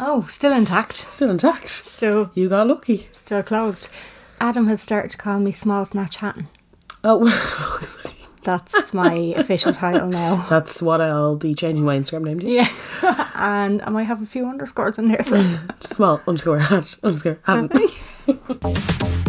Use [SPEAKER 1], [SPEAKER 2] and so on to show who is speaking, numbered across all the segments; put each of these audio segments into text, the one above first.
[SPEAKER 1] Oh, still intact.
[SPEAKER 2] Still intact.
[SPEAKER 1] Still,
[SPEAKER 2] You got lucky.
[SPEAKER 1] still closed. Adam has started to call me Small Snatch Hatton.
[SPEAKER 2] Oh,
[SPEAKER 1] That's my official title now.
[SPEAKER 2] that's what I'll be changing my Instagram name to.
[SPEAKER 1] Yeah, and I might have a few underscores in there. So.
[SPEAKER 2] Small underscore hat underscore hat.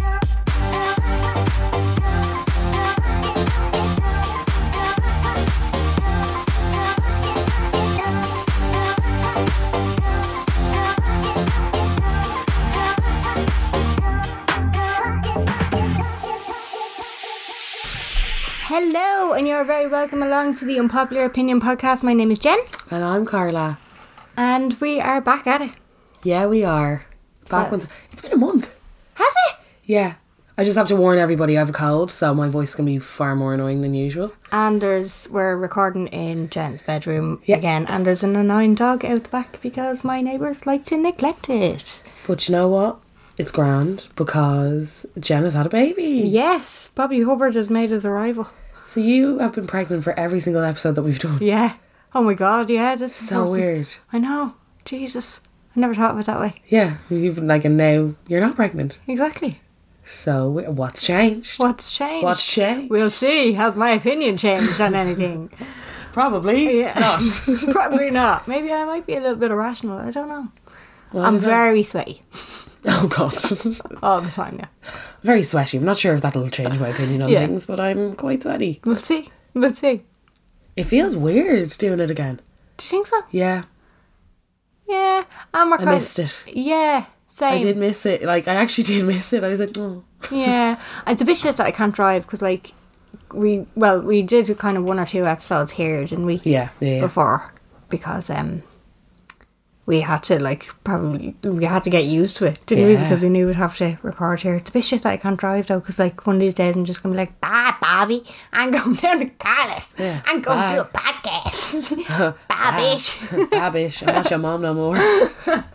[SPEAKER 1] Hello, and you're very welcome along to the Unpopular Opinion podcast. My name is Jen,
[SPEAKER 2] and I'm Carla.
[SPEAKER 1] and we are back at it.
[SPEAKER 2] Yeah, we are back
[SPEAKER 1] So-
[SPEAKER 2] once. It's been a month.
[SPEAKER 1] Has it?
[SPEAKER 2] Yeah. I just have to warn everybody I have a cold, so my voice can be far more annoying than usual.
[SPEAKER 1] And there's we're recording in Jen's bedroom again, and there's an annoying dog out the back because my neighbours like to neglect it.
[SPEAKER 2] But you know what? It's grand because Jen has had a baby.
[SPEAKER 1] Yes, Bobby Hubbard has made his arrival.
[SPEAKER 2] So you have been pregnant for every single episode that we've done.
[SPEAKER 1] Yeah. Oh my god, yeah, this is
[SPEAKER 2] So
[SPEAKER 1] awesome.
[SPEAKER 2] weird.
[SPEAKER 1] I know. Jesus. I never thought of it that way.
[SPEAKER 2] Yeah, you've been like, and now you're not pregnant.
[SPEAKER 1] Exactly.
[SPEAKER 2] So what's changed?
[SPEAKER 1] What's changed?
[SPEAKER 2] What's changed?
[SPEAKER 1] We'll see. Has my opinion changed on anything?
[SPEAKER 2] Probably
[SPEAKER 1] Yeah. Probably not. Maybe I might be a little bit irrational. I don't know.
[SPEAKER 2] Well, I
[SPEAKER 1] I'm
[SPEAKER 2] don't know.
[SPEAKER 1] very sweaty
[SPEAKER 2] Oh god.
[SPEAKER 1] all the time now.
[SPEAKER 2] very sweaty. I'm not sure if that'll change my opinion on
[SPEAKER 1] Yeah.
[SPEAKER 2] things, but I'm quite sweaty.
[SPEAKER 1] We'll see. We'll see.
[SPEAKER 2] It feels weird doing it again.
[SPEAKER 1] Do you think so?
[SPEAKER 2] Yeah,
[SPEAKER 1] Yeah. And we're
[SPEAKER 2] I
[SPEAKER 1] kind-
[SPEAKER 2] missed it.
[SPEAKER 1] Yeah. Same.
[SPEAKER 2] I did miss it. Like I actually did miss it. I was like, oh.
[SPEAKER 1] yeah, it's a bit shit that I can't drive because like we well we did kind of one or two episodes here, didn't we?
[SPEAKER 2] Yeah, yeah, yeah.
[SPEAKER 1] Before because um we had to like probably we had to get used to it, didn't we?
[SPEAKER 2] Yeah.
[SPEAKER 1] Because we knew we'd have to record here. It's a bit shit that I can't drive though, because like one of these days I'm just gonna be like, bye, Bobby, I'm going down to Carlos,
[SPEAKER 2] Yeah,
[SPEAKER 1] I'm going
[SPEAKER 2] bye."
[SPEAKER 1] to do a podcast, bye, bitch.
[SPEAKER 2] Babish, I'm not your mom no more.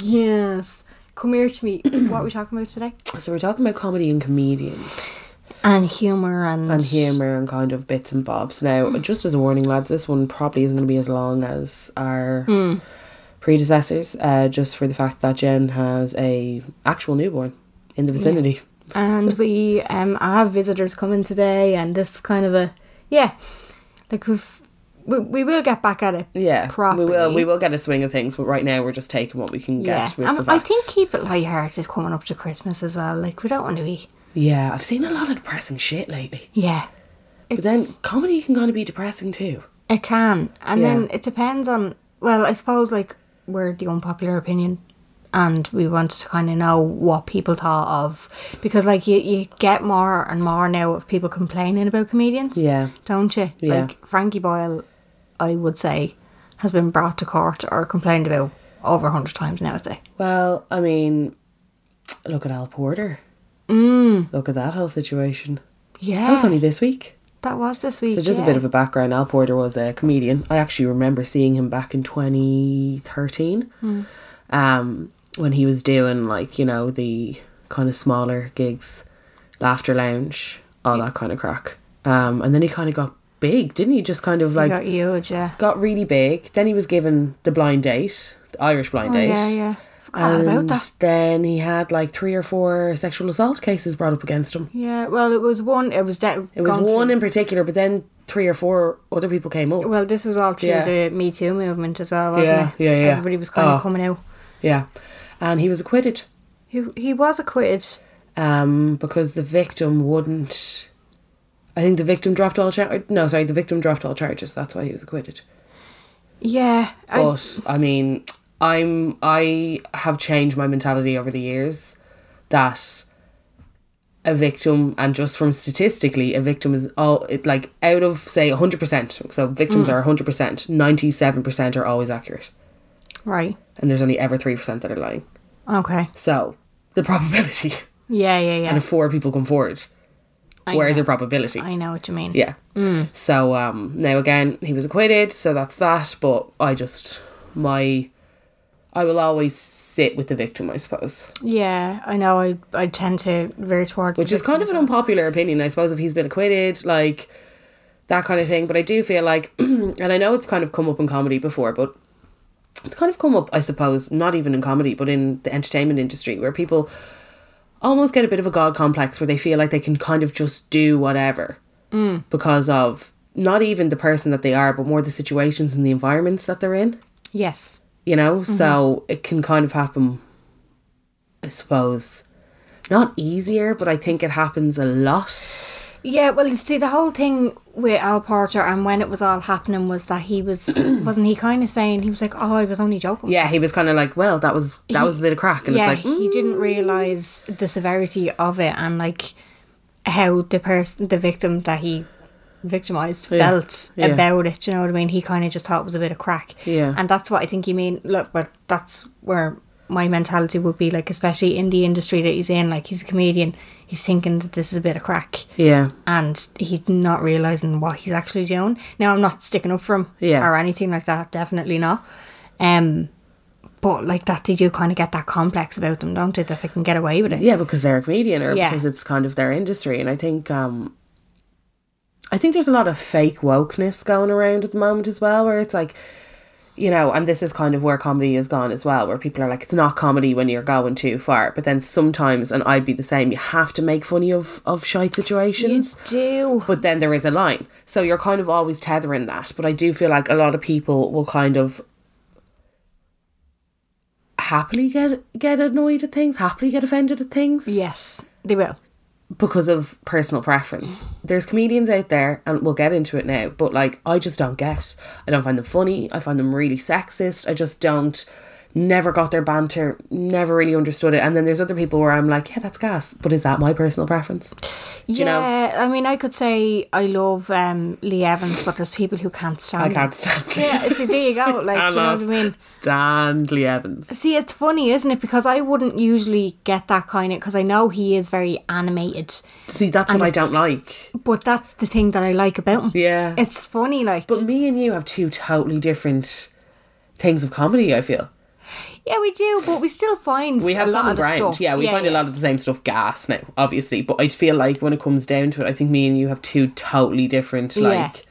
[SPEAKER 1] Yes, come here to me. what are we talking about today?
[SPEAKER 2] So we're talking about comedy and comedians
[SPEAKER 1] And humor and
[SPEAKER 2] and humour and kind of bits and bobs. Now,
[SPEAKER 1] Mm.
[SPEAKER 2] just as a warning, lads, this one probably isn't going to be as long as our
[SPEAKER 1] Hmm.
[SPEAKER 2] predecessors, uh, just for the fact that Jen has a actual newborn in the vicinity.
[SPEAKER 1] and we um I have visitors coming today and this kind of a yeah like we've we, we will get back at it
[SPEAKER 2] Yeah,
[SPEAKER 1] properly
[SPEAKER 2] we will. We will get a swing of things, but right now we're just taking what we can get.
[SPEAKER 1] yeah
[SPEAKER 2] With
[SPEAKER 1] and
[SPEAKER 2] the
[SPEAKER 1] I
[SPEAKER 2] facts.
[SPEAKER 1] think keep it lighthearted coming up to Christmas as well like we don't want to be
[SPEAKER 2] Yeah, I've seen a lot of depressing shit lately.
[SPEAKER 1] yeah it's,
[SPEAKER 2] But then comedy can kind of be depressing too.
[SPEAKER 1] it can and
[SPEAKER 2] Yeah.
[SPEAKER 1] then it depends on well I suppose like we're the unpopular opinion and we wanted to kind of know what people thought of because like you, you get more and more now of people complaining about comedians
[SPEAKER 2] Yeah.
[SPEAKER 1] don't you?
[SPEAKER 2] Yeah.
[SPEAKER 1] Like Frankie Boyle, I would say, has been brought to court or complained about over a hundred times now. I'd say.
[SPEAKER 2] Well, I mean, look at Al Porter. Mm. Look at that whole situation.
[SPEAKER 1] Yeah,
[SPEAKER 2] That was only this week.
[SPEAKER 1] that was this week.
[SPEAKER 2] So just a bit of a background. Al Porter was a comedian. I actually remember seeing him back in 2013, um, when he was doing like you know the kind of smaller gigs, Laughter Lounge, all that kind of crack. Um, and then he kind of got big, didn't he? Just kind of like
[SPEAKER 1] got e-
[SPEAKER 2] got,
[SPEAKER 1] huge. Yeah.
[SPEAKER 2] really big. Then he was given the blind date, the Irish blind
[SPEAKER 1] Oh,
[SPEAKER 2] date.
[SPEAKER 1] yeah, yeah. Forgot about
[SPEAKER 2] And
[SPEAKER 1] that.
[SPEAKER 2] then he had like three or four sexual assault cases brought up against him.
[SPEAKER 1] Yeah. Well, it was one. It was that.
[SPEAKER 2] It was one in particular, but then three or four other people came up.
[SPEAKER 1] well, this was all through
[SPEAKER 2] Yeah.
[SPEAKER 1] the Me Too movement as well, wasn't
[SPEAKER 2] Yeah,
[SPEAKER 1] it?
[SPEAKER 2] yeah, yeah.
[SPEAKER 1] Everybody was kind
[SPEAKER 2] Oh.
[SPEAKER 1] of coming out.
[SPEAKER 2] Yeah, and he was acquitted
[SPEAKER 1] He, he was acquitted.
[SPEAKER 2] um, because the victim wouldn't I think the victim dropped all char- No, sorry, the victim dropped all charges. That's why he was acquitted.
[SPEAKER 1] Yeah. Uh, I-
[SPEAKER 2] But I mean, I'm I have changed my mentality over the years that a victim and just from statistically a victim is all it like out of say 100% so victims are 100% 97% are always accurate
[SPEAKER 1] right.
[SPEAKER 2] and there's only ever 3% that are lying
[SPEAKER 1] Okay.
[SPEAKER 2] so the probability
[SPEAKER 1] Yeah, yeah, yeah.
[SPEAKER 2] and if four people come forward where is your probability
[SPEAKER 1] I know what you mean.
[SPEAKER 2] yeah. So um, now again, he was acquitted, so that's that. But I just my, I will always sit with the victim, I suppose,
[SPEAKER 1] Yeah, I know. I I tend to veer towards
[SPEAKER 2] which is kind of an unpopular opinion, I suppose, if he's been acquitted, like that kind of thing. But I do feel like, and I know it's kind of come up in comedy before, but it's kind of come up, I suppose, not even in comedy, but in the entertainment industry, where people almost get a bit of a god complex, where they feel like they can kind of just do whatever. because of not even the person that they are, but more the situations and the environments that they're in,
[SPEAKER 1] yes.
[SPEAKER 2] you know?
[SPEAKER 1] Mm-hmm.
[SPEAKER 2] So it can kind of happen, I suppose, not easier, but I think it happens a lot.
[SPEAKER 1] Yeah, well, you see, the whole thing with Al Porter and when it was all happening was that he was wasn't he kind of saying he was like, oh, I was only joking.
[SPEAKER 2] Yeah, he was kind of like, well, that was that was a bit of crack. And
[SPEAKER 1] yeah,
[SPEAKER 2] it's like, mm,
[SPEAKER 1] he didn't realize the severity of it and like how the person, the victim that he victimized, felt
[SPEAKER 2] yeah.
[SPEAKER 1] about it. Do you know what I mean? He kind of just thought it was a bit of crack.
[SPEAKER 2] Yeah.
[SPEAKER 1] and that's what I think you mean. Look, but that's where my mentality would be like, especially in the industry that he's in. Like, he's a comedian. He's thinking that this is a bit of crack.
[SPEAKER 2] yeah,
[SPEAKER 1] and he's not realizing what he's actually doing. Now I'm not sticking up for him
[SPEAKER 2] Yeah.
[SPEAKER 1] or anything like that. Definitely not. Um, but like that, they do kind of get that complex about them, don't they? That they can get away with it.
[SPEAKER 2] yeah, because they're a comedian or
[SPEAKER 1] Yeah.
[SPEAKER 2] because it's kind of their industry. And I think, um, I think there's a lot of fake wokeness going around at the moment as well, where it's like, you know, and this is kind of where comedy has gone as well, where people are like, it's not comedy when you're going too far. But then sometimes, and I'd be the same, you have to make funny of, of shite situations.
[SPEAKER 1] Do
[SPEAKER 2] But then there is a line. So you're kind of always tethering that. But I do feel like a lot of people will kind of happily get get annoyed at things, happily get offended at things
[SPEAKER 1] yes, they will.
[SPEAKER 2] because of personal preference. There's comedians out there, and we'll get into it now, but like, I just don't get. I don't find them funny. I find them really sexist. I just don't. Never got their banter, never really understood it. And then there's other people where I'm like, yeah, that's gas, but is that my personal preference?
[SPEAKER 1] yeah,
[SPEAKER 2] you know?
[SPEAKER 1] I mean, I could say I love um, Lee Evans, but there's people who can't stand.
[SPEAKER 2] I
[SPEAKER 1] him.
[SPEAKER 2] can't stand
[SPEAKER 1] Yeah, see, there you go. Like, do you know what I mean?
[SPEAKER 2] Stand Lee Evans.
[SPEAKER 1] See, it's funny, isn't it? Because I wouldn't usually get that kind of because I know he is very animated,
[SPEAKER 2] See, that's what I don't like.
[SPEAKER 1] but that's the thing that I like about him.
[SPEAKER 2] Yeah.
[SPEAKER 1] It's funny, like
[SPEAKER 2] but me and you have two totally different things of comedy, I feel.
[SPEAKER 1] yeah, we do, but we still find
[SPEAKER 2] We have
[SPEAKER 1] a lot
[SPEAKER 2] common
[SPEAKER 1] of the
[SPEAKER 2] ground.
[SPEAKER 1] stuff.
[SPEAKER 2] Yeah, we find a lot of the same stuff gas now, obviously. But I feel like when it comes down to it, I think me and you have two totally different
[SPEAKER 1] Yeah.
[SPEAKER 2] like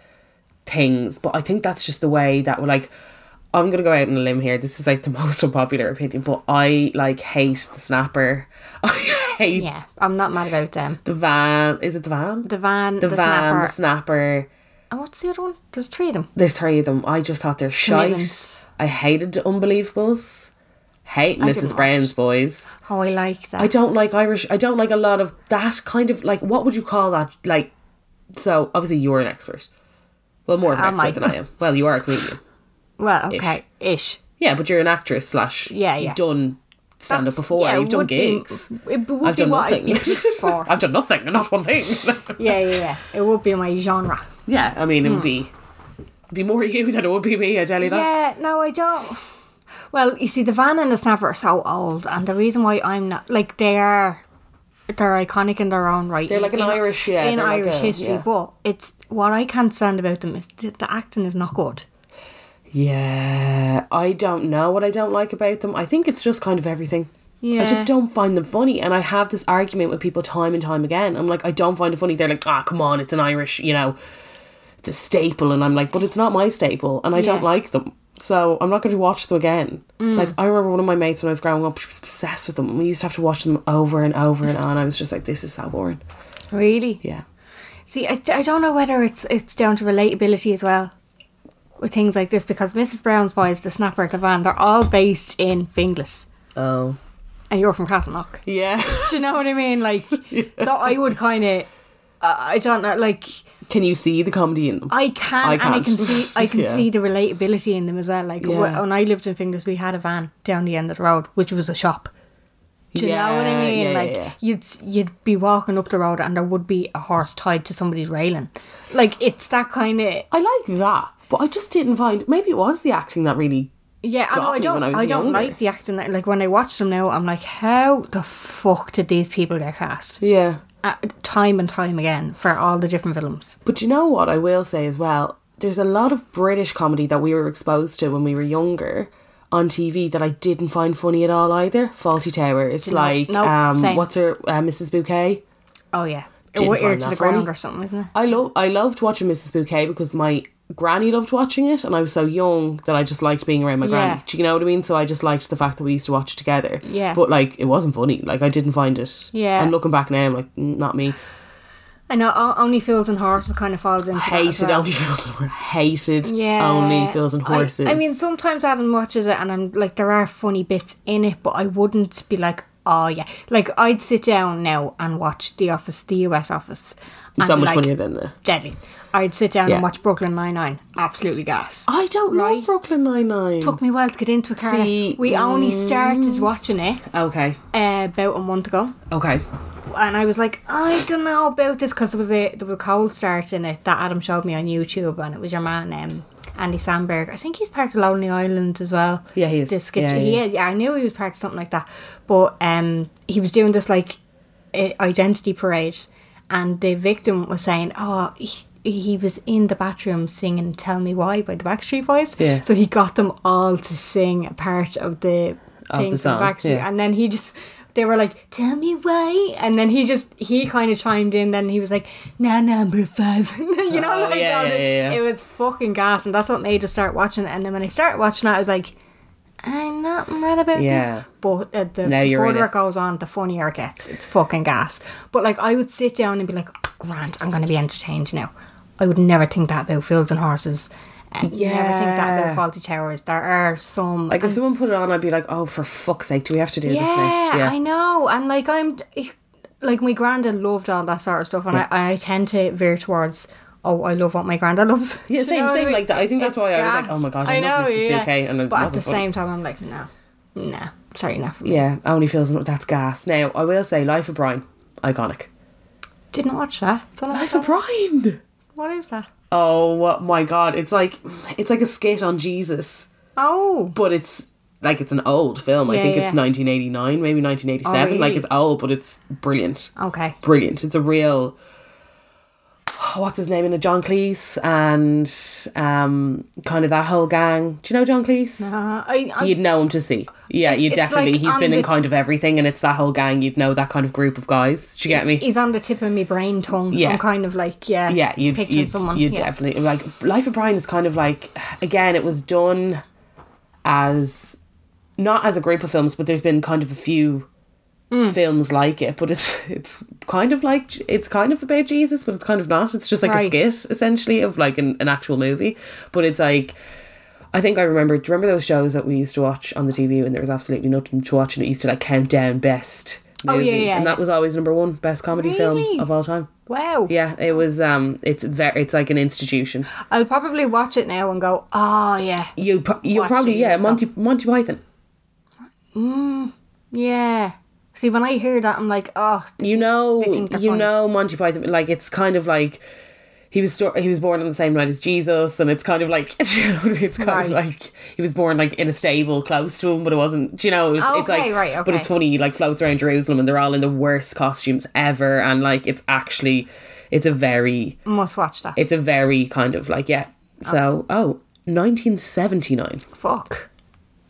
[SPEAKER 2] things. But I think that's just the way that we're like I'm gonna go out on a limb here. This is like the most unpopular opinion, but I like hate the snapper. I hate
[SPEAKER 1] Yeah, I'm not mad about them.
[SPEAKER 2] the van. Is it the van?
[SPEAKER 1] The van, the,
[SPEAKER 2] the van,
[SPEAKER 1] snapper,
[SPEAKER 2] the snapper.
[SPEAKER 1] and what's the other one? There's three of them.
[SPEAKER 2] There's three of them. I just thought they're shite.
[SPEAKER 1] Commitments.
[SPEAKER 2] I hated the Unbelievables. Hate Mrs.
[SPEAKER 1] didn't
[SPEAKER 2] Brown's boys.
[SPEAKER 1] Oh, I like that.
[SPEAKER 2] I don't like Irish. I don't like a lot of that kind of like. What would you call that? Like, so obviously you're an expert. Well, more of an
[SPEAKER 1] Am I?
[SPEAKER 2] expert than I am. Well, you are a comedian.
[SPEAKER 1] well, okay, ish.
[SPEAKER 2] Yeah, but you're an actress slash.
[SPEAKER 1] Yeah, yeah.
[SPEAKER 2] You've done stand up
[SPEAKER 1] That's-
[SPEAKER 2] before.
[SPEAKER 1] yeah, it
[SPEAKER 2] you've done
[SPEAKER 1] would be-
[SPEAKER 2] gigs.
[SPEAKER 1] it would
[SPEAKER 2] I've
[SPEAKER 1] be
[SPEAKER 2] done
[SPEAKER 1] what
[SPEAKER 2] nothing.
[SPEAKER 1] I'd be looking for.
[SPEAKER 2] I've done nothing. Not one thing.
[SPEAKER 1] Yeah, yeah, yeah. It would be my genre.
[SPEAKER 2] yeah, I mean it
[SPEAKER 1] Hmm.
[SPEAKER 2] would be. it'd Be more you than it would be me. I tell you that.
[SPEAKER 1] Yeah, no, I don't. Well, you see, the van and the snapper are so old, and the reason why I'm not like they are, they're iconic in their own right.
[SPEAKER 2] They're like an Irish, yeah,
[SPEAKER 1] in
[SPEAKER 2] they're like
[SPEAKER 1] Irish
[SPEAKER 2] a-
[SPEAKER 1] history.
[SPEAKER 2] yeah.
[SPEAKER 1] But it's what I can't stand about them is the, the acting is not good.
[SPEAKER 2] Yeah, I don't know what I don't like about them. I think it's just kind of everything. I
[SPEAKER 1] Yeah.
[SPEAKER 2] just don't find them funny. And I have this argument with people time and time again. I'm like, I don't find it funny. They're like, ah, come on, it's an Irish, you know, it's a staple. And I'm like, but it's not my staple. And I don't
[SPEAKER 1] Yeah. Mm.
[SPEAKER 2] like them. So I'm not going to watch them again. Like, I remember one of my mates when I was growing up, she was obsessed with them. We used to have to watch them over and over and on. I was just like, this is so boring.
[SPEAKER 1] Really?
[SPEAKER 2] Yeah.
[SPEAKER 1] See, I, I don't know whether it's it's down to relatability as well with things like this because Mrs. Brown's Boys, the Snapper, the Van, they're all based in Finglas,
[SPEAKER 2] Oh.
[SPEAKER 1] and you're from Castleknock.
[SPEAKER 2] Yeah.
[SPEAKER 1] Do you know what I mean? Like, so I would kind of I don't know. Like
[SPEAKER 2] Can you see the comedy in them?
[SPEAKER 1] I can,
[SPEAKER 2] I
[SPEAKER 1] and I
[SPEAKER 2] can't.
[SPEAKER 1] can see, I can
[SPEAKER 2] Yeah.
[SPEAKER 1] see the relatability in them as well. Like wh-
[SPEAKER 2] Yeah.
[SPEAKER 1] when I lived in Fingers, we had a van down the end of the road, which was a shop. Do you know what I
[SPEAKER 2] Yeah,
[SPEAKER 1] mean?
[SPEAKER 2] yeah, yeah,
[SPEAKER 1] like
[SPEAKER 2] yeah.
[SPEAKER 1] you'd you'd be walking up the road, and there would be a horse tied to somebody's railing. Like it's that kind of
[SPEAKER 2] I like that, but I just didn't find. Maybe it was the acting that really.
[SPEAKER 1] Yeah, I know.
[SPEAKER 2] got
[SPEAKER 1] I
[SPEAKER 2] me
[SPEAKER 1] don't.
[SPEAKER 2] when I was
[SPEAKER 1] I, don't
[SPEAKER 2] younger.
[SPEAKER 1] like the acting. Like when I watch them now, I'm like, how the fuck did these people get cast?
[SPEAKER 2] Yeah.
[SPEAKER 1] Uh, time and time again for all the different films.
[SPEAKER 2] But you know what I will say as well? There's a lot of British comedy that we were exposed to when we were younger on TV that I didn't find funny at all either. Faulty Towers,
[SPEAKER 1] know-
[SPEAKER 2] like
[SPEAKER 1] no,
[SPEAKER 2] um,
[SPEAKER 1] same.
[SPEAKER 2] what's her uh, Mrs. Bouquet.
[SPEAKER 1] Oh yeah,
[SPEAKER 2] Didn't
[SPEAKER 1] Or Ear
[SPEAKER 2] find
[SPEAKER 1] to
[SPEAKER 2] that
[SPEAKER 1] the ground
[SPEAKER 2] funny.
[SPEAKER 1] or something, isn't it?
[SPEAKER 2] I love I loved watching Mrs. Bouquet because my granny loved watching it and I was so young that I just liked being around my
[SPEAKER 1] Yeah.
[SPEAKER 2] granny. Do you know what I mean? So I just liked the fact that we used to watch it together.
[SPEAKER 1] Yeah.
[SPEAKER 2] But like it wasn't funny. Like I didn't find it.
[SPEAKER 1] Yeah.
[SPEAKER 2] And looking back now, I'm like, "Mm, not me.
[SPEAKER 1] I know. O- Only Fools and Horses kind of falls into that as
[SPEAKER 2] Hated
[SPEAKER 1] well.
[SPEAKER 2] only feels and horses. Hated
[SPEAKER 1] Yeah,
[SPEAKER 2] only feels and
[SPEAKER 1] I-
[SPEAKER 2] horses.
[SPEAKER 1] I, mean, sometimes Adam watches it, and I'm like, there are funny bits in it, but I wouldn't be like, oh yeah. Like I'd sit down now and watch The Office, the US Office. And
[SPEAKER 2] so
[SPEAKER 1] be
[SPEAKER 2] much
[SPEAKER 1] like,
[SPEAKER 2] funnier than the
[SPEAKER 1] deadly. I'd sit down
[SPEAKER 2] Yeah.
[SPEAKER 1] and watch Brooklyn Nine Nine. Absolutely gas.
[SPEAKER 2] I don't
[SPEAKER 1] Right.
[SPEAKER 2] love Brooklyn Nine Nine.
[SPEAKER 1] Took me a while to get into it, Carla.
[SPEAKER 2] See,
[SPEAKER 1] we only started watching it
[SPEAKER 2] Okay,
[SPEAKER 1] uh, about a month ago,
[SPEAKER 2] okay.
[SPEAKER 1] and I was like, I don't know about this because there was a there was a cold start in it that Adam showed me on YouTube, and it was your man um, Andy Sandberg. I think he's part of Lonely Island as well.
[SPEAKER 2] Yeah, he is.
[SPEAKER 1] This sketch,
[SPEAKER 2] Yeah,
[SPEAKER 1] he
[SPEAKER 2] yeah.
[SPEAKER 1] is. Yeah, I knew he was part of something like that, but um, he was doing this like uh, identity parade, and the victim was saying, "Oh, he, he was in the bathroom singing "Tell Me Why" by the Backstreet Boys."
[SPEAKER 2] Yeah.
[SPEAKER 1] So he got them all to sing a part of the
[SPEAKER 2] Of the
[SPEAKER 1] thing
[SPEAKER 2] song,
[SPEAKER 1] from Backstreet,
[SPEAKER 2] yeah.
[SPEAKER 1] and then he just. They were like, "Tell me why," and then he just he kind of chimed in. Then he was like, "Now number five. you know,
[SPEAKER 2] Oh,
[SPEAKER 1] like
[SPEAKER 2] yeah,
[SPEAKER 1] all
[SPEAKER 2] yeah,
[SPEAKER 1] the-
[SPEAKER 2] yeah, yeah.
[SPEAKER 1] it was fucking gas, and that's what made us start watching it. And then when I started watching it, I was like, I'm not mad about
[SPEAKER 2] Yeah.
[SPEAKER 1] this. But uh, the
[SPEAKER 2] Now you're in
[SPEAKER 1] further
[SPEAKER 2] it.
[SPEAKER 1] it goes on, the funnier it gets. It's fucking gas. But like, I would sit down and be like, "Grant, I'm going to be entertained now." I would never think that about Fields and Horses. Uh, Never think that
[SPEAKER 2] Yeah.
[SPEAKER 1] about Faulty Towers. There are some.
[SPEAKER 2] Like if someone put it on, I'd be like, oh, for fuck's sake, do we have to do
[SPEAKER 1] yeah,
[SPEAKER 2] this now?
[SPEAKER 1] I know. And like, I'm like my granda loved all that sort of stuff, and I, I tend to veer towards. Oh, I love what my granda loves. Do
[SPEAKER 2] Yeah,
[SPEAKER 1] you
[SPEAKER 2] same,
[SPEAKER 1] know what I
[SPEAKER 2] same
[SPEAKER 1] mean?
[SPEAKER 2] like that. I think that's
[SPEAKER 1] It's
[SPEAKER 2] why I was like,
[SPEAKER 1] gas.
[SPEAKER 2] oh my god, I, love Mrs. Bouquet, and it
[SPEAKER 1] but at
[SPEAKER 2] wasn't
[SPEAKER 1] the
[SPEAKER 2] funny.
[SPEAKER 1] same time, I'm like, no, no, sorry, not for me.
[SPEAKER 2] yeah, only feels that's gas. Now I will say, Life of Brian, iconic.
[SPEAKER 1] Didn't watch that. Don't know
[SPEAKER 2] Life of Brian.
[SPEAKER 1] What is that?
[SPEAKER 2] Oh my god, it's like it's like a skit on Jesus,
[SPEAKER 1] Oh,
[SPEAKER 2] but it's like it's an old film. I
[SPEAKER 1] Yeah,
[SPEAKER 2] think
[SPEAKER 1] yeah.
[SPEAKER 2] it's 1989, maybe 1987.
[SPEAKER 1] Oh,
[SPEAKER 2] Like
[SPEAKER 1] really?
[SPEAKER 2] it's old, but it's brilliant.
[SPEAKER 1] okay.
[SPEAKER 2] brilliant. It's a real what's his name in it? John Cleese and um kind of that whole gang. Do you know John Cleese?
[SPEAKER 1] Uh, I, I,
[SPEAKER 2] You'd know him to see. Yeah, you
[SPEAKER 1] It's
[SPEAKER 2] definitely.
[SPEAKER 1] like
[SPEAKER 2] He's
[SPEAKER 1] on
[SPEAKER 2] been in
[SPEAKER 1] the-
[SPEAKER 2] kind of everything, and it's that whole gang. You'd know that kind of group of guys. Do you get me?
[SPEAKER 1] he's on the tip of my brain tongue.
[SPEAKER 2] Yeah.
[SPEAKER 1] I'm kind of like, yeah,
[SPEAKER 2] Yeah, you'd
[SPEAKER 1] picturing
[SPEAKER 2] you'd,
[SPEAKER 1] someone.
[SPEAKER 2] you'd
[SPEAKER 1] yeah.
[SPEAKER 2] definitely like Life of Brian is kind of like again. It was done as not as a group of films, but there's been kind of a few
[SPEAKER 1] Hmm.
[SPEAKER 2] films like it. But it's it's kind of like it's kind of about Jesus, but it's kind of not. It's just like
[SPEAKER 1] Right.
[SPEAKER 2] a skit essentially of like an, an actual movie. But it's like I think I remember. Do you remember those shows that we used to watch on the TV when there was absolutely nothing to watch, and it used to like count down best
[SPEAKER 1] Oh, yeah,
[SPEAKER 2] movies,
[SPEAKER 1] yeah,
[SPEAKER 2] and that
[SPEAKER 1] yeah.
[SPEAKER 2] was always number one best comedy film
[SPEAKER 1] Really?
[SPEAKER 2] of all time.
[SPEAKER 1] Wow.
[SPEAKER 2] Yeah, it was. Um, it's very. It's like an institution.
[SPEAKER 1] I'll probably watch it now and go, oh yeah,
[SPEAKER 2] You pro- you
[SPEAKER 1] Watch
[SPEAKER 2] probably
[SPEAKER 1] it,
[SPEAKER 2] yeah
[SPEAKER 1] it's not-
[SPEAKER 2] Monty Monty Python.
[SPEAKER 1] yeah. See, when I hear that, I'm like, oh,
[SPEAKER 2] You know
[SPEAKER 1] think they're
[SPEAKER 2] you
[SPEAKER 1] funny.
[SPEAKER 2] know Monty Python. Like it's kind of like he was stor- he was born on the same night as Jesus, and it's kind of like do you know what I mean? It's kind of
[SPEAKER 1] Right.
[SPEAKER 2] like he was born like in a stable close to him, but it wasn't. Do you know? It's, it's
[SPEAKER 1] Oh,
[SPEAKER 2] like
[SPEAKER 1] Okay, right,
[SPEAKER 2] But
[SPEAKER 1] okay.
[SPEAKER 2] it's funny. He like floats around Jerusalem, and they're all in the worst costumes ever, and like it's actually it's a very
[SPEAKER 1] must watch that.
[SPEAKER 2] it's a very kind of like yeah. So oh. 1979.
[SPEAKER 1] Fuck.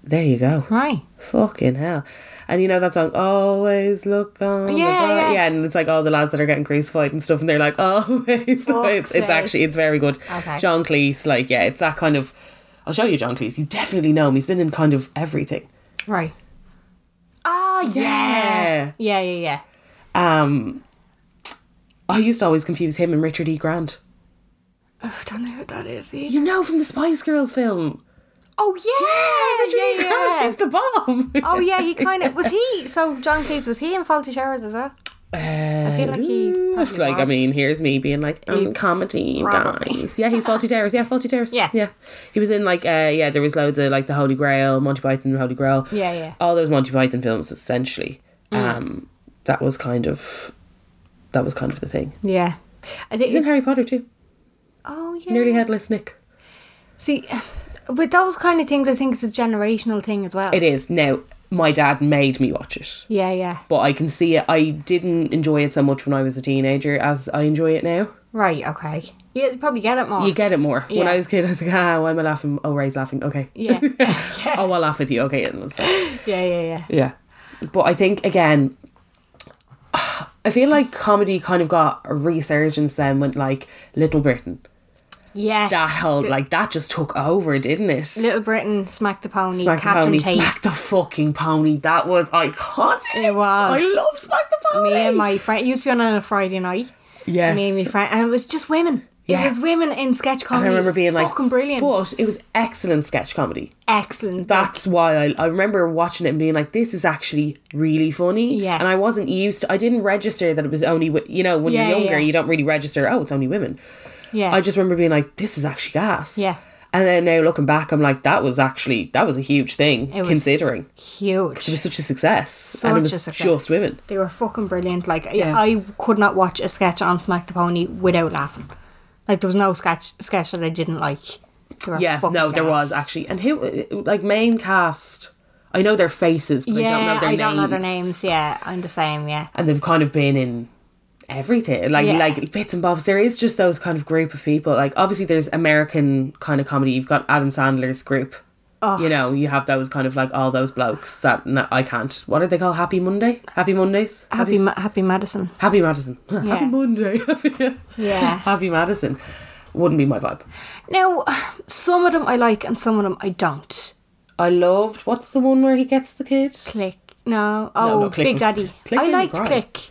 [SPEAKER 2] There you go.
[SPEAKER 1] Right.
[SPEAKER 2] Fucking hell. And you know that song, Always Look On. the
[SPEAKER 1] Yeah,
[SPEAKER 2] bright-"
[SPEAKER 1] yeah.
[SPEAKER 2] yeah, and it's like all the lads that are getting crucified and stuff, and they're like, Always. look-" it's,
[SPEAKER 1] sake.
[SPEAKER 2] it's actually, it's very good.
[SPEAKER 1] Okay.
[SPEAKER 2] John Cleese, like, yeah, it's that kind of. I'll show you John Cleese. You definitely know him. He's been in kind of everything.
[SPEAKER 1] Right. Oh yeah. Yeah, yeah, yeah.
[SPEAKER 2] Um, I used to always confuse him and Richard E. Grant.
[SPEAKER 1] Oh, I don't know who that is.
[SPEAKER 2] You know from the Spice Girls film.
[SPEAKER 1] Oh yeah,
[SPEAKER 2] Richard E. Grant is the bomb.
[SPEAKER 1] Oh yeah, he kind of was he. So John Cleese was he in Faulty Showers as well? I feel like he.
[SPEAKER 2] It's
[SPEAKER 1] probably
[SPEAKER 2] Uh, like, I
[SPEAKER 1] was.
[SPEAKER 2] mean, here's me being like, I'm comedy
[SPEAKER 1] probably.
[SPEAKER 2] guys. Yeah, he's Faulty Towers. Yeah, Faulty Towers.
[SPEAKER 1] Oh, Yeah.
[SPEAKER 2] Yeah. He was in like, uh, yeah, there was loads of like the Holy Grail, Monty Python, and Holy Grail.
[SPEAKER 1] Yeah, yeah. Mm.
[SPEAKER 2] All those Monty Python films, essentially. Um, that was kind of, that was kind of the thing.
[SPEAKER 1] yeah. I think
[SPEAKER 2] He's in
[SPEAKER 1] it's-
[SPEAKER 2] Harry Potter too.
[SPEAKER 1] Oh yeah.
[SPEAKER 2] Nearly headless Nick.
[SPEAKER 1] See, with those kind of things, I think it's a generational thing as well.
[SPEAKER 2] It is. Now, my dad made me watch it.
[SPEAKER 1] Yeah, yeah.
[SPEAKER 2] But I can see it. I didn't enjoy it so much when I was a teenager as I enjoy it now.
[SPEAKER 1] Right. Okay. Yeah, you probably get it more.
[SPEAKER 2] You get it more. When
[SPEAKER 1] Yeah.
[SPEAKER 2] I was a kid, I was like, ah, why am I laughing? Oh, Ray's laughing. Okay.
[SPEAKER 1] yeah. yeah.
[SPEAKER 2] oh, I'll laugh with you. Okay. And that's fine.
[SPEAKER 1] Yeah. Yeah.
[SPEAKER 2] Yeah. But I think, again, I feel like comedy kind of got a resurgence then with like Little Britain.
[SPEAKER 1] Yes.
[SPEAKER 2] That held, like, that just took over, didn't it?
[SPEAKER 1] Little Britain, Smack the Pony,
[SPEAKER 2] Smack the
[SPEAKER 1] Captain
[SPEAKER 2] pony,
[SPEAKER 1] Tate.
[SPEAKER 2] smack the fucking pony. That was iconic.
[SPEAKER 1] It was.
[SPEAKER 2] I love smack the pony.
[SPEAKER 1] Me and my friend it used to be on on a Friday night.
[SPEAKER 2] yes.
[SPEAKER 1] Me and my friend, and it was just women.
[SPEAKER 2] Yeah.
[SPEAKER 1] It was women in sketch
[SPEAKER 2] And
[SPEAKER 1] comedy.
[SPEAKER 2] I remember
[SPEAKER 1] It was
[SPEAKER 2] being like,
[SPEAKER 1] fucking brilliant,
[SPEAKER 2] But it was excellent sketch comedy.
[SPEAKER 1] excellent.
[SPEAKER 2] That's why I, I remember watching it and being like, this is actually really funny.
[SPEAKER 1] Yeah.
[SPEAKER 2] And I wasn't used to, I didn't register that it was only, wi- you know, when
[SPEAKER 1] Yeah,
[SPEAKER 2] you're younger,
[SPEAKER 1] yeah.
[SPEAKER 2] you don't really register, oh, it's only women.
[SPEAKER 1] yeah,
[SPEAKER 2] I just remember being like, this is actually gas.
[SPEAKER 1] Yeah.
[SPEAKER 2] And then now looking back, I'm like, that was actually, that was a huge thing
[SPEAKER 1] was-
[SPEAKER 2] considering.
[SPEAKER 1] huge.
[SPEAKER 2] It was such a success. and it was just women.
[SPEAKER 1] They were fucking brilliant. Like I-
[SPEAKER 2] Yeah.
[SPEAKER 1] I could not watch a sketch on Smack the Pony without laughing. Like there was no sketch sketch that I didn't like. They were
[SPEAKER 2] Yeah,
[SPEAKER 1] fucking
[SPEAKER 2] no, there was
[SPEAKER 1] gas.
[SPEAKER 2] actually. And who, like, main cast, I know their faces, but I
[SPEAKER 1] Yeah,
[SPEAKER 2] don't know their
[SPEAKER 1] I
[SPEAKER 2] names.
[SPEAKER 1] don't know their names. Yeah, I'm the same. Yeah,
[SPEAKER 2] and they've kind of been in everything like
[SPEAKER 1] Yeah.
[SPEAKER 2] like bits and bobs there is just those kind of group of people like obviously there's american kind of comedy you've got adam sandler's group you know you have those kind of like all those blokes that no, i can't what are they called happy monday happy mondays
[SPEAKER 1] happy Ma- happy Madison.
[SPEAKER 2] happy madison happy monday
[SPEAKER 1] Yeah.
[SPEAKER 2] happy madison wouldn't be my vibe
[SPEAKER 1] Now, some of them I like and some of them I don't.
[SPEAKER 2] i loved what's the one where he gets the kid
[SPEAKER 1] Click. No. Oh,
[SPEAKER 2] no, Click
[SPEAKER 1] Big
[SPEAKER 2] was-
[SPEAKER 1] Daddy.
[SPEAKER 2] Click
[SPEAKER 1] I
[SPEAKER 2] made me
[SPEAKER 1] liked
[SPEAKER 2] cry.
[SPEAKER 1] Click.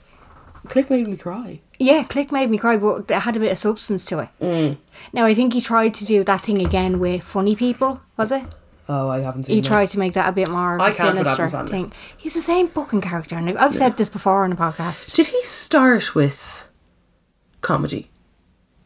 [SPEAKER 2] click made me cry
[SPEAKER 1] Yeah, Click made me cry, but it had a bit of substance to it.
[SPEAKER 2] Mm.
[SPEAKER 1] Now, I think he tried to do that thing again with Funny People, was it?
[SPEAKER 2] oh i haven't seen
[SPEAKER 1] He
[SPEAKER 2] that.
[SPEAKER 1] tried to make that a bit more of a
[SPEAKER 2] I can't with
[SPEAKER 1] sinister
[SPEAKER 2] Adam Sandler.
[SPEAKER 1] thing. He's the same fucking character. And I've said this before on a podcast.
[SPEAKER 2] did he start with comedy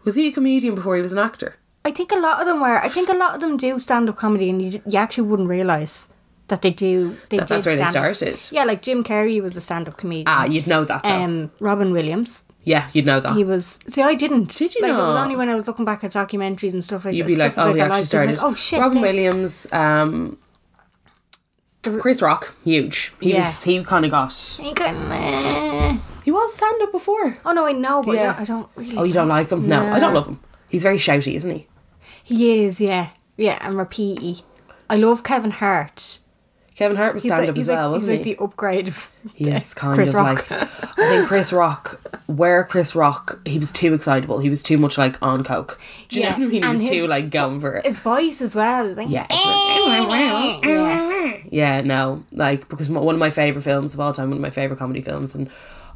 [SPEAKER 2] was he a comedian before he was an actor
[SPEAKER 1] I think a lot of them were. I think a lot of them do stand up comedy, and you, you actually wouldn't realise that they do. They
[SPEAKER 2] That- that's
[SPEAKER 1] did
[SPEAKER 2] where they
[SPEAKER 1] stand-up.
[SPEAKER 2] started.
[SPEAKER 1] Yeah, like Jim Carrey was a stand up comedian.
[SPEAKER 2] Ah, you'd know that though.
[SPEAKER 1] um, Robin Williams.
[SPEAKER 2] yeah, you'd know that.
[SPEAKER 1] He was. Ah. See, I didn't.
[SPEAKER 2] Did you
[SPEAKER 1] Like it was
[SPEAKER 2] not?
[SPEAKER 1] only when I was looking back at documentaries and stuff like
[SPEAKER 2] You'd
[SPEAKER 1] that.
[SPEAKER 2] be like, oh,
[SPEAKER 1] stuff about
[SPEAKER 2] he
[SPEAKER 1] their
[SPEAKER 2] actually
[SPEAKER 1] lives, I was
[SPEAKER 2] started.
[SPEAKER 1] like, oh shit.
[SPEAKER 2] Robin
[SPEAKER 1] they-
[SPEAKER 2] Williams, um, Chris Rock, huge. He
[SPEAKER 1] Yeah.
[SPEAKER 2] was. He kind of got.
[SPEAKER 1] Ain't got- meh.
[SPEAKER 2] He was stand up before.
[SPEAKER 1] Oh no, I know, but
[SPEAKER 2] Yeah.
[SPEAKER 1] I, don't, I don't really.
[SPEAKER 2] Oh, you don't like him? No, I don't love him. He's very shouty, isn't he?
[SPEAKER 1] He is, yeah, yeah, and repeaty. I love Kevin Hart.
[SPEAKER 2] Kevin Hart was
[SPEAKER 1] He's
[SPEAKER 2] stand
[SPEAKER 1] like,
[SPEAKER 2] up
[SPEAKER 1] he's
[SPEAKER 2] as well,
[SPEAKER 1] like, he's
[SPEAKER 2] wasn't
[SPEAKER 1] like
[SPEAKER 2] he?
[SPEAKER 1] the upgrade of
[SPEAKER 2] He is kind
[SPEAKER 1] Chris
[SPEAKER 2] of
[SPEAKER 1] Rock.
[SPEAKER 2] like. I think Chris Rock, where Chris Rock, he was too excitable. He was too much like on coke. Do you know
[SPEAKER 1] Yeah,
[SPEAKER 2] what I mean? He
[SPEAKER 1] and
[SPEAKER 2] was
[SPEAKER 1] his-
[SPEAKER 2] too like going for it.
[SPEAKER 1] his voice as well. It's like,
[SPEAKER 2] Yeah. it's really- yeah, no. Like, because my, one of my favourite films of all time, one of my favourite comedy films, and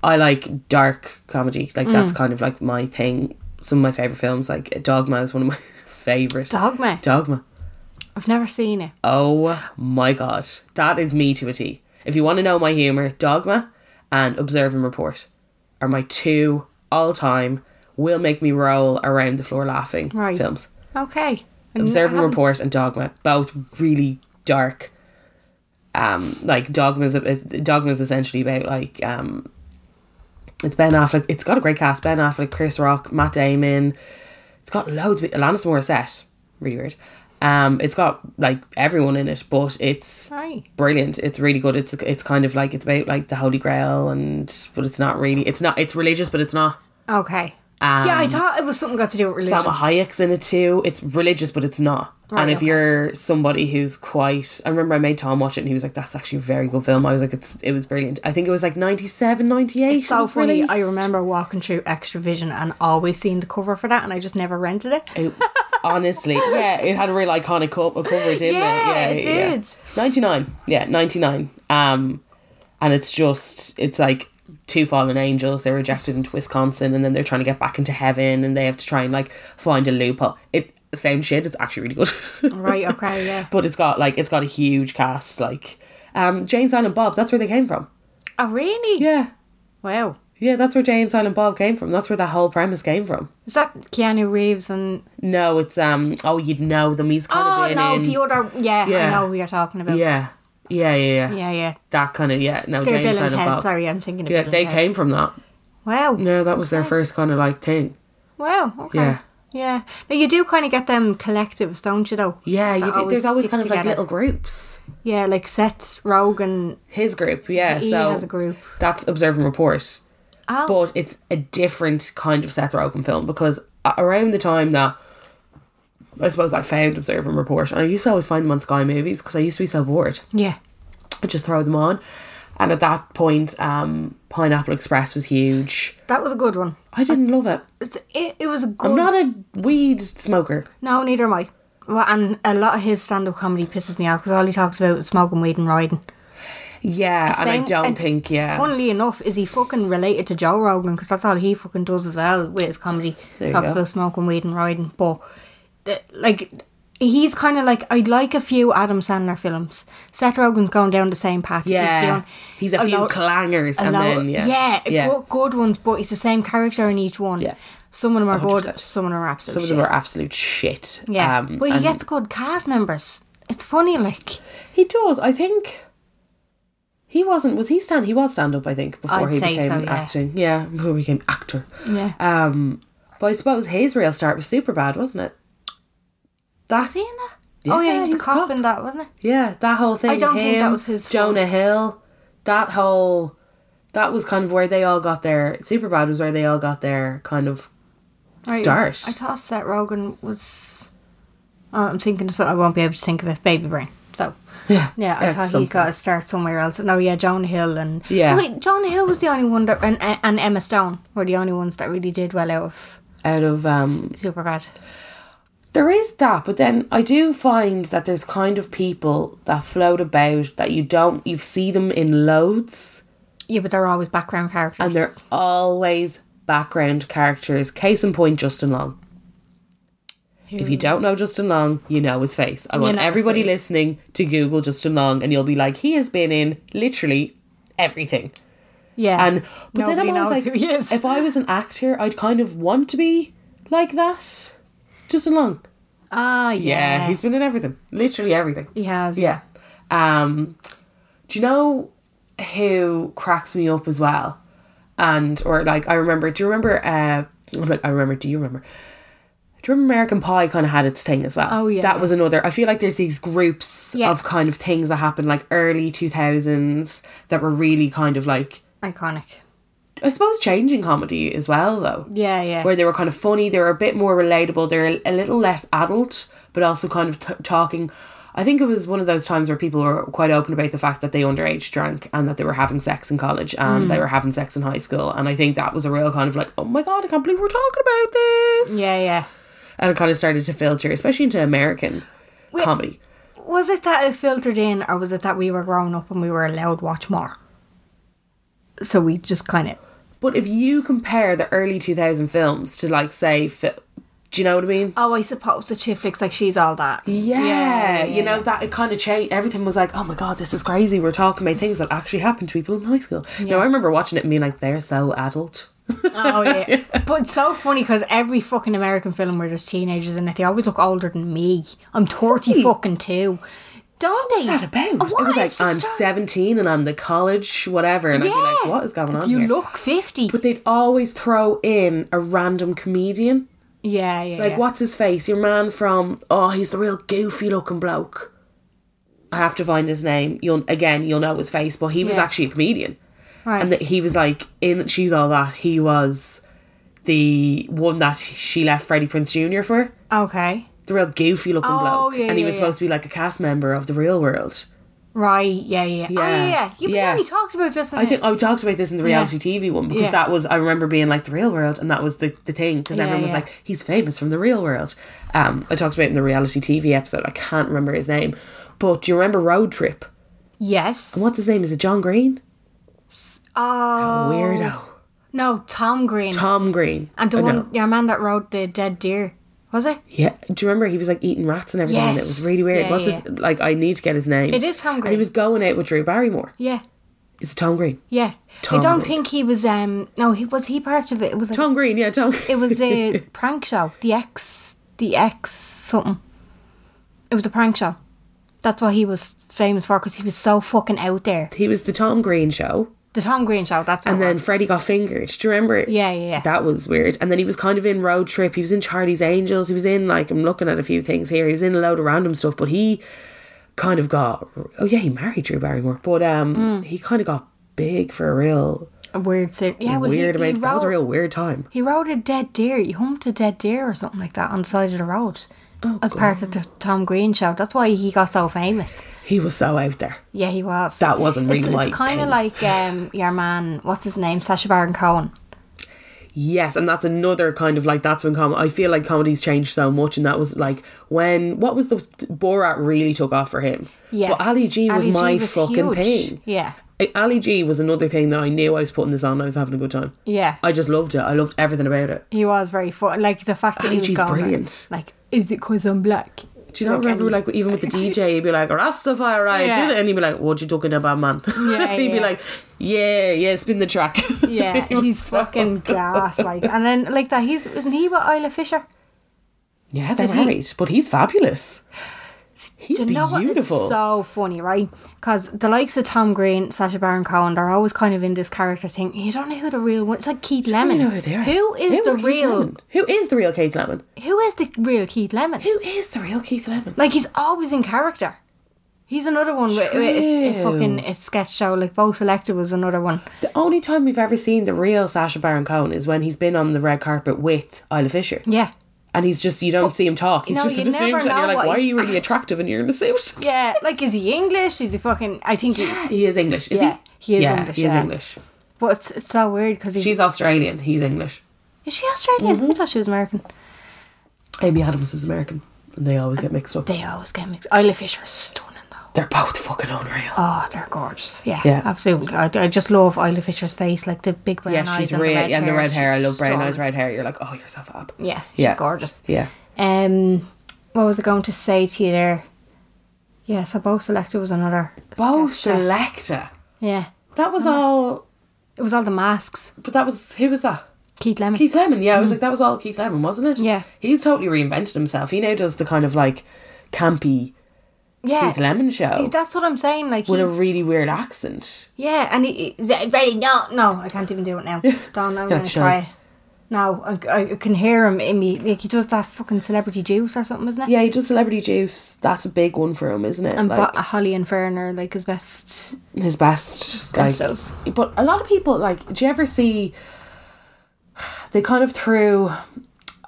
[SPEAKER 2] I like dark comedy. Like,
[SPEAKER 1] Mm.
[SPEAKER 2] that's kind of like my thing. Some of my favourite films, like Dogma is one of my favourite.
[SPEAKER 1] Dogma.
[SPEAKER 2] Dogma.
[SPEAKER 1] I've never seen it.
[SPEAKER 2] Oh my God. That is me to a T. If you want to know my humour, Dogma and Observe and Report are my two all time, will make me roll around the floor laughing
[SPEAKER 1] Right.
[SPEAKER 2] films.
[SPEAKER 1] Okay. And
[SPEAKER 2] Observe
[SPEAKER 1] I
[SPEAKER 2] and
[SPEAKER 1] haven't-
[SPEAKER 2] Report and Dogma, both really dark. Um, like Dogma is, is Dogma is essentially about like um, it's Ben Affleck. It's got a great cast: Ben Affleck, Chris Rock, Matt Damon. It's got loads. Of, Alanis Morissette, really weird. Um, it's got like everyone in it, but it's
[SPEAKER 1] Right.
[SPEAKER 2] brilliant. It's really good. It's it's kind of like it's about like the Holy Grail, and but it's not really. It's not. It's religious, but it's not.
[SPEAKER 1] Okay. yeah, I thought it was something got to do with religion.
[SPEAKER 2] Um, Salma Hayek's in it too. It's religious, but it's not. and if
[SPEAKER 1] okay.
[SPEAKER 2] you're somebody who's quite, I remember I made Tom watch it, and he was like, "That's actually a very good film." I was like, "It's it was brilliant." I think it was like 97, 98. it
[SPEAKER 1] so
[SPEAKER 2] was
[SPEAKER 1] funny. I
[SPEAKER 2] released.
[SPEAKER 1] remember walking through Extra Vision and always seeing the cover for that, and I just never rented it.
[SPEAKER 2] It- honestly, yeah, it had a real iconic co- cover, didn't
[SPEAKER 1] Yeah,
[SPEAKER 2] it?
[SPEAKER 1] it did.
[SPEAKER 2] Ninety nine, yeah, ninety nine. Um, and it's just it's like two fallen angels. They're rejected into Wisconsin, and then they're trying to get back into heaven, and they have to try and like find a loophole. It same shit. It's actually really good.
[SPEAKER 1] Right, okay, yeah.
[SPEAKER 2] but it's got like it's got a huge cast like um Jane Silent Bob that's where they came from
[SPEAKER 1] Oh, really?
[SPEAKER 2] yeah
[SPEAKER 1] Wow.
[SPEAKER 2] Yeah, that's where Jay and Silent Bob came from. That's where that whole premise came from.
[SPEAKER 1] Is that Keanu Reeves and
[SPEAKER 2] No, it's um. Oh, you'd know them. He's kind of
[SPEAKER 1] Oh
[SPEAKER 2] been
[SPEAKER 1] no,
[SPEAKER 2] in-
[SPEAKER 1] the other yeah,
[SPEAKER 2] Yeah.
[SPEAKER 1] I know who you're talking about.
[SPEAKER 2] yeah, yeah, yeah, yeah,
[SPEAKER 1] Yeah, yeah.
[SPEAKER 2] That kind of yeah. No,
[SPEAKER 1] They're
[SPEAKER 2] Jay and
[SPEAKER 1] Bill and
[SPEAKER 2] Silent
[SPEAKER 1] Ted,
[SPEAKER 2] Bob.
[SPEAKER 1] sorry, I'm thinking of
[SPEAKER 2] Yeah,
[SPEAKER 1] Bill
[SPEAKER 2] they
[SPEAKER 1] and Ted.
[SPEAKER 2] came from that.
[SPEAKER 1] Wow.
[SPEAKER 2] No, that was their first kind of like thing.
[SPEAKER 1] Wow, okay.
[SPEAKER 2] Yeah.
[SPEAKER 1] Yeah. Now you do kinda get them collectives, don't you though?
[SPEAKER 2] Yeah, you
[SPEAKER 1] That
[SPEAKER 2] do, there's
[SPEAKER 1] always
[SPEAKER 2] always
[SPEAKER 1] stick
[SPEAKER 2] kind of like
[SPEAKER 1] together.
[SPEAKER 2] little groups.
[SPEAKER 1] Yeah, like Seth's Rogue and
[SPEAKER 2] His group, yeah.
[SPEAKER 1] He
[SPEAKER 2] so
[SPEAKER 1] has a group.
[SPEAKER 2] That's Observe and Report.
[SPEAKER 1] Oh.
[SPEAKER 2] But it's a different kind of Seth Rogen film because a- around the time that I suppose I found Observe and Report, and I used to always find them on Sky Movies because I used to be so bored.
[SPEAKER 1] Yeah.
[SPEAKER 2] I'd just throw them on. And at that point, um, Pineapple Express was huge.
[SPEAKER 1] That was a good one.
[SPEAKER 2] I didn't love it.
[SPEAKER 1] It's, it, it was a good
[SPEAKER 2] I'm not a weed smoker.
[SPEAKER 1] No, neither am I. Well, and a lot of his stand up comedy pisses me off because all he talks about is smoking weed and riding.
[SPEAKER 2] Yeah, and I
[SPEAKER 1] Same-
[SPEAKER 2] don't
[SPEAKER 1] and
[SPEAKER 2] think, yeah.
[SPEAKER 1] Funnily enough, is he fucking related to Joe Rogan? Because that's all he fucking does as well with his comedy.
[SPEAKER 2] There you
[SPEAKER 1] Talks
[SPEAKER 2] go.
[SPEAKER 1] about smoking weed and riding. But, uh, like, he's kind of like, I'd like a few Adam Sandler films. Seth Rogen's going down the same path. He's,
[SPEAKER 2] yeah.
[SPEAKER 1] doing
[SPEAKER 2] He's a few
[SPEAKER 1] lot-
[SPEAKER 2] clangers and
[SPEAKER 1] lot-
[SPEAKER 2] then, yeah.
[SPEAKER 1] Good, good ones, but it's the same character in each one.
[SPEAKER 2] Yeah.
[SPEAKER 1] Some of them are good,
[SPEAKER 2] 100%.
[SPEAKER 1] some of them are absolute
[SPEAKER 2] Some of
[SPEAKER 1] shit.
[SPEAKER 2] them are absolute shit. Um,
[SPEAKER 1] yeah. but he
[SPEAKER 2] and
[SPEAKER 1] gets good cast members. It's funny, like.
[SPEAKER 2] he does. I think he wasn't. Was he stand? He was stand up. I think before
[SPEAKER 1] I'd
[SPEAKER 2] he
[SPEAKER 1] say
[SPEAKER 2] became
[SPEAKER 1] so, yeah.
[SPEAKER 2] acting. Yeah, before he became actor.
[SPEAKER 1] Yeah.
[SPEAKER 2] Um, but I suppose his real start was super bad, wasn't it? That
[SPEAKER 1] Was he in that?
[SPEAKER 2] Yeah,
[SPEAKER 1] oh, yeah, he was the
[SPEAKER 2] he's a
[SPEAKER 1] cop,
[SPEAKER 2] cop.
[SPEAKER 1] in that, wasn't he?
[SPEAKER 2] yeah, that whole thing.
[SPEAKER 1] I don't think that
[SPEAKER 2] him,
[SPEAKER 1] was his
[SPEAKER 2] Jonah
[SPEAKER 1] first.
[SPEAKER 2] Hill. That whole. That was kind of where they all got their super bad was where they all got their kind of
[SPEAKER 1] Right.
[SPEAKER 2] start.
[SPEAKER 1] I thought Seth Rogen was. Oh, I'm thinking of something I won't be able to think of it. Baby brain. So.
[SPEAKER 2] yeah,
[SPEAKER 1] Yeah, I
[SPEAKER 2] yeah,
[SPEAKER 1] thought he
[SPEAKER 2] something.
[SPEAKER 1] got a start somewhere else. No, yeah, John Hill and
[SPEAKER 2] Yeah.
[SPEAKER 1] Wait, John Hill was the only one that and, and Emma Stone were the only ones that really did well out of
[SPEAKER 2] out of um
[SPEAKER 1] Superbad.
[SPEAKER 2] There is that, but then I do find that there's kind of people that float about that you don't you see them in loads
[SPEAKER 1] Yeah, but they're always background characters.
[SPEAKER 2] and they're always background characters. Case in point, Justin Long. If
[SPEAKER 1] Hmm.
[SPEAKER 2] you don't know Justin Long, you know his face. I want
[SPEAKER 1] know his
[SPEAKER 2] everybody
[SPEAKER 1] face.
[SPEAKER 2] listening to Google Justin Long and you'll be like, he has been in literally everything.
[SPEAKER 1] yeah,
[SPEAKER 2] And but then
[SPEAKER 1] nobody
[SPEAKER 2] I'm always
[SPEAKER 1] knows
[SPEAKER 2] like,
[SPEAKER 1] who he is.
[SPEAKER 2] if I was an actor, I'd kind of want to be like that. Justin Long.
[SPEAKER 1] ah,
[SPEAKER 2] Yeah,
[SPEAKER 1] yeah,
[SPEAKER 2] he's been in everything. Literally everything.
[SPEAKER 1] he has.
[SPEAKER 2] Yeah. Um, do you know who cracks me up as well? And or like I remember. Do you remember? Uh, I'm like I remember. Do you remember? Do you remember American Pie kind of had its thing as well?
[SPEAKER 1] Oh, yeah.
[SPEAKER 2] that was another. I feel like there's these groups
[SPEAKER 1] Yeah.
[SPEAKER 2] of kind of things that happened like early two thousands that were really kind of like
[SPEAKER 1] iconic.
[SPEAKER 2] I suppose changing comedy as well though
[SPEAKER 1] Yeah, yeah.
[SPEAKER 2] where they were kind of funny. They were a bit more relatable. They're a little less adult, but also kind of t- talking. I think it was one of those times where people were quite open about the fact that they underage drank and that they were having sex in college and they were having sex in high school. And I think that was a real kind of like, oh my God, I can't believe we're talking about this.
[SPEAKER 1] yeah, yeah.
[SPEAKER 2] And it kind of started to filter, especially into American comedy.
[SPEAKER 1] Was it that it filtered in, or was it that we were growing up and we were allowed to watch more? So we just kind of
[SPEAKER 2] But if you compare the early 2000 films to, like, say, fi- do you know what I mean?
[SPEAKER 1] oh, I suppose the chick flicks like she's all that.
[SPEAKER 2] Yeah,
[SPEAKER 1] Yeah, yeah,
[SPEAKER 2] you know that it kind of changed. Everything was like, oh my god, this is crazy. We're talking about things that actually happened to people in high school. Now I remember watching it and being like, they're so adult.
[SPEAKER 1] Oh yeah, but it's so funny because every fucking American film where there's teenagers in it, they always look older than me. I'm thirty
[SPEAKER 2] Really?
[SPEAKER 1] fucking two. Don't they?
[SPEAKER 2] Not about.
[SPEAKER 1] Oh,
[SPEAKER 2] It was
[SPEAKER 1] what?
[SPEAKER 2] like
[SPEAKER 1] It's
[SPEAKER 2] I'm
[SPEAKER 1] just-
[SPEAKER 2] 17 and I'm the college whatever, and I'd be
[SPEAKER 1] Yeah.
[SPEAKER 2] like, what is going on
[SPEAKER 1] You
[SPEAKER 2] here?
[SPEAKER 1] look fifty.
[SPEAKER 2] but they'd always throw in a random comedian.
[SPEAKER 1] yeah, yeah.
[SPEAKER 2] Like,
[SPEAKER 1] yeah.
[SPEAKER 2] what's his face? Your man from oh, he's the real goofy looking bloke. I have to find his name. You'll again, you'll know his face, but he was
[SPEAKER 1] Yeah.
[SPEAKER 2] actually a comedian.
[SPEAKER 1] Right.
[SPEAKER 2] and that he was like in she's all that he was the one that she left Freddie Prince Jr. for
[SPEAKER 1] okay.
[SPEAKER 2] the real goofy looking
[SPEAKER 1] Oh,
[SPEAKER 2] bloke
[SPEAKER 1] yeah,
[SPEAKER 2] and he
[SPEAKER 1] yeah,
[SPEAKER 2] was
[SPEAKER 1] yeah.
[SPEAKER 2] supposed to be like a cast member of the real world
[SPEAKER 1] Right. Yeah. Yeah. Oh,
[SPEAKER 2] Yeah,
[SPEAKER 1] yeah. yeah. You
[SPEAKER 2] yeah.
[SPEAKER 1] only talked about this. In
[SPEAKER 2] I think I talked about this in the reality TV one because
[SPEAKER 1] Yeah.
[SPEAKER 2] that was I remember being like the real world and that was the, the thing because
[SPEAKER 1] Yeah,
[SPEAKER 2] everyone was
[SPEAKER 1] yeah.
[SPEAKER 2] like he's famous from the real world um I talked about it in the reality TV episode I can't remember his name but do you remember Road Trip
[SPEAKER 1] yes.
[SPEAKER 2] what's his name is it John Green
[SPEAKER 1] Oh
[SPEAKER 2] weirdo
[SPEAKER 1] no, Tom Green.
[SPEAKER 2] Tom Green
[SPEAKER 1] And the
[SPEAKER 2] Oh,
[SPEAKER 1] one,
[SPEAKER 2] no.
[SPEAKER 1] your man that rode the dead deer, was it?
[SPEAKER 2] Yeah, do you remember he was like eating rats and everything? And it
[SPEAKER 1] Yes.
[SPEAKER 2] was really weird.
[SPEAKER 1] Yeah,
[SPEAKER 2] What's
[SPEAKER 1] yeah.
[SPEAKER 2] his like? I need to get his name.
[SPEAKER 1] It is Tom
[SPEAKER 2] And he
[SPEAKER 1] Green.
[SPEAKER 2] was going out with Drew Barrymore.
[SPEAKER 1] Yeah.
[SPEAKER 2] Is it Tom Green?
[SPEAKER 1] Yeah.
[SPEAKER 2] Tom
[SPEAKER 1] I don't
[SPEAKER 2] Green.
[SPEAKER 1] think he was um no, he was he part of it. It was like,
[SPEAKER 2] Tom Green, yeah, Tom.
[SPEAKER 1] it was a prank show. The X the X something. It was a prank show. That's what he was famous for because he was so fucking out there.
[SPEAKER 2] he was the Tom Green show.
[SPEAKER 1] The Tom Green show, that's what
[SPEAKER 2] And
[SPEAKER 1] it
[SPEAKER 2] then
[SPEAKER 1] was.
[SPEAKER 2] Freddie got fingered. Do you remember it?
[SPEAKER 1] Yeah, yeah, yeah.
[SPEAKER 2] That was weird. And then he was kind of in Road Trip. He was in Charlie's Angels. He was in, like, I'm looking at a few things here. He was in a load of random stuff, but he kind of got. Oh, yeah, he married Drew Barrymore. But um,
[SPEAKER 1] Mm.
[SPEAKER 2] he kind of got big for a real
[SPEAKER 1] a weird scene. Yeah, well, he-
[SPEAKER 2] weird
[SPEAKER 1] he,
[SPEAKER 2] amount. That was a
[SPEAKER 1] wrote-
[SPEAKER 2] real weird time.
[SPEAKER 1] He rode a dead deer. He humped a dead deer or something like that on the side of the road.
[SPEAKER 2] Oh,
[SPEAKER 1] as part of the Tom Green show. That's why he got so famous.
[SPEAKER 2] He was so out there.
[SPEAKER 1] Yeah, he was.
[SPEAKER 2] That wasn't really
[SPEAKER 1] it's,
[SPEAKER 2] my
[SPEAKER 1] It's kind
[SPEAKER 2] thing.
[SPEAKER 1] of like um, your man, what's his name, Sacha Baron Cohen.
[SPEAKER 2] Yes, and that's another kind of like that's when com- I feel like comedy's changed so much, and that was like when what was the Borat really took off for him.
[SPEAKER 1] Yes.
[SPEAKER 2] but Ali G was
[SPEAKER 1] Ali
[SPEAKER 2] my fucking
[SPEAKER 1] huge.
[SPEAKER 2] thing.
[SPEAKER 1] Yeah.
[SPEAKER 2] I- Ali G was another thing that I knew I was putting this on. I was having a good time.
[SPEAKER 1] Yeah.
[SPEAKER 2] I just loved it. I loved everything about it.
[SPEAKER 1] he was very fun. Like the fact that
[SPEAKER 2] Ali
[SPEAKER 1] he was
[SPEAKER 2] G's
[SPEAKER 1] gone there,
[SPEAKER 2] brilliant.
[SPEAKER 1] Like, is it because I'm black?
[SPEAKER 2] Do you not remember, like, even with the DJ, he'd be like, Rastafari,
[SPEAKER 1] Yeah.
[SPEAKER 2] do that. And he'd be like, what you talking about, man?
[SPEAKER 1] Yeah,
[SPEAKER 2] he'd be
[SPEAKER 1] yeah.
[SPEAKER 2] like, yeah, yeah, spin the track.
[SPEAKER 1] Yeah,
[SPEAKER 2] He was
[SPEAKER 1] he's
[SPEAKER 2] so-
[SPEAKER 1] fucking gas. Like, and then like that, he's isn't he with Isla Fisher?
[SPEAKER 2] Yeah, they're
[SPEAKER 1] Did he-
[SPEAKER 2] married, but he's fabulous. He's
[SPEAKER 1] Do you know what? It's
[SPEAKER 2] beautiful.
[SPEAKER 1] so funny, right? Because the likes of Tom Green, Sacha Baron Cohen, they're always kind of in this character thing. You don't know who the real one. It's like Keith Lemon.
[SPEAKER 2] I know who they are.
[SPEAKER 1] Who is
[SPEAKER 2] was
[SPEAKER 1] the
[SPEAKER 2] Keith
[SPEAKER 1] real?
[SPEAKER 2] Lemon? Who is the real Keith Lemon?
[SPEAKER 1] Who is the real Keith Lemon?
[SPEAKER 2] Who is the real Keith Lemon?
[SPEAKER 1] Like he's always in character. He's another one with, with a, a
[SPEAKER 2] True.
[SPEAKER 1] fucking a sketch show. Like Bo Selector was another one.
[SPEAKER 2] The only time we've ever seen the real Sasha Baron Cohen is when he's been on the red carpet with Isla Fisher.
[SPEAKER 1] Yeah. Oh,
[SPEAKER 2] And he's just, you don't see him talk. He's
[SPEAKER 1] No,
[SPEAKER 2] just
[SPEAKER 1] you
[SPEAKER 2] in a suit.
[SPEAKER 1] never
[SPEAKER 2] And
[SPEAKER 1] know
[SPEAKER 2] you're like,
[SPEAKER 1] what
[SPEAKER 2] why are
[SPEAKER 1] he's
[SPEAKER 2] you really attractive and you're in a suit?
[SPEAKER 1] Yeah, like is he English? Is he fucking? I think he.
[SPEAKER 2] He is English, is
[SPEAKER 1] Yeah,
[SPEAKER 2] he?
[SPEAKER 1] he is
[SPEAKER 2] yeah,
[SPEAKER 1] English,
[SPEAKER 2] He is
[SPEAKER 1] yeah.
[SPEAKER 2] English.
[SPEAKER 1] But it's, it's so weird because he's.
[SPEAKER 2] She's Mm-hmm. Australian. He's English.
[SPEAKER 1] is she Australian? I thought she was American.
[SPEAKER 2] Amy Adams is American. And they always get mixed up.
[SPEAKER 1] They always get mixed. Isla Fisher is stunning though.
[SPEAKER 2] They're both fucking unreal.
[SPEAKER 1] Oh, they're gorgeous. Yeah,
[SPEAKER 2] Yeah.
[SPEAKER 1] absolutely. I, I just love Isla Fisher's face, like the big brown
[SPEAKER 2] yeah,
[SPEAKER 1] eyes
[SPEAKER 2] she's
[SPEAKER 1] and,
[SPEAKER 2] real.
[SPEAKER 1] the red
[SPEAKER 2] And the
[SPEAKER 1] hair.
[SPEAKER 2] red hair. I
[SPEAKER 1] She's
[SPEAKER 2] love brown eyes,
[SPEAKER 1] stunning.
[SPEAKER 2] red hair. You're like, oh, you're so fab.
[SPEAKER 1] Yeah, she's
[SPEAKER 2] Yeah.
[SPEAKER 1] gorgeous.
[SPEAKER 2] Yeah.
[SPEAKER 1] Um, what was I going to say to you there? Yeah, so Bo Selector was another.
[SPEAKER 2] Bo
[SPEAKER 1] sketch show.
[SPEAKER 2] Selecta.
[SPEAKER 1] Yeah,
[SPEAKER 2] That was all.
[SPEAKER 1] it was all the masks.
[SPEAKER 2] But that was who was that?
[SPEAKER 1] Keith Lemon.
[SPEAKER 2] Keith Lemon. Yeah, I was like, that was all Keith Lemon, wasn't it?
[SPEAKER 1] Hmm. Yeah.
[SPEAKER 2] He's totally reinvented himself. He now does the kind of like campy
[SPEAKER 1] yeah,
[SPEAKER 2] Keith Lemon show.
[SPEAKER 1] See, that's what I'm saying. Like
[SPEAKER 2] with a
[SPEAKER 1] he's-
[SPEAKER 2] really weird accent.
[SPEAKER 1] Yeah, and he, he- very no, no, I can't even do it now. Don, I'm gonna
[SPEAKER 2] shy.
[SPEAKER 1] try. it. No, I, I can hear him in me. Like he does that fucking celebrity juice or something, isn't it?
[SPEAKER 2] Yeah, he does Celebrity Juice. That's a big one for him, isn't it?
[SPEAKER 1] and
[SPEAKER 2] like
[SPEAKER 1] but Holly and Fern are like his best.
[SPEAKER 2] his best. Like,
[SPEAKER 1] Best shows.
[SPEAKER 2] but a lot of people like. Do you ever see? They kind of threw.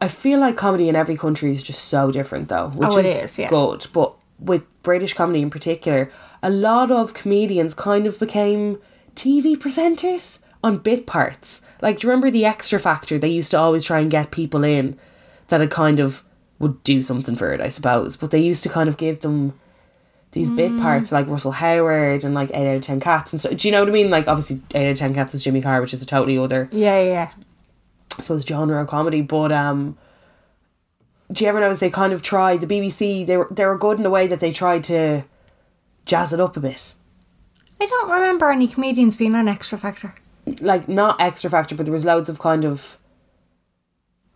[SPEAKER 2] I feel like comedy in every country is just so different, though, which
[SPEAKER 1] Oh, it
[SPEAKER 2] is,
[SPEAKER 1] is, yeah.
[SPEAKER 2] good. But with British comedy in particular, a lot of comedians kind of became TV presenters on bit parts. Like, do you remember the Extra Factor? They used to always try and get people in that had kind of would do something for it, I suppose. But they used to kind of give them these
[SPEAKER 1] Mm.
[SPEAKER 2] bit parts like Russell Howard and like 8 out of 10 Cats and so do you know what I mean like obviously 8 out of 10 Cats is Jimmy Carr which is a totally other
[SPEAKER 1] Yeah, yeah.
[SPEAKER 2] I suppose genre of comedy but um do you ever notice they kind of tried the BBC they were they were good in a way that they tried to jazz it up a bit
[SPEAKER 1] I don't remember any comedians being on Extra Factor.
[SPEAKER 2] like not extra factor but there was loads of kind of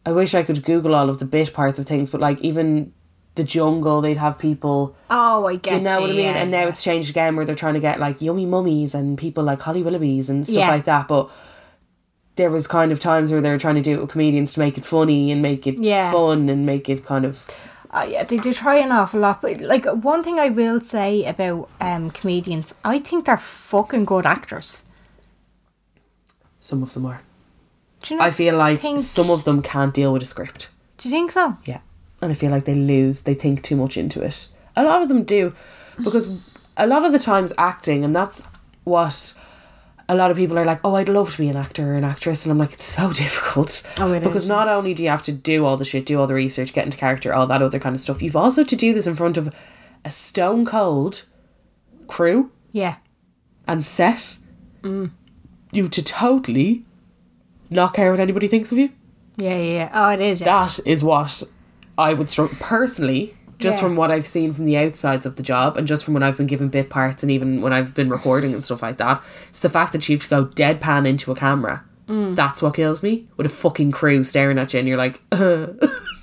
[SPEAKER 2] I wish I could google all of the bit parts of things but like even the jungle they'd have people
[SPEAKER 1] Oh, I get
[SPEAKER 2] You know what I mean? and now it's changed again where they're trying to get like yummy mummies and people like Holly Willoughbys and stuff
[SPEAKER 1] Yeah.
[SPEAKER 2] like that. But there was kind of times where they were trying to do it with comedians to make it funny and make it
[SPEAKER 1] Yeah.
[SPEAKER 2] fun and make it kind of
[SPEAKER 1] Uh, yeah, they do try an awful lot. But like one thing I will say about um, comedians, I think they're fucking good actors.
[SPEAKER 2] some of them are.
[SPEAKER 1] Do you know?
[SPEAKER 2] I feel like
[SPEAKER 1] think-
[SPEAKER 2] some of them can't deal with a script.
[SPEAKER 1] Do you think so?
[SPEAKER 2] Yeah. And I feel like they lose, they think too much into it. A lot of them do because a lot of the times acting, and that's what a lot of people are like, oh, I'd love to be an actor or an actress. And I'm like, it's so difficult.
[SPEAKER 1] Oh, it
[SPEAKER 2] because
[SPEAKER 1] is,
[SPEAKER 2] not only do you have to do all the shit, do all the research, get into character, all that other kind of stuff, you've also to do this in front of a stone cold crew
[SPEAKER 1] Yeah.
[SPEAKER 2] and set. You have to totally not care what anybody thinks of you
[SPEAKER 1] Yeah, yeah, yeah. Oh, it is. Yeah.
[SPEAKER 2] that is what I would struggle personally. just
[SPEAKER 1] Yeah.
[SPEAKER 2] from what I've seen from the outsides of the job and just from when I've been given bit parts and even when I've been recording and stuff like that, it's the fact that she had to go deadpan into a camera. That's what kills me. With a fucking crew staring at you and you're like,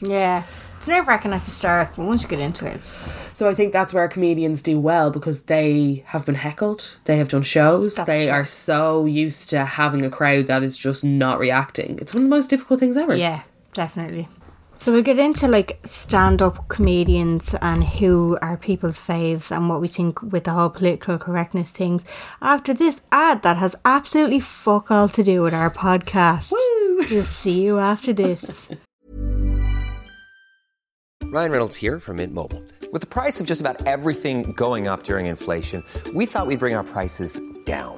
[SPEAKER 1] Yeah. It's nerve wracking at the start, but once you get into it, it's,
[SPEAKER 2] So I think that's where comedians do well because they have been heckled, they have done shows,
[SPEAKER 1] That's
[SPEAKER 2] they
[SPEAKER 1] true.
[SPEAKER 2] are so used to having a crowd that is just not reacting. It's one of the most difficult things ever.
[SPEAKER 1] yeah, definitely. So we'll get into like stand up comedians and who are people's faves and what we think with the whole political correctness things after this ad that has absolutely fuck all to do with our podcast. Woo! We'll see you after this.
[SPEAKER 3] Ryan Reynolds here from Mint Mobile. With the price of just about everything going up during inflation, we thought we'd bring our prices down.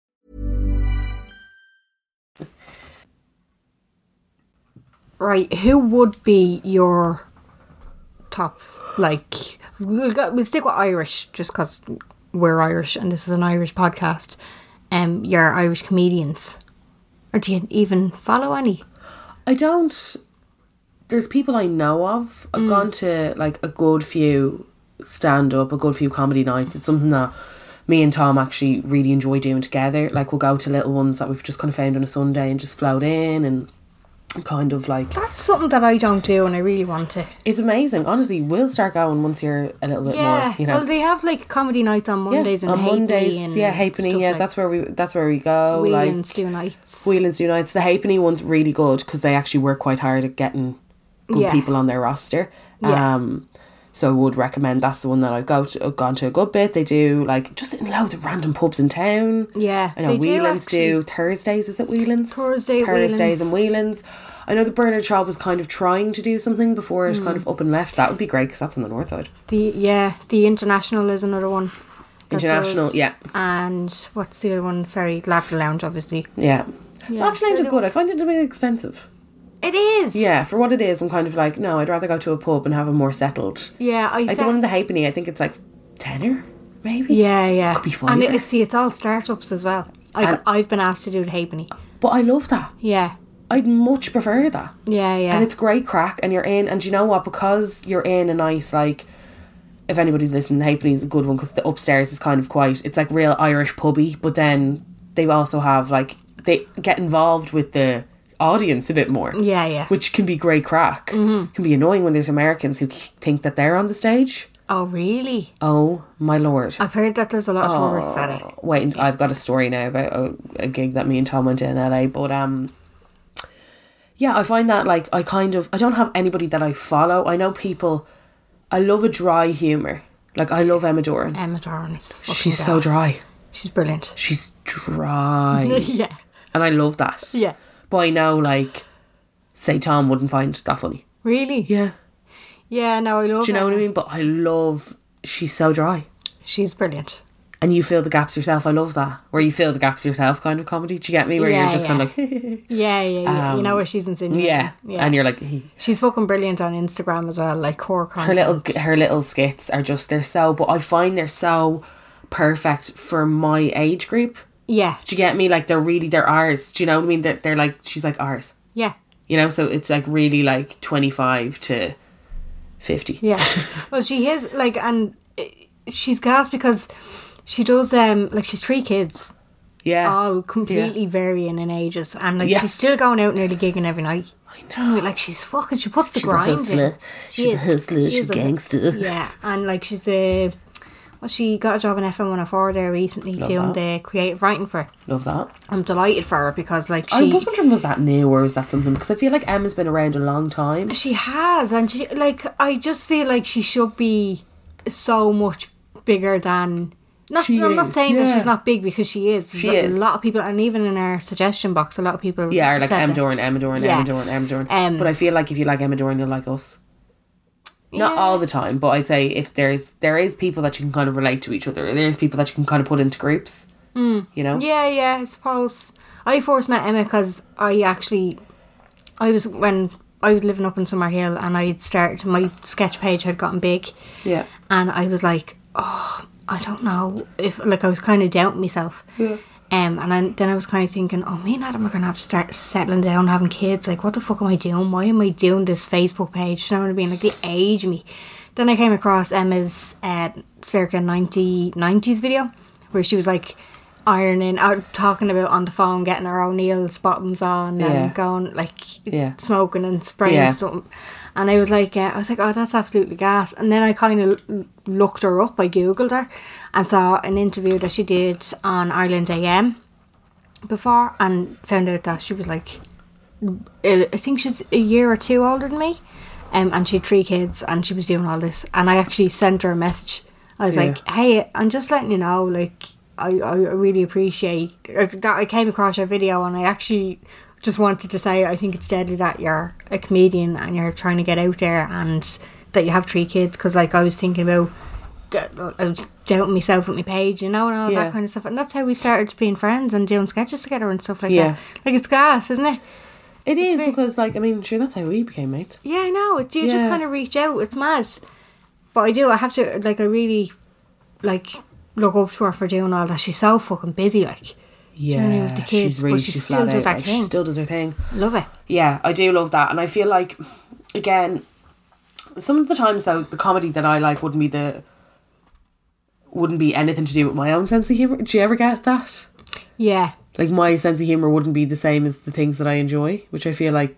[SPEAKER 1] right, who would be your top? Like, we'll, go, we'll stick with Irish just because we're Irish and this is an Irish podcast. Um, your Irish comedians. Or do you even follow any?
[SPEAKER 2] I don't. There's people I know of.
[SPEAKER 1] Mm.
[SPEAKER 2] I've gone to like a good few stand up, a good few comedy nights. It's something that me and Tom actually really enjoy doing together. Like we'll go to little ones that we've just kind of found on a Sunday and just float in and kind of like
[SPEAKER 1] That's something that I don't do and I really want to.
[SPEAKER 2] it's amazing. Honestly, we'll start going once you're a little bit
[SPEAKER 1] Yeah.
[SPEAKER 2] more. You know,
[SPEAKER 1] Well, they have like comedy nights on Mondays and
[SPEAKER 2] on
[SPEAKER 1] Halfpenny
[SPEAKER 2] Mondays,
[SPEAKER 1] and
[SPEAKER 2] yeah, halfpenny,
[SPEAKER 1] stuff
[SPEAKER 2] yeah,
[SPEAKER 1] like
[SPEAKER 2] that's where we that's where we go.
[SPEAKER 1] Whelan's
[SPEAKER 2] like
[SPEAKER 1] do nights.
[SPEAKER 2] Whelan's do nights. The halfpenny one's really good because they actually work quite hard at getting good
[SPEAKER 1] Yeah.
[SPEAKER 2] people on their roster.
[SPEAKER 1] Yeah.
[SPEAKER 2] Um, so I would recommend that's the one that I've go to, I've gone to a good bit. They do like just in loads of random pubs in town.
[SPEAKER 1] Yeah,
[SPEAKER 2] I know
[SPEAKER 1] they do
[SPEAKER 2] Whelan's do,
[SPEAKER 1] actually.
[SPEAKER 2] Thursdays. Is it Whelan's?
[SPEAKER 1] Thursday at
[SPEAKER 2] Thursdays and Whelan's. I know the Bernard Shaw was kind of trying to do something before it
[SPEAKER 1] Hmm.
[SPEAKER 2] kind of up and left. That would be great because that's on the north side.
[SPEAKER 1] The yeah, the international is another one. that
[SPEAKER 2] International,
[SPEAKER 1] does-
[SPEAKER 2] yeah.
[SPEAKER 1] And what's the other one? Sorry, Laughter Lounge, obviously.
[SPEAKER 2] Yeah.
[SPEAKER 1] Yeah.
[SPEAKER 2] After Lounge is good. I find it a bit expensive.
[SPEAKER 1] It is.
[SPEAKER 2] Yeah, for what it is, I'm kind of like, no, I'd rather go to a pub and have a more settled.
[SPEAKER 1] Yeah, I
[SPEAKER 2] Like
[SPEAKER 1] said-
[SPEAKER 2] the one in the Halfpenny, I think it's like tenner, maybe.
[SPEAKER 1] Yeah, yeah.
[SPEAKER 2] Could be
[SPEAKER 1] and
[SPEAKER 2] fiver.
[SPEAKER 1] it, see, it's all startups as well. I've,
[SPEAKER 2] And-
[SPEAKER 1] I've been asked to do the halfpenny.
[SPEAKER 2] But I love that.
[SPEAKER 1] Yeah,
[SPEAKER 2] I'd much prefer that.
[SPEAKER 1] yeah, yeah.
[SPEAKER 2] And it's great crack, and you're in, and you know what? Because you're in a nice like. If anybody's listening, the Halfpenny is a good one because the upstairs is kind of quiet. It's like real Irish pubby, but then they also have like they get involved with the audience a bit more.
[SPEAKER 1] yeah, Mm-hmm. yeah.
[SPEAKER 2] Which can be great crack. Can be annoying when there's Americans who k- think that they're on the stage.
[SPEAKER 1] oh, really?
[SPEAKER 2] Oh my lord! Uh,
[SPEAKER 1] I've heard that there's a lot of tourists at it.
[SPEAKER 2] Wait, and I've got a story now about a, a gig that me and Tom went to in LA, but um, yeah, I find that like I kind of I don't have anybody that I follow. I know people. I love a dry humor. Like I love Emma Doran.
[SPEAKER 1] Emma Doran is fucking
[SPEAKER 2] She's so
[SPEAKER 1] gas.
[SPEAKER 2] dry.
[SPEAKER 1] She's brilliant.
[SPEAKER 2] She's dry,
[SPEAKER 1] yeah.
[SPEAKER 2] and I love that.
[SPEAKER 1] Yeah.
[SPEAKER 2] but I know like, say Tom wouldn't find that funny.
[SPEAKER 1] Really?
[SPEAKER 2] Yeah,
[SPEAKER 1] Yeah, no, I love
[SPEAKER 2] do you know what I
[SPEAKER 1] Emma.
[SPEAKER 2] mean? But I love. She's so dry.
[SPEAKER 1] She's brilliant.
[SPEAKER 2] and you fill the gaps yourself. I love that. Where you fill the gaps yourself kind of comedy. Do you get me? Where
[SPEAKER 1] Yeah,
[SPEAKER 2] you're just kind of like,
[SPEAKER 1] Yeah, yeah, yeah. you know what she's insinuating.
[SPEAKER 2] Um, yeah. And you're like,
[SPEAKER 1] She's fucking brilliant on Instagram as well, like
[SPEAKER 2] her
[SPEAKER 1] core content.
[SPEAKER 2] little her little skits are just they're so but I find they're so perfect for my age group.
[SPEAKER 1] Yeah,
[SPEAKER 2] Do you get me? Like they're really they're ours. Do you know what I mean? They're, they're like she's like ours.
[SPEAKER 1] yeah,
[SPEAKER 2] You know, so it's like really like twenty five to fifty.
[SPEAKER 1] yeah. well, she is like, and uh, she's gas because she does um like she's three kids,
[SPEAKER 2] Yeah.
[SPEAKER 1] all completely varying in ages, and like
[SPEAKER 2] Yeah.
[SPEAKER 1] she's still going out nearly gigging every night. I know. Like she's fucking. She puts the grind in. She
[SPEAKER 2] She's a
[SPEAKER 1] is.
[SPEAKER 2] hustler.
[SPEAKER 1] She
[SPEAKER 2] She's
[SPEAKER 1] is
[SPEAKER 2] a gangster.
[SPEAKER 1] Yeah, and like she's the she got a job in FM 104 there recently
[SPEAKER 2] Love that.
[SPEAKER 1] doing the creative writing for. it.
[SPEAKER 2] Love that.
[SPEAKER 1] I'm delighted for her because like
[SPEAKER 2] I
[SPEAKER 1] she
[SPEAKER 2] was wondering, was that new or is that something? Because I feel like Emma's been around a long time.
[SPEAKER 1] she has and she like I just feel like she should be so much bigger than not,
[SPEAKER 2] She
[SPEAKER 1] I'm not
[SPEAKER 2] is,
[SPEAKER 1] saying that
[SPEAKER 2] yeah.
[SPEAKER 1] she's not big because she is.
[SPEAKER 2] She
[SPEAKER 1] There's
[SPEAKER 2] is.
[SPEAKER 1] A lot of people, and even in our suggestion box, a lot of people
[SPEAKER 2] Yeah, or like
[SPEAKER 1] said
[SPEAKER 2] Emma
[SPEAKER 1] that.
[SPEAKER 2] Doran, Emma Doran,
[SPEAKER 1] Yeah.
[SPEAKER 2] Emma Doran, Emma Doran.
[SPEAKER 1] Um,
[SPEAKER 2] but I feel like if you like Emma Doran, you'll like us. Not
[SPEAKER 1] Yeah.
[SPEAKER 2] all the time, but I'd say if there's there is people that you can kind of relate to each other. There's people that you can kind of put into groups. You know.
[SPEAKER 1] Mm. Yeah, yeah, I suppose. I first met Emma because I actually, I was when I was living up in Summerhill and I had started my sketch page had gotten big,
[SPEAKER 2] Yeah.
[SPEAKER 1] and I was like, oh, I don't know if like I was kind of doubting myself. Yeah. Um, and I, then I was kind of thinking, oh, me and Adam are gonna have to start settling down, having kids. Like, what the fuck am I doing? Why am I doing this Facebook page? You know what I mean? Like, the age me. Then I came across Emma's uh, circa 90, 90s video, where she was like ironing, out talking about on the phone, getting her O'Neill's bottoms on,
[SPEAKER 2] Yeah.
[SPEAKER 1] and going like
[SPEAKER 2] Yeah.
[SPEAKER 1] smoking and spraying
[SPEAKER 2] Yeah.
[SPEAKER 1] something. And I was like, uh, I was like, oh, that's absolutely gas. And then I kind of l- looked her up. I googled her, and saw an interview that she did on Ireland AM before, and found out that she was like, I I think she's a year or two older than me, um, and she had three kids, and she was doing all this. And I actually sent her a message. I was
[SPEAKER 2] Yeah.
[SPEAKER 1] like, hey, I'm just letting you know, like, I, I really appreciate uh, that I came across your video, and I actually just wanted to say I think it's deadly that you're a comedian and you're trying to get out there and that you have three kids because, like, I was thinking about. I was doubting myself with my page, you know, and all
[SPEAKER 2] Yeah.
[SPEAKER 1] that kind of stuff. And that's how we started being friends and doing sketches together and stuff like
[SPEAKER 2] Yeah.
[SPEAKER 1] that. Like, it's gas, isn't it?
[SPEAKER 2] It is because like I mean, sure that's how we became mates.
[SPEAKER 1] Yeah, I know. It's, you just
[SPEAKER 2] Yeah.
[SPEAKER 1] kind of reach out. It's mad. But I do. I have to, like, I really, like, look up to her for doing all that. She's so fucking busy, like.
[SPEAKER 2] Yeah,
[SPEAKER 1] know, with the kids,
[SPEAKER 2] she's
[SPEAKER 1] but
[SPEAKER 2] really
[SPEAKER 1] she
[SPEAKER 2] she
[SPEAKER 1] still
[SPEAKER 2] flat
[SPEAKER 1] does
[SPEAKER 2] out,
[SPEAKER 1] her
[SPEAKER 2] like,
[SPEAKER 1] thing.
[SPEAKER 2] She still does her thing.
[SPEAKER 1] Love it.
[SPEAKER 2] Yeah, I do love that, and I feel like again, some of the times though, the comedy that I like wouldn't be the wouldn't be anything to do with my own sense of humor. Do you ever get that?
[SPEAKER 1] Yeah.
[SPEAKER 2] Like my sense of humor wouldn't be the same as the things that I enjoy, which I feel like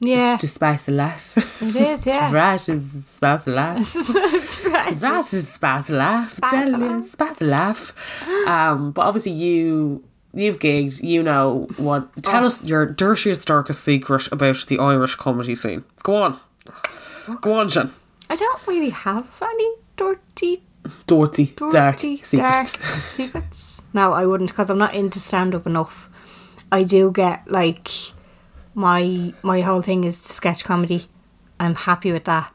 [SPEAKER 1] Yeah.
[SPEAKER 2] despise a laugh.
[SPEAKER 1] It is, yeah.
[SPEAKER 2] Rash is spice a laugh. Rash is spice a laugh. Tell you, spice a laugh. Um, but obviously you you've gigged. You know
[SPEAKER 1] Oh.
[SPEAKER 2] what? Tell us your dirtiest, darkest secret about the Irish comedy scene. Go on, go on, Sean.
[SPEAKER 1] I don't really have any dirty,
[SPEAKER 2] Dirty, dark
[SPEAKER 1] dirty,
[SPEAKER 2] secrets.
[SPEAKER 1] dark secrets. No, I wouldn't because I'm not into stand up enough. I do get, like, my my whole thing is sketch comedy. I'm happy with that.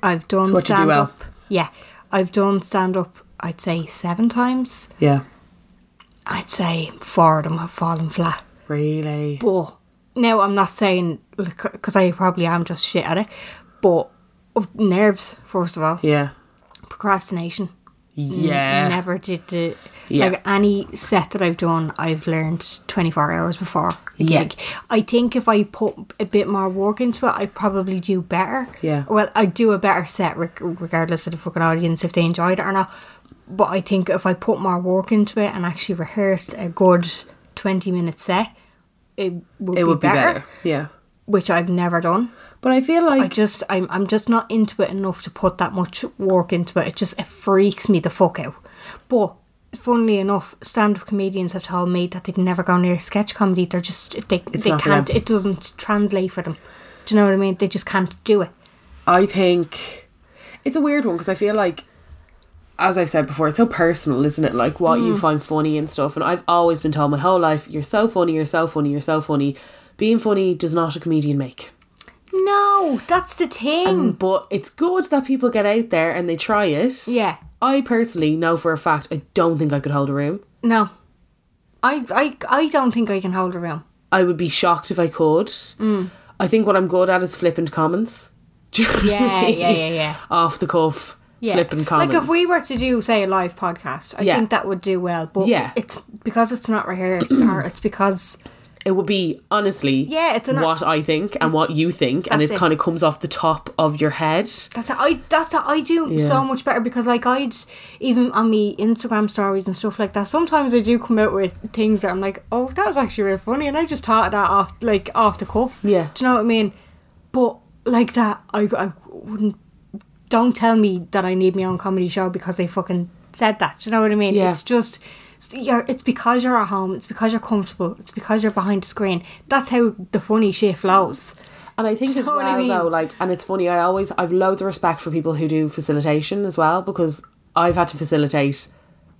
[SPEAKER 1] I've done
[SPEAKER 2] It's what you do
[SPEAKER 1] stand
[SPEAKER 2] well.
[SPEAKER 1] up. Yeah. I've done stand up, I'd say, seven times.
[SPEAKER 2] Yeah,
[SPEAKER 1] I'd say four of them have fallen flat.
[SPEAKER 2] really.
[SPEAKER 1] But now I'm not saying because I probably am just shit at it, but of nerves first of all,
[SPEAKER 2] Yeah,
[SPEAKER 1] procrastination.
[SPEAKER 2] yeah.
[SPEAKER 1] Never did the
[SPEAKER 2] Yeah.
[SPEAKER 1] like any set that I've done. I've learned twenty four hours before. a
[SPEAKER 2] Yeah.
[SPEAKER 1] gig. I think if I put a bit more work into it, I probably do better.
[SPEAKER 2] Yeah.
[SPEAKER 1] Well, I do a better set reg- regardless of the fucking audience if they enjoyed it or not. But I think if I put more work into it and actually rehearsed a good twenty minute set, it would
[SPEAKER 2] It
[SPEAKER 1] be,
[SPEAKER 2] would be
[SPEAKER 1] better,
[SPEAKER 2] better. Yeah,
[SPEAKER 1] which I've never done.
[SPEAKER 2] but I feel
[SPEAKER 1] I
[SPEAKER 2] like
[SPEAKER 1] just I'm I'm just not into it enough to put that much work into it. It just it freaks me the fuck out. But funnily enough, stand up comedians have told me that they'd never go near sketch comedy. They're just if they they
[SPEAKER 2] not for them.
[SPEAKER 1] can't it doesn't translate for them. Do you know what I mean? They just can't do it.
[SPEAKER 2] I think it's a weird one because I feel like, as I've said before, it's so personal, isn't it? Like what
[SPEAKER 1] Mm.
[SPEAKER 2] you find funny and stuff. And I've always been told my whole life, you're so funny, you're so funny, you're so funny. Being funny does not a comedian make.
[SPEAKER 1] No, that's the thing.
[SPEAKER 2] But it's good that people get out there and they try it.
[SPEAKER 1] Yeah.
[SPEAKER 2] I personally know for a fact I don't think I could hold a room.
[SPEAKER 1] no. I, I I don't think I can hold a room.
[SPEAKER 2] I would be shocked if I could.
[SPEAKER 1] Mm.
[SPEAKER 2] I think what I'm good at is flippant comments. Do you know what I
[SPEAKER 1] Yeah,
[SPEAKER 2] mean?
[SPEAKER 1] yeah, yeah, yeah.
[SPEAKER 2] Off the cuff,
[SPEAKER 1] Yeah.
[SPEAKER 2] flippant comments.
[SPEAKER 1] Like if we were to do, say, a live podcast, I
[SPEAKER 2] Yeah.
[SPEAKER 1] think that would do well. But
[SPEAKER 2] Yeah.
[SPEAKER 1] it's because it's not rehearsed, or it's because
[SPEAKER 2] it would be honestly
[SPEAKER 1] Yeah, it's an-
[SPEAKER 2] what I think and what you think and it,
[SPEAKER 1] That's it.
[SPEAKER 2] kind of comes off the top of your head.
[SPEAKER 1] That's how I. That's how I do so much better because like I'd even on me Instagram stories and stuff like that. Sometimes I do come out with things that I'm like, oh, that was actually really funny, and I just thought of that off like off the cuff.
[SPEAKER 2] Yeah.
[SPEAKER 1] Do you know what I mean? But like that, I I wouldn't don't tell me that I need my own comedy show because they fucking said that. Do you know what I mean?
[SPEAKER 2] Yeah.
[SPEAKER 1] It's just it's- you're, it's because you're at home. It's because you're comfortable. It's because you're behind the screen. That's how the funny shit flows.
[SPEAKER 2] And I think
[SPEAKER 1] Do you
[SPEAKER 2] as
[SPEAKER 1] know
[SPEAKER 2] well
[SPEAKER 1] what I mean?
[SPEAKER 2] though, like, and it's funny. I always I've loads of respect for people who do facilitation as well because I've had to facilitate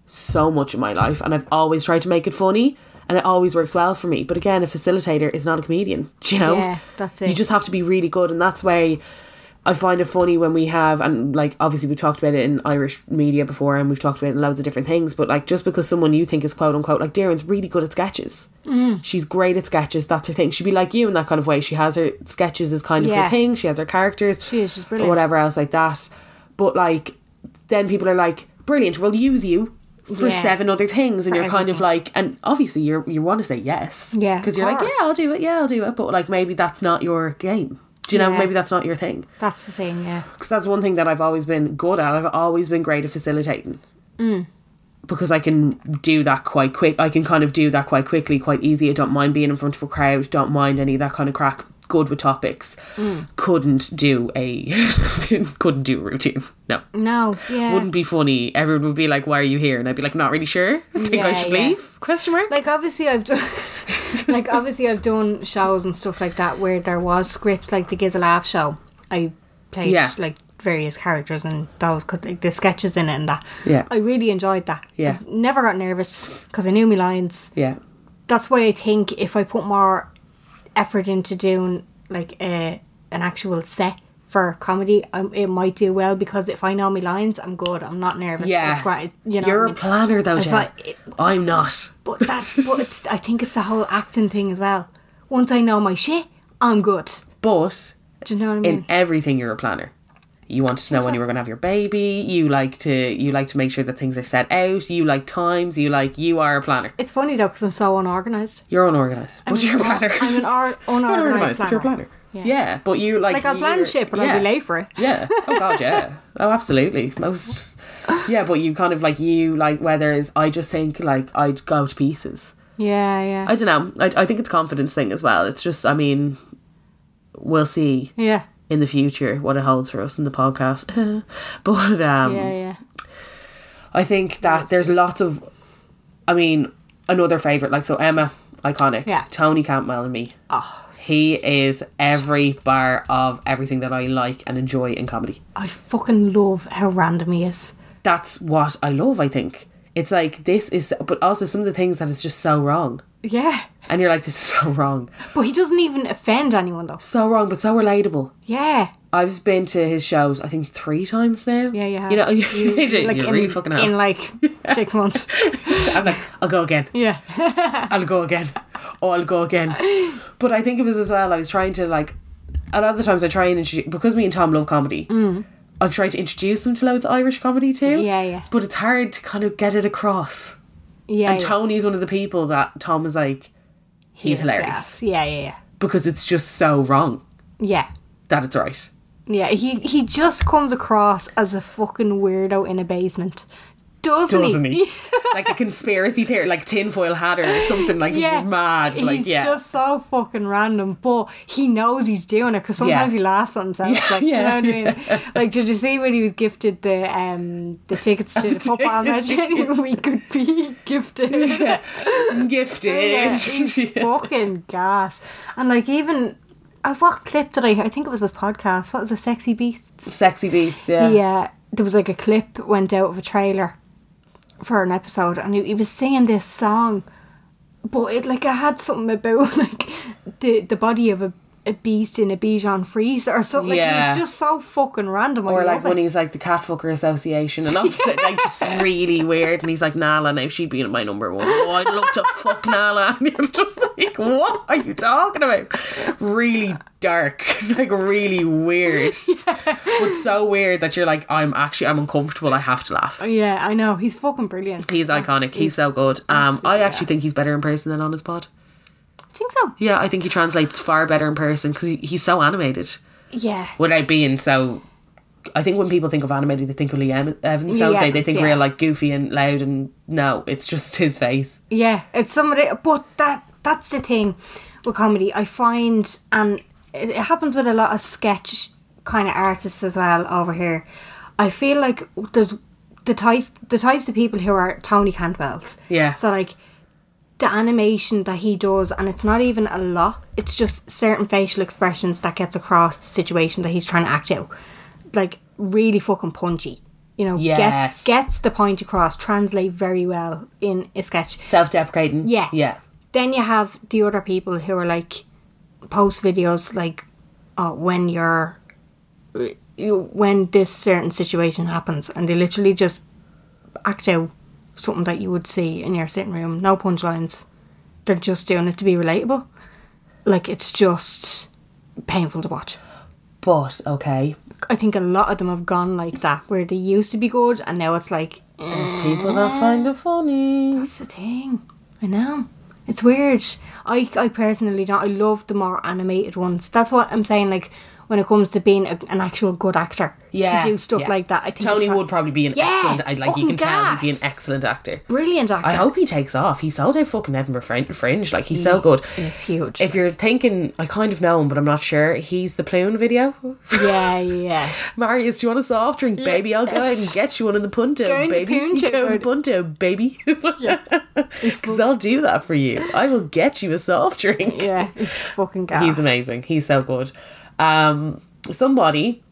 [SPEAKER 2] so much in my life, and I've always tried to make it funny, and it always works well for me. But again, a facilitator is not a comedian. Do you know?
[SPEAKER 1] Yeah, that's
[SPEAKER 2] You
[SPEAKER 1] it.
[SPEAKER 2] just have to be really good, and that's why. I find it funny when we have, and like obviously we've talked about it in Irish media before, and we've talked about it in loads of different things. But like just because someone you think is quote unquote like Darren's really good at sketches,
[SPEAKER 1] Mm.
[SPEAKER 2] she's great at sketches. That's her thing. She'd be like you in that kind of way. She has her sketches is kind of
[SPEAKER 1] Yeah.
[SPEAKER 2] her thing. She has her characters.
[SPEAKER 1] She is, she's
[SPEAKER 2] or
[SPEAKER 1] brilliant.
[SPEAKER 2] Whatever else like that. But like, then people are like, brilliant. We'll use you for
[SPEAKER 1] Yeah.
[SPEAKER 2] seven other things, and
[SPEAKER 1] For
[SPEAKER 2] you're kind of
[SPEAKER 1] everything.
[SPEAKER 2] like, and obviously you you want to say yes,
[SPEAKER 1] Yeah, of
[SPEAKER 2] because you're like,
[SPEAKER 1] course.
[SPEAKER 2] yeah, I'll do it, yeah, I'll do it. But like maybe that's not your game. Do you know?
[SPEAKER 1] Yeah.
[SPEAKER 2] Maybe that's not your thing.
[SPEAKER 1] That's the thing. Yeah.
[SPEAKER 2] Because that's one thing that I've always been good at. I've always been great at facilitating. Because I can do that quite quick. I can kind of do that quite quickly, quite easy. I don't mind being in front of a crowd, don't mind any of that kind of crack. Good with topics.
[SPEAKER 1] Mm.
[SPEAKER 2] Couldn't do a couldn't do a routine. No.
[SPEAKER 1] No. Yeah.
[SPEAKER 2] Wouldn't be funny. Everyone would be like, Why are you here? And I'd be like, Not really sure. Think I
[SPEAKER 1] Yeah,
[SPEAKER 2] should
[SPEAKER 1] yeah.
[SPEAKER 2] leave? Question mark.
[SPEAKER 1] like obviously I've done like obviously I've done shows and stuff like that where there was scripts like the Giz a Laugh show. I played
[SPEAKER 2] Yeah.
[SPEAKER 1] like various characters and those because like the sketches in it and that.
[SPEAKER 2] Yeah.
[SPEAKER 1] I really enjoyed that.
[SPEAKER 2] Yeah.
[SPEAKER 1] Never got nervous because I knew my lines.
[SPEAKER 2] yeah.
[SPEAKER 1] That's why I think if I put more effort into doing like a an actual set for comedy, um, it might do well because if I know my lines, I'm good. I'm not nervous.
[SPEAKER 2] Yeah.
[SPEAKER 1] It's great. You know,
[SPEAKER 2] You're
[SPEAKER 1] what I
[SPEAKER 2] a
[SPEAKER 1] mean?
[SPEAKER 2] planner though,
[SPEAKER 1] If
[SPEAKER 2] Jen.
[SPEAKER 1] I-
[SPEAKER 2] I'm not.
[SPEAKER 1] but that's but it's, I think it's the whole acting thing as well. Once I know my shit, I'm good.
[SPEAKER 2] But
[SPEAKER 1] Do you know what I mean?
[SPEAKER 2] in everything you're a planner you wanted to know when you were going to have your baby you like to you like to make sure that things are set out you like times you like you are a planner
[SPEAKER 1] it's funny though because I'm so unorganized.
[SPEAKER 2] you're unorganized but you're a planner
[SPEAKER 1] I'm an or-
[SPEAKER 2] You're
[SPEAKER 1] unorganized
[SPEAKER 2] but you're a
[SPEAKER 1] planner.
[SPEAKER 2] planner
[SPEAKER 1] Yeah.
[SPEAKER 2] yeah. but you like
[SPEAKER 1] Like I'll plan
[SPEAKER 2] you're-
[SPEAKER 1] shit, but I'll
[SPEAKER 2] yeah.
[SPEAKER 1] be late for it.
[SPEAKER 2] yeah oh god yeah oh absolutely most yeah but you kind of like you like whereas i just think like i'd go to pieces
[SPEAKER 1] Yeah, yeah,
[SPEAKER 2] i don't know i, I think it's a confidence thing as well it's just i mean we'll see
[SPEAKER 1] yeah,
[SPEAKER 2] in the future what it holds for us in the podcast but um
[SPEAKER 1] yeah, yeah.
[SPEAKER 2] I think that there's lots of, I mean, another favorite like so Emma, iconic.
[SPEAKER 1] Yeah.
[SPEAKER 2] Tony Cantwell and me. Oh. He is every bar of everything that I like and enjoy in comedy.
[SPEAKER 1] I fucking love how random he is.
[SPEAKER 2] That's what I love. I think it's like this is, but also some of the things that is just so wrong,
[SPEAKER 1] Yeah,
[SPEAKER 2] and you're like, this is so wrong,
[SPEAKER 1] but he doesn't even offend anyone though.
[SPEAKER 2] so wrong, but so relatable.
[SPEAKER 1] Yeah,
[SPEAKER 2] I've been to his shows, I think three times now.
[SPEAKER 1] yeah, yeah.
[SPEAKER 2] You know, you,
[SPEAKER 1] like
[SPEAKER 2] you
[SPEAKER 1] in,
[SPEAKER 2] really fucking have.
[SPEAKER 1] in like six months.
[SPEAKER 2] I'm like, I'll go again.
[SPEAKER 1] Yeah,
[SPEAKER 2] I'll go again. Oh, I'll go again. But I think it was as well, I was trying to like, a lot of the times I try and introduce, because me and Tom love comedy, I've tried to introduce them to loads of Irish comedy too.
[SPEAKER 1] Mm. Yeah, yeah.
[SPEAKER 2] But it's hard to kind of get it across.
[SPEAKER 1] yeah.
[SPEAKER 2] and
[SPEAKER 1] yeah.
[SPEAKER 2] Tony's one of the people that Tom is like, he's
[SPEAKER 1] Yes,
[SPEAKER 2] hilarious.
[SPEAKER 1] yes. Yeah, yeah, yeah,
[SPEAKER 2] Because it's just so wrong
[SPEAKER 1] yeah.
[SPEAKER 2] that it's right.
[SPEAKER 1] Yeah, he he just comes across as a fucking weirdo in a basement, doesn't,
[SPEAKER 2] Doesn't
[SPEAKER 1] he?
[SPEAKER 2] he? like a conspiracy theory, like tinfoil hatter or something like
[SPEAKER 1] yeah,
[SPEAKER 2] mad.
[SPEAKER 1] He's
[SPEAKER 2] like, yeah.
[SPEAKER 1] just so fucking random, but he knows he's doing it because sometimes
[SPEAKER 2] Yeah.
[SPEAKER 1] he laughs at himself. like,
[SPEAKER 2] yeah,
[SPEAKER 1] do you know what I mean? Like, did you see when he was gifted the um the tickets to the, football match? And we could be gifted.
[SPEAKER 2] yeah. Gifted.
[SPEAKER 1] Yeah, he's fucking gas, and like even. Uh, what clip did I? I think it was this podcast. What was the sexy beasts?
[SPEAKER 2] Sexy beast,
[SPEAKER 1] yeah, there was like a clip went out of a trailer for an episode, and he, he was singing this song, but it like it had something about like the the body of a, a beast in a Bichon freezer or something. Like
[SPEAKER 2] Yeah.
[SPEAKER 1] it was just so fucking random. I
[SPEAKER 2] Or like
[SPEAKER 1] love
[SPEAKER 2] when
[SPEAKER 1] it.
[SPEAKER 2] he's like the Catfucker Association and all that, like just really weird. And he's like, Nala, now she'd be my number one. Oh, I'd love to fuck Nala. And you're just like, what are you talking about? Really dark. It's like really weird. But so weird that you're like, I'm actually, I'm uncomfortable. I have to laugh.
[SPEAKER 1] yeah, I know he's fucking brilliant.
[SPEAKER 2] He's iconic. He's so good. Um, I actually think he's better in person than on his pod.
[SPEAKER 1] I think so.
[SPEAKER 2] Yeah, I think he translates far better in person because he, he's so animated.
[SPEAKER 1] Yeah,
[SPEAKER 2] without being so. I think when people think of animated, they think of Lee Em- Evans, don't
[SPEAKER 1] Yeah,
[SPEAKER 2] they? They think
[SPEAKER 1] yeah.
[SPEAKER 2] real like goofy and loud, and no, it's just his face.
[SPEAKER 1] yeah. It's somebody, but that that's the thing with comedy. I find, and it it happens with a lot of sketch kind of artists as well over here. I feel like there's the type the types of people who are Tony Cantwell's.
[SPEAKER 2] Yeah.
[SPEAKER 1] So like the animation that he does and it's not even a lot. It's just certain facial expressions that gets across the situation that he's trying to act out. Like really fucking punchy. You know,
[SPEAKER 2] Yes.
[SPEAKER 1] gets gets the point across, translate very well in a sketch.
[SPEAKER 2] Self deprecating.
[SPEAKER 1] Yeah.
[SPEAKER 2] Yeah.
[SPEAKER 1] Then you have the other people who are like post videos like uh, when you're you, when this certain situation happens and they literally just act out something that you would see in your sitting room. No punchlines. They're just doing it to be relatable. Like it's just painful to watch.
[SPEAKER 2] But okay.
[SPEAKER 1] I think a lot of them have gone like that where they used to be good and now it's like eh,
[SPEAKER 2] There's people that find it funny.
[SPEAKER 1] That's the thing. I know. It's weird. I, I personally don't. I love the more animated ones. That's what I'm saying. Like when it comes to being a, an actual good actor,
[SPEAKER 2] Yeah.
[SPEAKER 1] to do stuff
[SPEAKER 2] yeah.
[SPEAKER 1] like that. I think
[SPEAKER 2] Tony
[SPEAKER 1] they try-
[SPEAKER 2] would probably be an
[SPEAKER 1] Yeah,
[SPEAKER 2] excellent I'd like you
[SPEAKER 1] fucking
[SPEAKER 2] can tell he'd be
[SPEAKER 1] gas.
[SPEAKER 2] an excellent actor.
[SPEAKER 1] brilliant actor.
[SPEAKER 2] I hope he takes off. He's sold out fucking Edinburgh Frin- Fringe. Like he's so good.
[SPEAKER 1] it's huge.
[SPEAKER 2] If you're thinking, I kind of know him, but I'm not sure. He's the Plune video.
[SPEAKER 1] yeah, yeah.
[SPEAKER 2] Marius, do you want a soft drink, baby? I'll go ahead and get you one in the punto,
[SPEAKER 1] Go in the
[SPEAKER 2] baby.
[SPEAKER 1] punto,
[SPEAKER 2] go in the
[SPEAKER 1] bird.
[SPEAKER 2] punto, baby. Because I'll do that for you. I will get you a soft drink.
[SPEAKER 1] Yeah, it's fucking gas.
[SPEAKER 2] He's amazing. He's so good. Um, somebody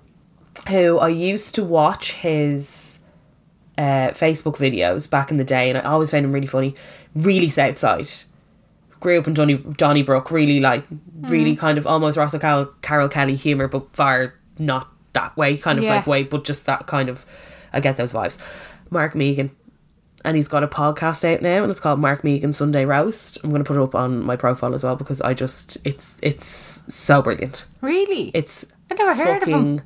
[SPEAKER 2] who I used to watch his uh, Facebook videos back in the day, and I always found him really funny. Really Southside. Grew up in Donny Donnybrook. Really like really kind of almost Russell Carol, Carol Kelly humor, but far not that way. Kind of
[SPEAKER 1] Yeah.
[SPEAKER 2] like way, but just that kind of. I get those vibes. Mark Megan and he's got a podcast out now and it's called Mark Megan Sunday Roast. I'm going to put it up on my profile as well because I just it's it's so brilliant.
[SPEAKER 1] really.
[SPEAKER 2] It's
[SPEAKER 1] I've never heard of him.
[SPEAKER 2] fucking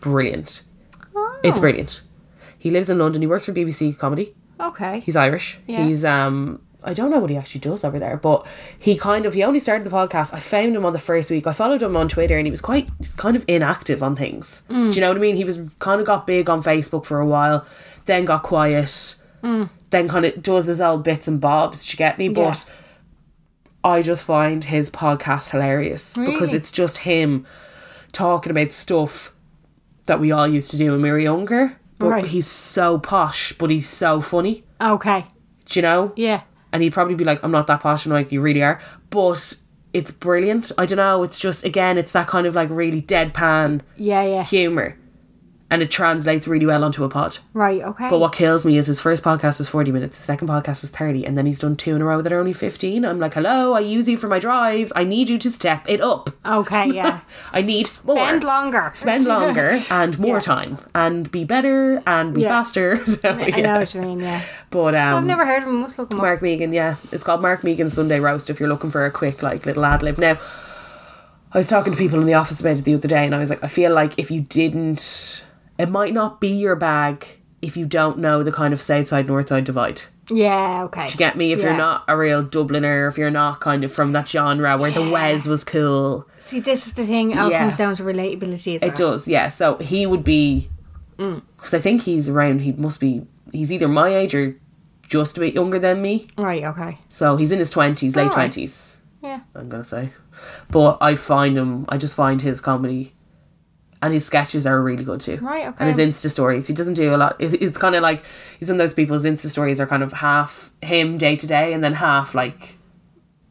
[SPEAKER 2] brilliant.
[SPEAKER 1] Oh,
[SPEAKER 2] It's brilliant. He lives in London. He works for BBC Comedy.
[SPEAKER 1] okay.
[SPEAKER 2] He's Irish.
[SPEAKER 1] Yeah.
[SPEAKER 2] He's um I don't know what he actually does over there, but he kind of he only started the podcast. I found him on the first week. I followed him on Twitter and he was quite he's kind of inactive on things.
[SPEAKER 1] Mm.
[SPEAKER 2] Do you know what I mean? He was kind of got big on Facebook for a while, then got quiet,
[SPEAKER 1] Mm.
[SPEAKER 2] then kind of does his old bits and bobs, do you get me? But I just find his podcast hilarious because it's just him talking about stuff that we all used to do when we were younger. But
[SPEAKER 1] Right.
[SPEAKER 2] he's so posh, but he's so funny.
[SPEAKER 1] okay.
[SPEAKER 2] Do you know?
[SPEAKER 1] Yeah.
[SPEAKER 2] And he'd probably be like, I'm not that passionate, like you really are. But it's brilliant. I don't know. It's just, again, it's that kind of like really deadpan
[SPEAKER 1] Yeah. Yeah.
[SPEAKER 2] humour. And it translates really well onto a pod.
[SPEAKER 1] Right. Okay.
[SPEAKER 2] But what kills me is his first podcast was 40 minutes, his second podcast was 30, and then he's done two in a row that are only 15. I'm like, hello, I use you for my drives. I need you to step it up.
[SPEAKER 1] Okay. Yeah.
[SPEAKER 2] I need more.
[SPEAKER 1] Spend longer.
[SPEAKER 2] Spend longer and more time and be better and be
[SPEAKER 1] Yeah.
[SPEAKER 2] faster. So,
[SPEAKER 1] I know
[SPEAKER 2] yeah.
[SPEAKER 1] what you mean. Yeah.
[SPEAKER 2] But um,
[SPEAKER 1] I've never heard of him. Must look him up.
[SPEAKER 2] Mark Megan, yeah. It's called Mark Megan Sunday Roast if you're looking for a quick, like, little ad lib. Now, I was talking to people in the office about it the other day, and I was like, I feel like if you didn't, it might not be your bag if you don't know the kind of south side, north side divide.
[SPEAKER 1] Yeah. Okay.
[SPEAKER 2] Do you get me? If
[SPEAKER 1] Yeah.
[SPEAKER 2] you're not a real Dubliner, if you're not kind of from that genre where the Wes was cool,
[SPEAKER 1] See, this is the thing. It all
[SPEAKER 2] Yeah.
[SPEAKER 1] comes down to relatability. Is
[SPEAKER 2] it does, yeah. So he would be, because I think he's around, he must be, he's either my age or just a bit younger than me.
[SPEAKER 1] Right. Okay.
[SPEAKER 2] So he's in his 20s, late 20s.
[SPEAKER 1] Yeah.
[SPEAKER 2] I'm gonna say. But I find him. I just find his comedy, and his sketches are really good too.
[SPEAKER 1] Right, okay.
[SPEAKER 2] And his Insta stories. He doesn't do a lot. It's, it's kind of like he's one of those people's Insta stories are kind of half him day to day, and then half like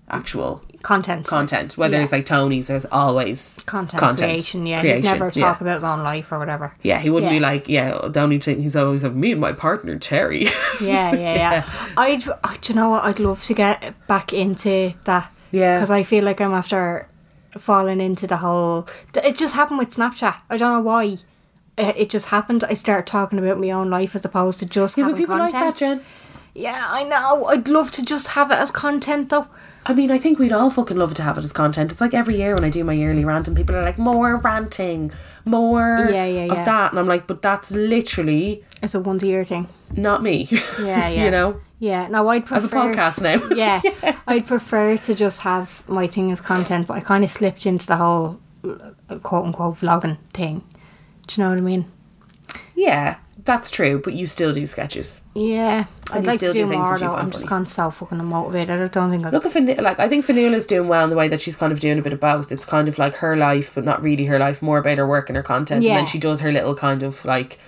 [SPEAKER 2] actual
[SPEAKER 1] Content.
[SPEAKER 2] content. Whether it's like Tony's, there's always
[SPEAKER 1] content, creation. Yeah, he'd never
[SPEAKER 2] yeah.
[SPEAKER 1] talk about his own life or whatever.
[SPEAKER 2] Yeah, he wouldn't be
[SPEAKER 1] Yeah.
[SPEAKER 2] like, yeah, the only thing he's always like, me and my partner Terry.
[SPEAKER 1] Yeah, yeah, yeah. I'd, I, do you know what? I'd love to get back into that.
[SPEAKER 2] Yeah.
[SPEAKER 1] because I feel like I'm after falling into the whole. th- It just happened with Snapchat. I don't know why. It it just happened. I started talking about my own life as opposed to just
[SPEAKER 2] yeah, but
[SPEAKER 1] having
[SPEAKER 2] people
[SPEAKER 1] content.
[SPEAKER 2] like that, Jen.
[SPEAKER 1] Yeah, I know. I'd love to just have it as content though.
[SPEAKER 2] I mean, I think we'd all fucking love to have it as content. It's like every year when I do my yearly rant and people are like, more ranting, more
[SPEAKER 1] Yeah, yeah, yeah.
[SPEAKER 2] of that. And I'm like, but that's literally
[SPEAKER 1] It's a once a year thing.
[SPEAKER 2] not me.
[SPEAKER 1] Yeah, yeah.
[SPEAKER 2] you know?
[SPEAKER 1] Yeah, no, I'd
[SPEAKER 2] have a
[SPEAKER 1] prefer
[SPEAKER 2] podcast now.
[SPEAKER 1] yeah, I'd prefer to just have my thing as content, but I kind of slipped into the whole uh, quote unquote vlogging thing. Do you know what I mean?
[SPEAKER 2] Yeah, that's true, but you still do sketches.
[SPEAKER 1] Yeah,
[SPEAKER 2] And
[SPEAKER 1] I'd
[SPEAKER 2] you
[SPEAKER 1] like
[SPEAKER 2] still
[SPEAKER 1] to do
[SPEAKER 2] do things
[SPEAKER 1] more
[SPEAKER 2] that you
[SPEAKER 1] though.
[SPEAKER 2] find
[SPEAKER 1] I'm just
[SPEAKER 2] funny.
[SPEAKER 1] gone so fucking unmotivated. I don't think I.
[SPEAKER 2] Look at Finu- like I think Fanula's doing well in the way that she's kind of doing a bit of both. It's kind of like her life, but not really her life, more about her work and her content. And
[SPEAKER 1] Yeah.
[SPEAKER 2] then she does her little kind of like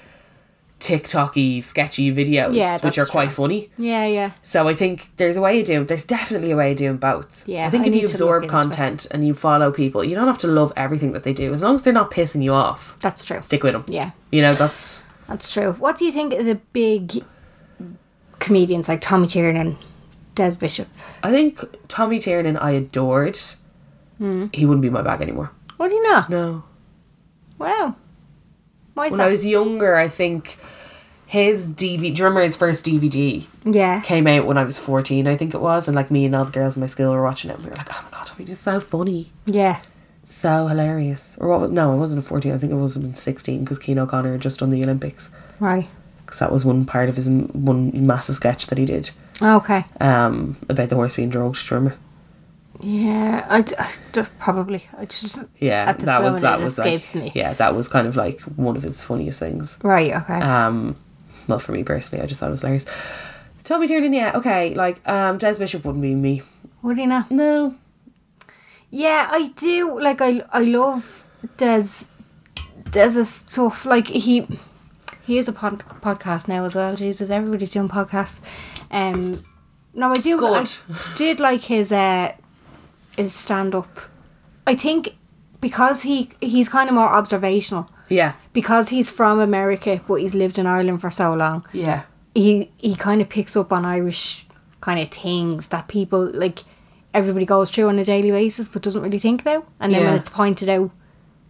[SPEAKER 2] TikToky, sketchy videos,
[SPEAKER 1] Yeah,
[SPEAKER 2] which
[SPEAKER 1] that's
[SPEAKER 2] are quite
[SPEAKER 1] true.
[SPEAKER 2] funny.
[SPEAKER 1] yeah, yeah,
[SPEAKER 2] So I think there's a way of doing. There's definitely a way of doing both.
[SPEAKER 1] Yeah,
[SPEAKER 2] I think
[SPEAKER 1] I
[SPEAKER 2] if
[SPEAKER 1] need
[SPEAKER 2] you
[SPEAKER 1] to
[SPEAKER 2] absorb
[SPEAKER 1] look into it.
[SPEAKER 2] content and you follow people, you don't have to love everything that they do as long as they're not pissing you off.
[SPEAKER 1] that's true.
[SPEAKER 2] Stick with them.
[SPEAKER 1] Yeah.
[SPEAKER 2] you know that's
[SPEAKER 1] That's true. What do you think of the big comedians like Tommy Tiernan, Des Bishop?
[SPEAKER 2] I think Tommy Tiernan I adored.
[SPEAKER 1] Hmm.
[SPEAKER 2] He wouldn't be my bag anymore.
[SPEAKER 1] What do you know?
[SPEAKER 2] No.
[SPEAKER 1] Wow. Why is
[SPEAKER 2] When
[SPEAKER 1] that?
[SPEAKER 2] I was younger, I think his DVD, do you remember his first DVD
[SPEAKER 1] yeah.
[SPEAKER 2] came out when I was 14, I think it was. And like me and all the girls in my school were watching it and we were like, oh my God, Tommy, this is so funny.
[SPEAKER 1] Yeah.
[SPEAKER 2] So hilarious. Or what was, no, it wasn't a 14, I think it was in 16 because Keen O'Connor had just done the Olympics.
[SPEAKER 1] Right.
[SPEAKER 2] Because that was one part of his m- one massive sketch that he did
[SPEAKER 1] Okay.
[SPEAKER 2] um, about the horse being drugged, do you remember?
[SPEAKER 1] Yeah. I, d- I d- probably. I just.
[SPEAKER 2] Yeah,
[SPEAKER 1] At this
[SPEAKER 2] that was
[SPEAKER 1] moment
[SPEAKER 2] that
[SPEAKER 1] it
[SPEAKER 2] was
[SPEAKER 1] escapes
[SPEAKER 2] like
[SPEAKER 1] me.
[SPEAKER 2] yeah, that was kind of like one of his funniest things.
[SPEAKER 1] Right. Okay.
[SPEAKER 2] Um, well, for me personally, I just thought it was hilarious. Tommy Tiernan, yeah, okay. Like, um, Des Bishop wouldn't be me.
[SPEAKER 1] what do you know?
[SPEAKER 2] No.
[SPEAKER 1] Yeah, I do. Like I, I love Des. Des's stuff. Like he, he is a pod, podcast now as well. Jesus, everybody's doing podcasts. Um, no, I do. I
[SPEAKER 2] Good.
[SPEAKER 1] did like his uh, his stand up. I think because he he's kind of more observational.
[SPEAKER 2] Yeah.
[SPEAKER 1] Because he's from America, but he's lived in Ireland for so long
[SPEAKER 2] Yeah.
[SPEAKER 1] he he kind of picks up on Irish kind of things that people like everybody goes through on a daily basis but doesn't really think about and then when
[SPEAKER 2] Yeah.
[SPEAKER 1] it's pointed out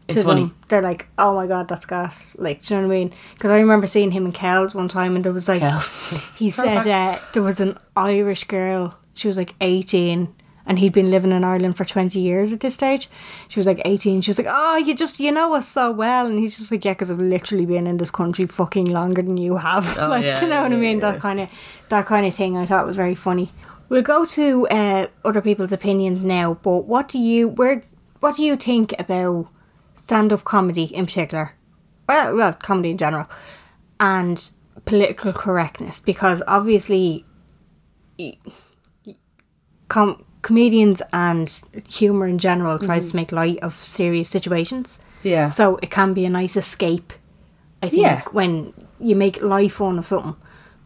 [SPEAKER 1] to
[SPEAKER 2] It's
[SPEAKER 1] them
[SPEAKER 2] funny.
[SPEAKER 1] they're like oh my god that's gas like do you know what I mean because I remember seeing him in Kells one time and there was like
[SPEAKER 2] Kells.
[SPEAKER 1] he said uh, there was an Irish girl she was like 18 and he'd been living in Ireland for 20 years at this stage she was like 18 she was like oh you just you know us so well and he's just like yeah because I've literally been in this country fucking longer than you have like
[SPEAKER 2] Oh, yeah,
[SPEAKER 1] do you know what I
[SPEAKER 2] yeah,
[SPEAKER 1] mean that kind of that kind of thing I thought was very funny we'll go to uh, other people's opinions now but what do you where what do you think about stand-up comedy in particular well, well comedy in general and political correctness because obviously e- com- comedians and humor in general tries to make light of serious situations
[SPEAKER 2] Mm-hmm. Yeah.
[SPEAKER 1] so it can be a nice escape i think
[SPEAKER 2] Yeah.
[SPEAKER 1] when you make light fun of something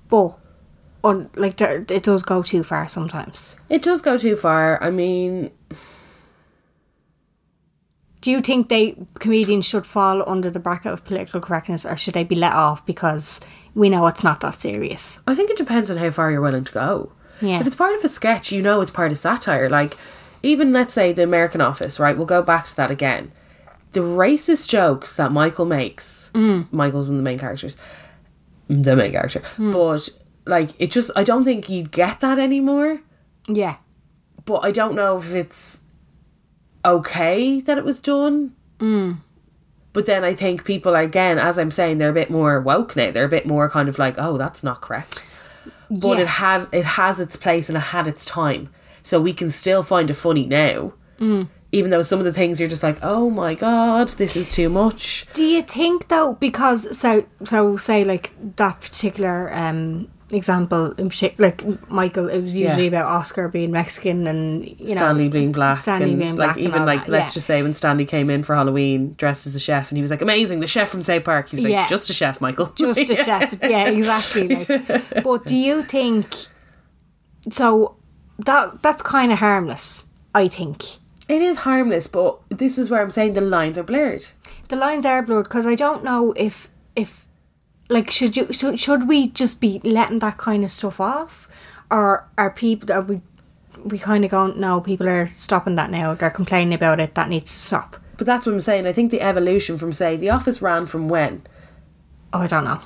[SPEAKER 1] but on like there, it does go too far sometimes
[SPEAKER 2] it does go too far. I mean,
[SPEAKER 1] do you think they comedians should fall under the bracket of political correctness or should they be let off because we know it's not that serious
[SPEAKER 2] I think it depends on how far you're willing to go.
[SPEAKER 1] Yeah.
[SPEAKER 2] If it's part of a sketch, you know it's part of satire. Like, even let's say the American Office, right? We'll go back to that again. The racist jokes that Michael makes, Michael's one of the main characters, the main character, but like, it just, I don't think you get that anymore.
[SPEAKER 1] yeah
[SPEAKER 2] but I don't know if it's okay that it was done. Mm. But then I think people are, again, as I'm saying, they're a bit more woke now. They're a bit more kind of like, oh, that's not correct. But
[SPEAKER 1] Yeah.
[SPEAKER 2] it has it has its place and it had its time, so we can still find it funny now.
[SPEAKER 1] Mm.
[SPEAKER 2] Even though some of the things you're just like, oh my god, this is too much.
[SPEAKER 1] Do you think though, because so so say like that particular um example in particular, like Michael, it was usually
[SPEAKER 2] Yeah.
[SPEAKER 1] about Oscar being Mexican and you know
[SPEAKER 2] Stanley being black,
[SPEAKER 1] Stanley
[SPEAKER 2] and
[SPEAKER 1] being
[SPEAKER 2] like
[SPEAKER 1] black, and
[SPEAKER 2] even
[SPEAKER 1] all
[SPEAKER 2] like
[SPEAKER 1] that,
[SPEAKER 2] let's
[SPEAKER 1] yeah.
[SPEAKER 2] just say when Stanley came in for Halloween dressed as a chef, and he was like, amazing, the chef from South Park. He was like,
[SPEAKER 1] Yeah.
[SPEAKER 2] just a chef, Michael,
[SPEAKER 1] just a chef. Yeah, exactly. Like. But do you think so? That that's kind of harmless. I think
[SPEAKER 2] It is harmless, but this is where I'm saying the lines are blurred.
[SPEAKER 1] the lines are blurred because I don't know if if like should you should, should we just be letting that kind of stuff off or are people are we we kind of going no people are stopping that now they're complaining about it that needs to stop
[SPEAKER 2] But that's what I'm saying. I think the evolution from say The Office ran from when
[SPEAKER 1] oh I don't know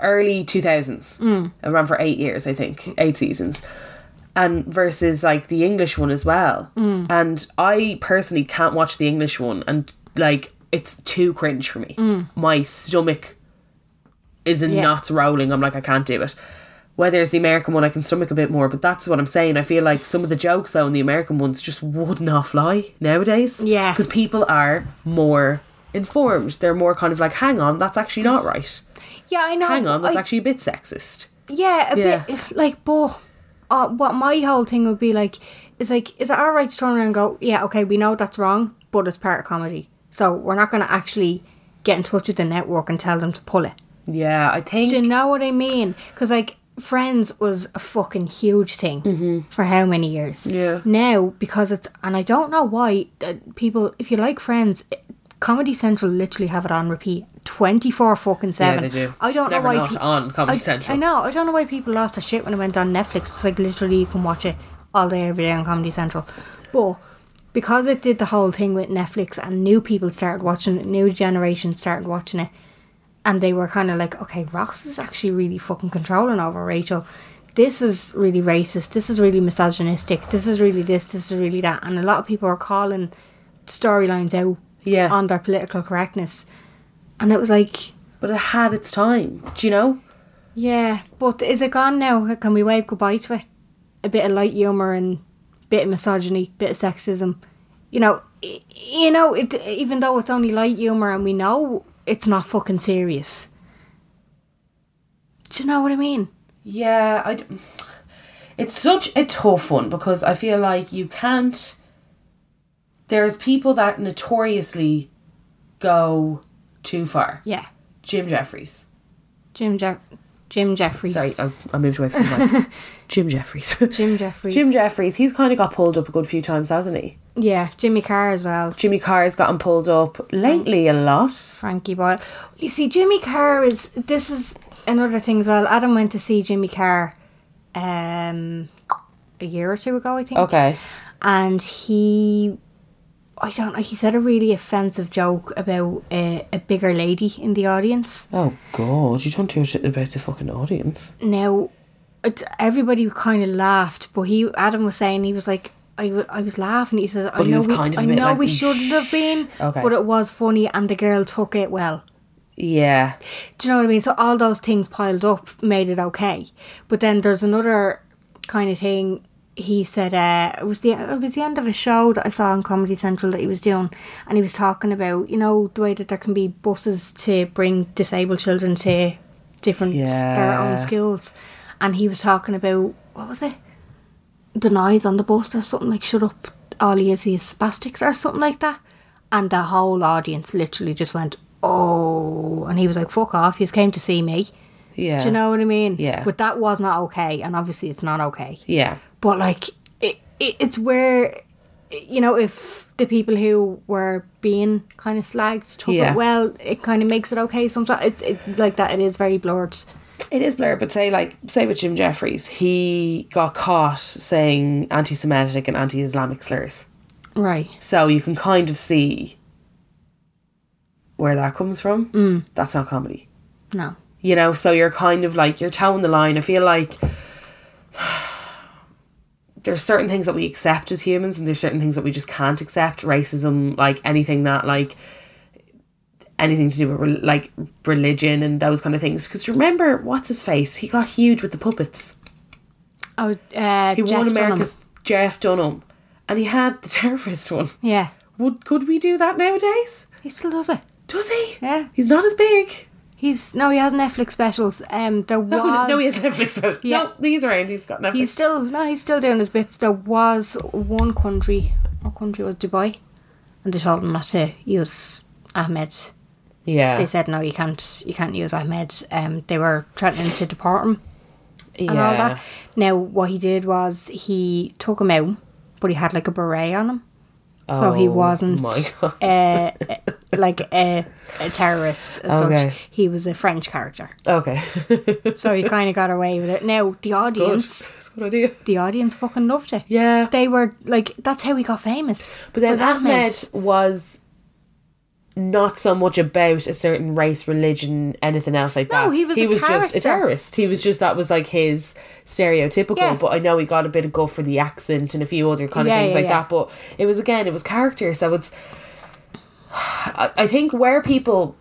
[SPEAKER 2] early 2000s. Mm. It ran for eight years, I think, eight seasons, and versus like the English one as well.
[SPEAKER 1] Mm.
[SPEAKER 2] And I personally can't watch the English one, and like it's too cringe for me. My stomach is in
[SPEAKER 1] Mm. Yeah.
[SPEAKER 2] knots rolling. I'm like, I can't do it. Whether it's the American one, I can stomach a bit more, but that's what I'm saying. I feel like some of the jokes though in the American ones just would not fly nowadays.
[SPEAKER 1] Yeah.
[SPEAKER 2] because people are more informed. They're more kind of like, hang on, that's actually not right.
[SPEAKER 1] Yeah, I know.
[SPEAKER 2] Hang on, that's
[SPEAKER 1] I-
[SPEAKER 2] actually a bit sexist.
[SPEAKER 1] Yeah, a
[SPEAKER 2] Yeah.
[SPEAKER 1] bit like, but uh, what my whole thing would be like is like, is it all right to turn around and go, yeah, okay, we know that's wrong, but it's part of comedy, so we're not going to actually get in touch with the network and tell them to pull it.
[SPEAKER 2] Yeah, I think.
[SPEAKER 1] Do you know what I mean? Because like Friends was a fucking huge thing for how many years?
[SPEAKER 2] Mm-hmm. Yeah.
[SPEAKER 1] Now because it's and I don't know why uh, people if you like Friends. It, Comedy Central literally have it on repeat twenty four fucking seven.
[SPEAKER 2] they do.
[SPEAKER 1] I don't
[SPEAKER 2] It's
[SPEAKER 1] know
[SPEAKER 2] never
[SPEAKER 1] why
[SPEAKER 2] not on Comedy
[SPEAKER 1] I-
[SPEAKER 2] Central.
[SPEAKER 1] I know. I don't know why people lost their shit when it went on Netflix. It's like literally you can watch it all day every day on Comedy Central, but because it did the whole thing with Netflix and new people started watching it, new generations started watching it, and they were kind of like, okay, Ross is actually really fucking controlling over Rachel. This is really racist. This is really misogynistic. This is really this. This is really that. And a lot of people are calling storylines out
[SPEAKER 2] Yeah.
[SPEAKER 1] on their political correctness. And it was like,
[SPEAKER 2] But it had its time. Do you know?
[SPEAKER 1] yeah, but is it gone now? Can we wave goodbye to it? A bit of light humour and bit of misogyny, bit of sexism. You know, i- you know. It, even though it's only light humour, and we know it's not fucking serious. Do you know what I mean?
[SPEAKER 2] Yeah, I. D- it's such a tough one because I feel like you can't. There's people that notoriously go too far.
[SPEAKER 1] Yeah,
[SPEAKER 2] Jim Jeffries.
[SPEAKER 1] Jim Jeff, Jim Jeffries.
[SPEAKER 2] Sorry, I, I moved away from that. Jim Jeffries.
[SPEAKER 1] Jim Jeffries.
[SPEAKER 2] Jim Jeffries. He's kind of got pulled up a good few times, hasn't he?
[SPEAKER 1] yeah, Jimmy Carr as well.
[SPEAKER 2] Jimmy Carr's gotten pulled up lately a lot.
[SPEAKER 1] Frankie Boyle. You see, Jimmy Carr is. This is another thing as well. Adam went to see Jimmy Carr, um, a year or two ago, I think.
[SPEAKER 2] Okay.
[SPEAKER 1] And he, I don't know. He said a really offensive joke about a, a bigger lady in the audience.
[SPEAKER 2] Oh God, you don't do shit about the fucking audience.
[SPEAKER 1] Now, it- everybody kind of laughed, but he Adam was saying he was like. I, w- I was laughing. He says, "I
[SPEAKER 2] But he
[SPEAKER 1] know,
[SPEAKER 2] was
[SPEAKER 1] we,
[SPEAKER 2] kind of a
[SPEAKER 1] I
[SPEAKER 2] bit
[SPEAKER 1] know
[SPEAKER 2] like,
[SPEAKER 1] we
[SPEAKER 2] "Mm,
[SPEAKER 1] shouldn't have been,
[SPEAKER 2] Okay.
[SPEAKER 1] but it was funny, and the girl took it well."
[SPEAKER 2] Yeah.
[SPEAKER 1] Do you know what I mean? So all those things piled up made it okay. But then there's another kind of thing. He said uh, it was the it was the end of a show that I saw on Comedy Central that he was doing, and he was talking about you know the way that there can be buses to bring disabled children to different their
[SPEAKER 2] Yeah.
[SPEAKER 1] own skills, and he was talking about what was it the noise on the bus or something like shut up all he is he is spastics or something like that and the whole audience literally just went oh and he was like fuck off you just came to see me
[SPEAKER 2] Yeah.
[SPEAKER 1] do you know what i mean
[SPEAKER 2] Yeah.
[SPEAKER 1] but that was not okay and obviously it's not okay
[SPEAKER 2] Yeah.
[SPEAKER 1] but like it, it, it's where you know if the people who were being kind of slags took
[SPEAKER 2] Yeah.
[SPEAKER 1] it well it kind of makes it okay sometimes it's it, like that it is very blurred
[SPEAKER 2] It is blurred, but say like say with Jim Jeffries, he got caught saying anti-Semitic and anti-Islamic slurs.
[SPEAKER 1] right
[SPEAKER 2] So you can kind of see where that comes from. Mm. That's not comedy,
[SPEAKER 1] no
[SPEAKER 2] you know. So you're kind of like you're toeing the line. I feel like there's certain things that we accept as humans, and there's certain things that we just can't accept. Racism, like anything that like anything to do with re- like religion and those kind of things. Because remember, what's his face? He got huge with the puppets.
[SPEAKER 1] oh uh
[SPEAKER 2] He
[SPEAKER 1] Jeff
[SPEAKER 2] won
[SPEAKER 1] Dunham.
[SPEAKER 2] America's Jeff Dunham, and he had the terrorist one.
[SPEAKER 1] yeah
[SPEAKER 2] Would could we do that nowadays?
[SPEAKER 1] he still does it
[SPEAKER 2] Does he?
[SPEAKER 1] Yeah.
[SPEAKER 2] He's not as big.
[SPEAKER 1] He's no, he has Netflix specials. Um, there was
[SPEAKER 2] No, no, he has Netflix. But
[SPEAKER 1] Yeah.
[SPEAKER 2] No, he's around. He's got Netflix.
[SPEAKER 1] He's still no, he's still doing his bits. There was one country, what country was Dubai, and they told him not to use Ahmed.
[SPEAKER 2] yeah.
[SPEAKER 1] They said no, you can't, you can't use Ahmed. Um, they were threatening to deport him
[SPEAKER 2] yeah.
[SPEAKER 1] and all that. Now what he did was he took him out, but he had like a beret on him, so he
[SPEAKER 2] Oh
[SPEAKER 1] wasn't
[SPEAKER 2] my God.
[SPEAKER 1] uh, like a, a terrorist as
[SPEAKER 2] Okay.
[SPEAKER 1] such. He was a French character.
[SPEAKER 2] Okay.
[SPEAKER 1] So he kind of got away with it. Now the
[SPEAKER 2] Good.
[SPEAKER 1] audience,
[SPEAKER 2] That's a good idea.
[SPEAKER 1] the audience fucking loved it.
[SPEAKER 2] Yeah.
[SPEAKER 1] they were like, that's how he got famous.
[SPEAKER 2] But then
[SPEAKER 1] was
[SPEAKER 2] Ahmed was not so much about a certain race, religion, anything else like that.
[SPEAKER 1] No, he was a
[SPEAKER 2] just a
[SPEAKER 1] character.
[SPEAKER 2] terrorist. He was just that was like his stereotypical.
[SPEAKER 1] Yeah.
[SPEAKER 2] But I know he got a bit of go for the accent and a few other kind of
[SPEAKER 1] Yeah,
[SPEAKER 2] things
[SPEAKER 1] yeah,
[SPEAKER 2] like
[SPEAKER 1] yeah.
[SPEAKER 2] that. But it was again, it was character. So it's. I I think where people,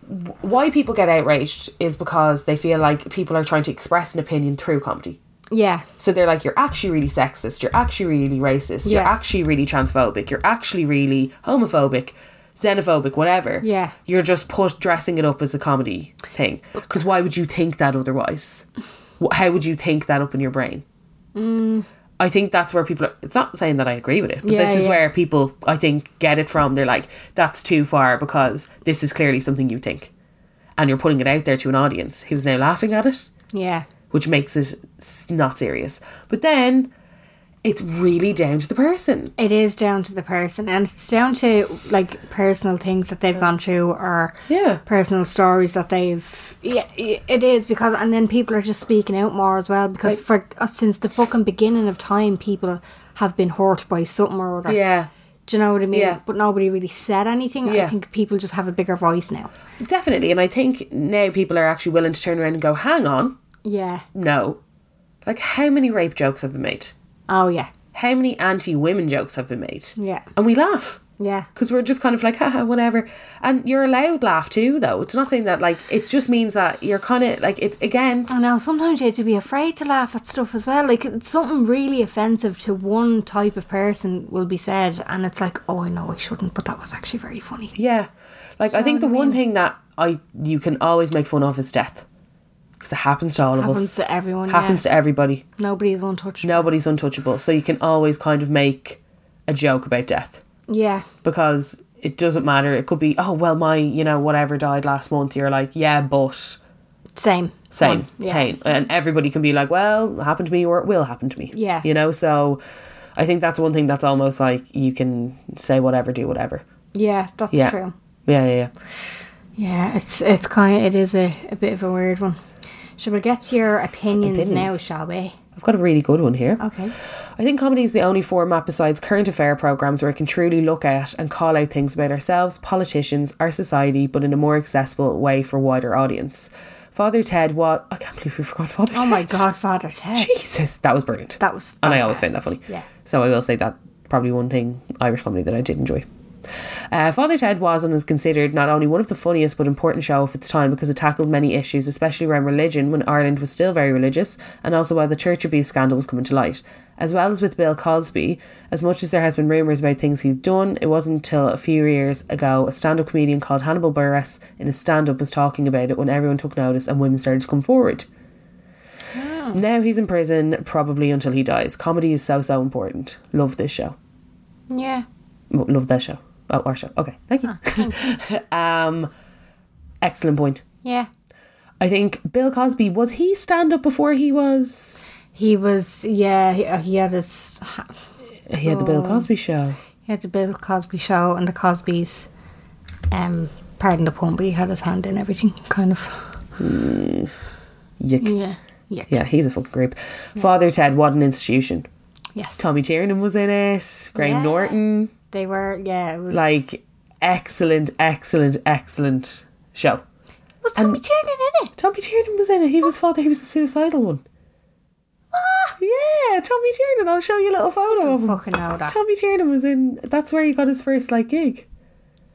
[SPEAKER 2] why people get outraged is because they feel like people are trying to express an opinion through comedy.
[SPEAKER 1] Yeah,
[SPEAKER 2] So they're like, you're actually really sexist, you're actually really racist, you're
[SPEAKER 1] Yeah.
[SPEAKER 2] actually really transphobic, you're actually really homophobic. xenophobic, whatever.
[SPEAKER 1] Yeah.
[SPEAKER 2] You're just put dressing it up as a comedy thing. Because why would you think that otherwise? Wh- How would you think that up in your brain? I think that's where people. Are, it's not saying that I agree with it, but
[SPEAKER 1] Mm. Yeah,
[SPEAKER 2] this is
[SPEAKER 1] yeah.
[SPEAKER 2] where people, I think, get it from. They're like, "That's too far," because this is clearly something you think, and you're putting it out there to an audience who's now laughing at it
[SPEAKER 1] Yeah.
[SPEAKER 2] which makes it s- not serious. But then it's really down to the person.
[SPEAKER 1] It is down to the person, and it's down to like personal things that they've gone through, or
[SPEAKER 2] Yeah.
[SPEAKER 1] personal stories that they've. Yeah, i- it is because, and then people are just speaking out more as well because for uh, since the fucking beginning of time, people have been hurt by something or other.
[SPEAKER 2] Yeah.
[SPEAKER 1] Do you know what I mean?
[SPEAKER 2] Yeah.
[SPEAKER 1] But nobody really said anything.
[SPEAKER 2] Yeah.
[SPEAKER 1] I think people just have a bigger voice now.
[SPEAKER 2] Definitely. And I think now people are actually willing to turn around and go, hang on,
[SPEAKER 1] Yeah.
[SPEAKER 2] no. Like, how many rape jokes have been made?
[SPEAKER 1] Oh yeah.
[SPEAKER 2] How many anti women jokes have been made?
[SPEAKER 1] Yeah.
[SPEAKER 2] And we laugh.
[SPEAKER 1] Yeah.
[SPEAKER 2] Because we're just kind of like, haha, whatever. And you're allowed laugh too, though. It's not saying that, like, it just means that you're kind of like, it's again,
[SPEAKER 1] I know sometimes you have to be afraid to laugh at stuff as well. Like it's something really offensive to one type of person will be said, and it's like, oh, I know I shouldn't, but that was actually very funny.
[SPEAKER 2] Yeah, like I think the one thing that I you can always make fun of is death, because it happens to all of
[SPEAKER 1] Happens
[SPEAKER 2] us.
[SPEAKER 1] to everyone,
[SPEAKER 2] Happens
[SPEAKER 1] Oh, yeah.
[SPEAKER 2] to everybody.
[SPEAKER 1] Nobody is untouched.
[SPEAKER 2] Nobody's untouchable, so you can always kind of make a joke about death
[SPEAKER 1] Yeah.
[SPEAKER 2] because it doesn't matter. It could be oh well, my you know whatever died last month. You're like yeah, but
[SPEAKER 1] Same.
[SPEAKER 2] same
[SPEAKER 1] One. Yeah.
[SPEAKER 2] pain, and everybody can be like well, it happened to me or it will happen to me.
[SPEAKER 1] Yeah.
[SPEAKER 2] you know. So I think that's one thing that's almost like you can say whatever, do whatever.
[SPEAKER 1] Yeah, that's
[SPEAKER 2] Yeah.
[SPEAKER 1] true.
[SPEAKER 2] Yeah, yeah, yeah.
[SPEAKER 1] Yeah, it's it's kind. It is a, a bit of a weird one. Shall we get your opinions, now?
[SPEAKER 2] Opinions.
[SPEAKER 1] Shall we?
[SPEAKER 2] I've got a really good one here.
[SPEAKER 1] Okay.
[SPEAKER 2] I think comedy is the only format besides current affair programs where we can truly look at and call out things about ourselves, politicians, our society, but in a more accessible way for a wider audience. Father Ted was. I can't believe we forgot Father Ted.
[SPEAKER 1] Oh my God, Father Ted.
[SPEAKER 2] Jesus, that was brilliant.
[SPEAKER 1] That was
[SPEAKER 2] And I always find that funny.
[SPEAKER 1] fantastic, yeah.
[SPEAKER 2] So I will say that probably one thing Irish comedy that I did enjoy. Uh, Father Ted was and is considered not only one of the funniest but important show of its time because it tackled many issues, especially around religion when Ireland was still very religious, and also while the church abuse scandal was coming to light. As well as with Bill Cosby, as much as there has been rumours about things he's done, it wasn't until a few years ago a stand-up comedian called Hannibal Buress in his stand-up was talking about it when everyone took notice and women started to come forward. Now he's in prison, probably until he dies. Comedy is so so important. Love this show.
[SPEAKER 1] Yeah.
[SPEAKER 2] M- Love that show. Oh, our show. Okay, thank you. um, excellent point.
[SPEAKER 1] Yeah.
[SPEAKER 2] I think Bill Cosby was he stand up before he was
[SPEAKER 1] He was. Yeah. He, uh, he had his. ha-
[SPEAKER 2] he had the Bill Cosby show.
[SPEAKER 1] He had the Bill Cosby show and the Cosbys. Um, pardon the pun, but he had his hand in everything, kind of.
[SPEAKER 2] Yuck.
[SPEAKER 1] Yeah. Yeah.
[SPEAKER 2] Yeah, he's a fucking creep. Father Ted, what an institution.
[SPEAKER 1] Yes.
[SPEAKER 2] Tommy Tiernan was in it. Graham
[SPEAKER 1] Yeah.
[SPEAKER 2] Norton,
[SPEAKER 1] They were. Yeah. It was,
[SPEAKER 2] like excellent, excellent, excellent show.
[SPEAKER 1] was Tommy Tiernan in it?
[SPEAKER 2] Tommy Tiernan was in it. He
[SPEAKER 1] Oh.
[SPEAKER 2] was father. He was the suicidal one.
[SPEAKER 1] Ah!
[SPEAKER 2] Yeah, Tommy Tiernan. I'll show you a little photo of him.
[SPEAKER 1] Fucking know that.
[SPEAKER 2] Tommy Tiernan was in. That's where he got his first like gig.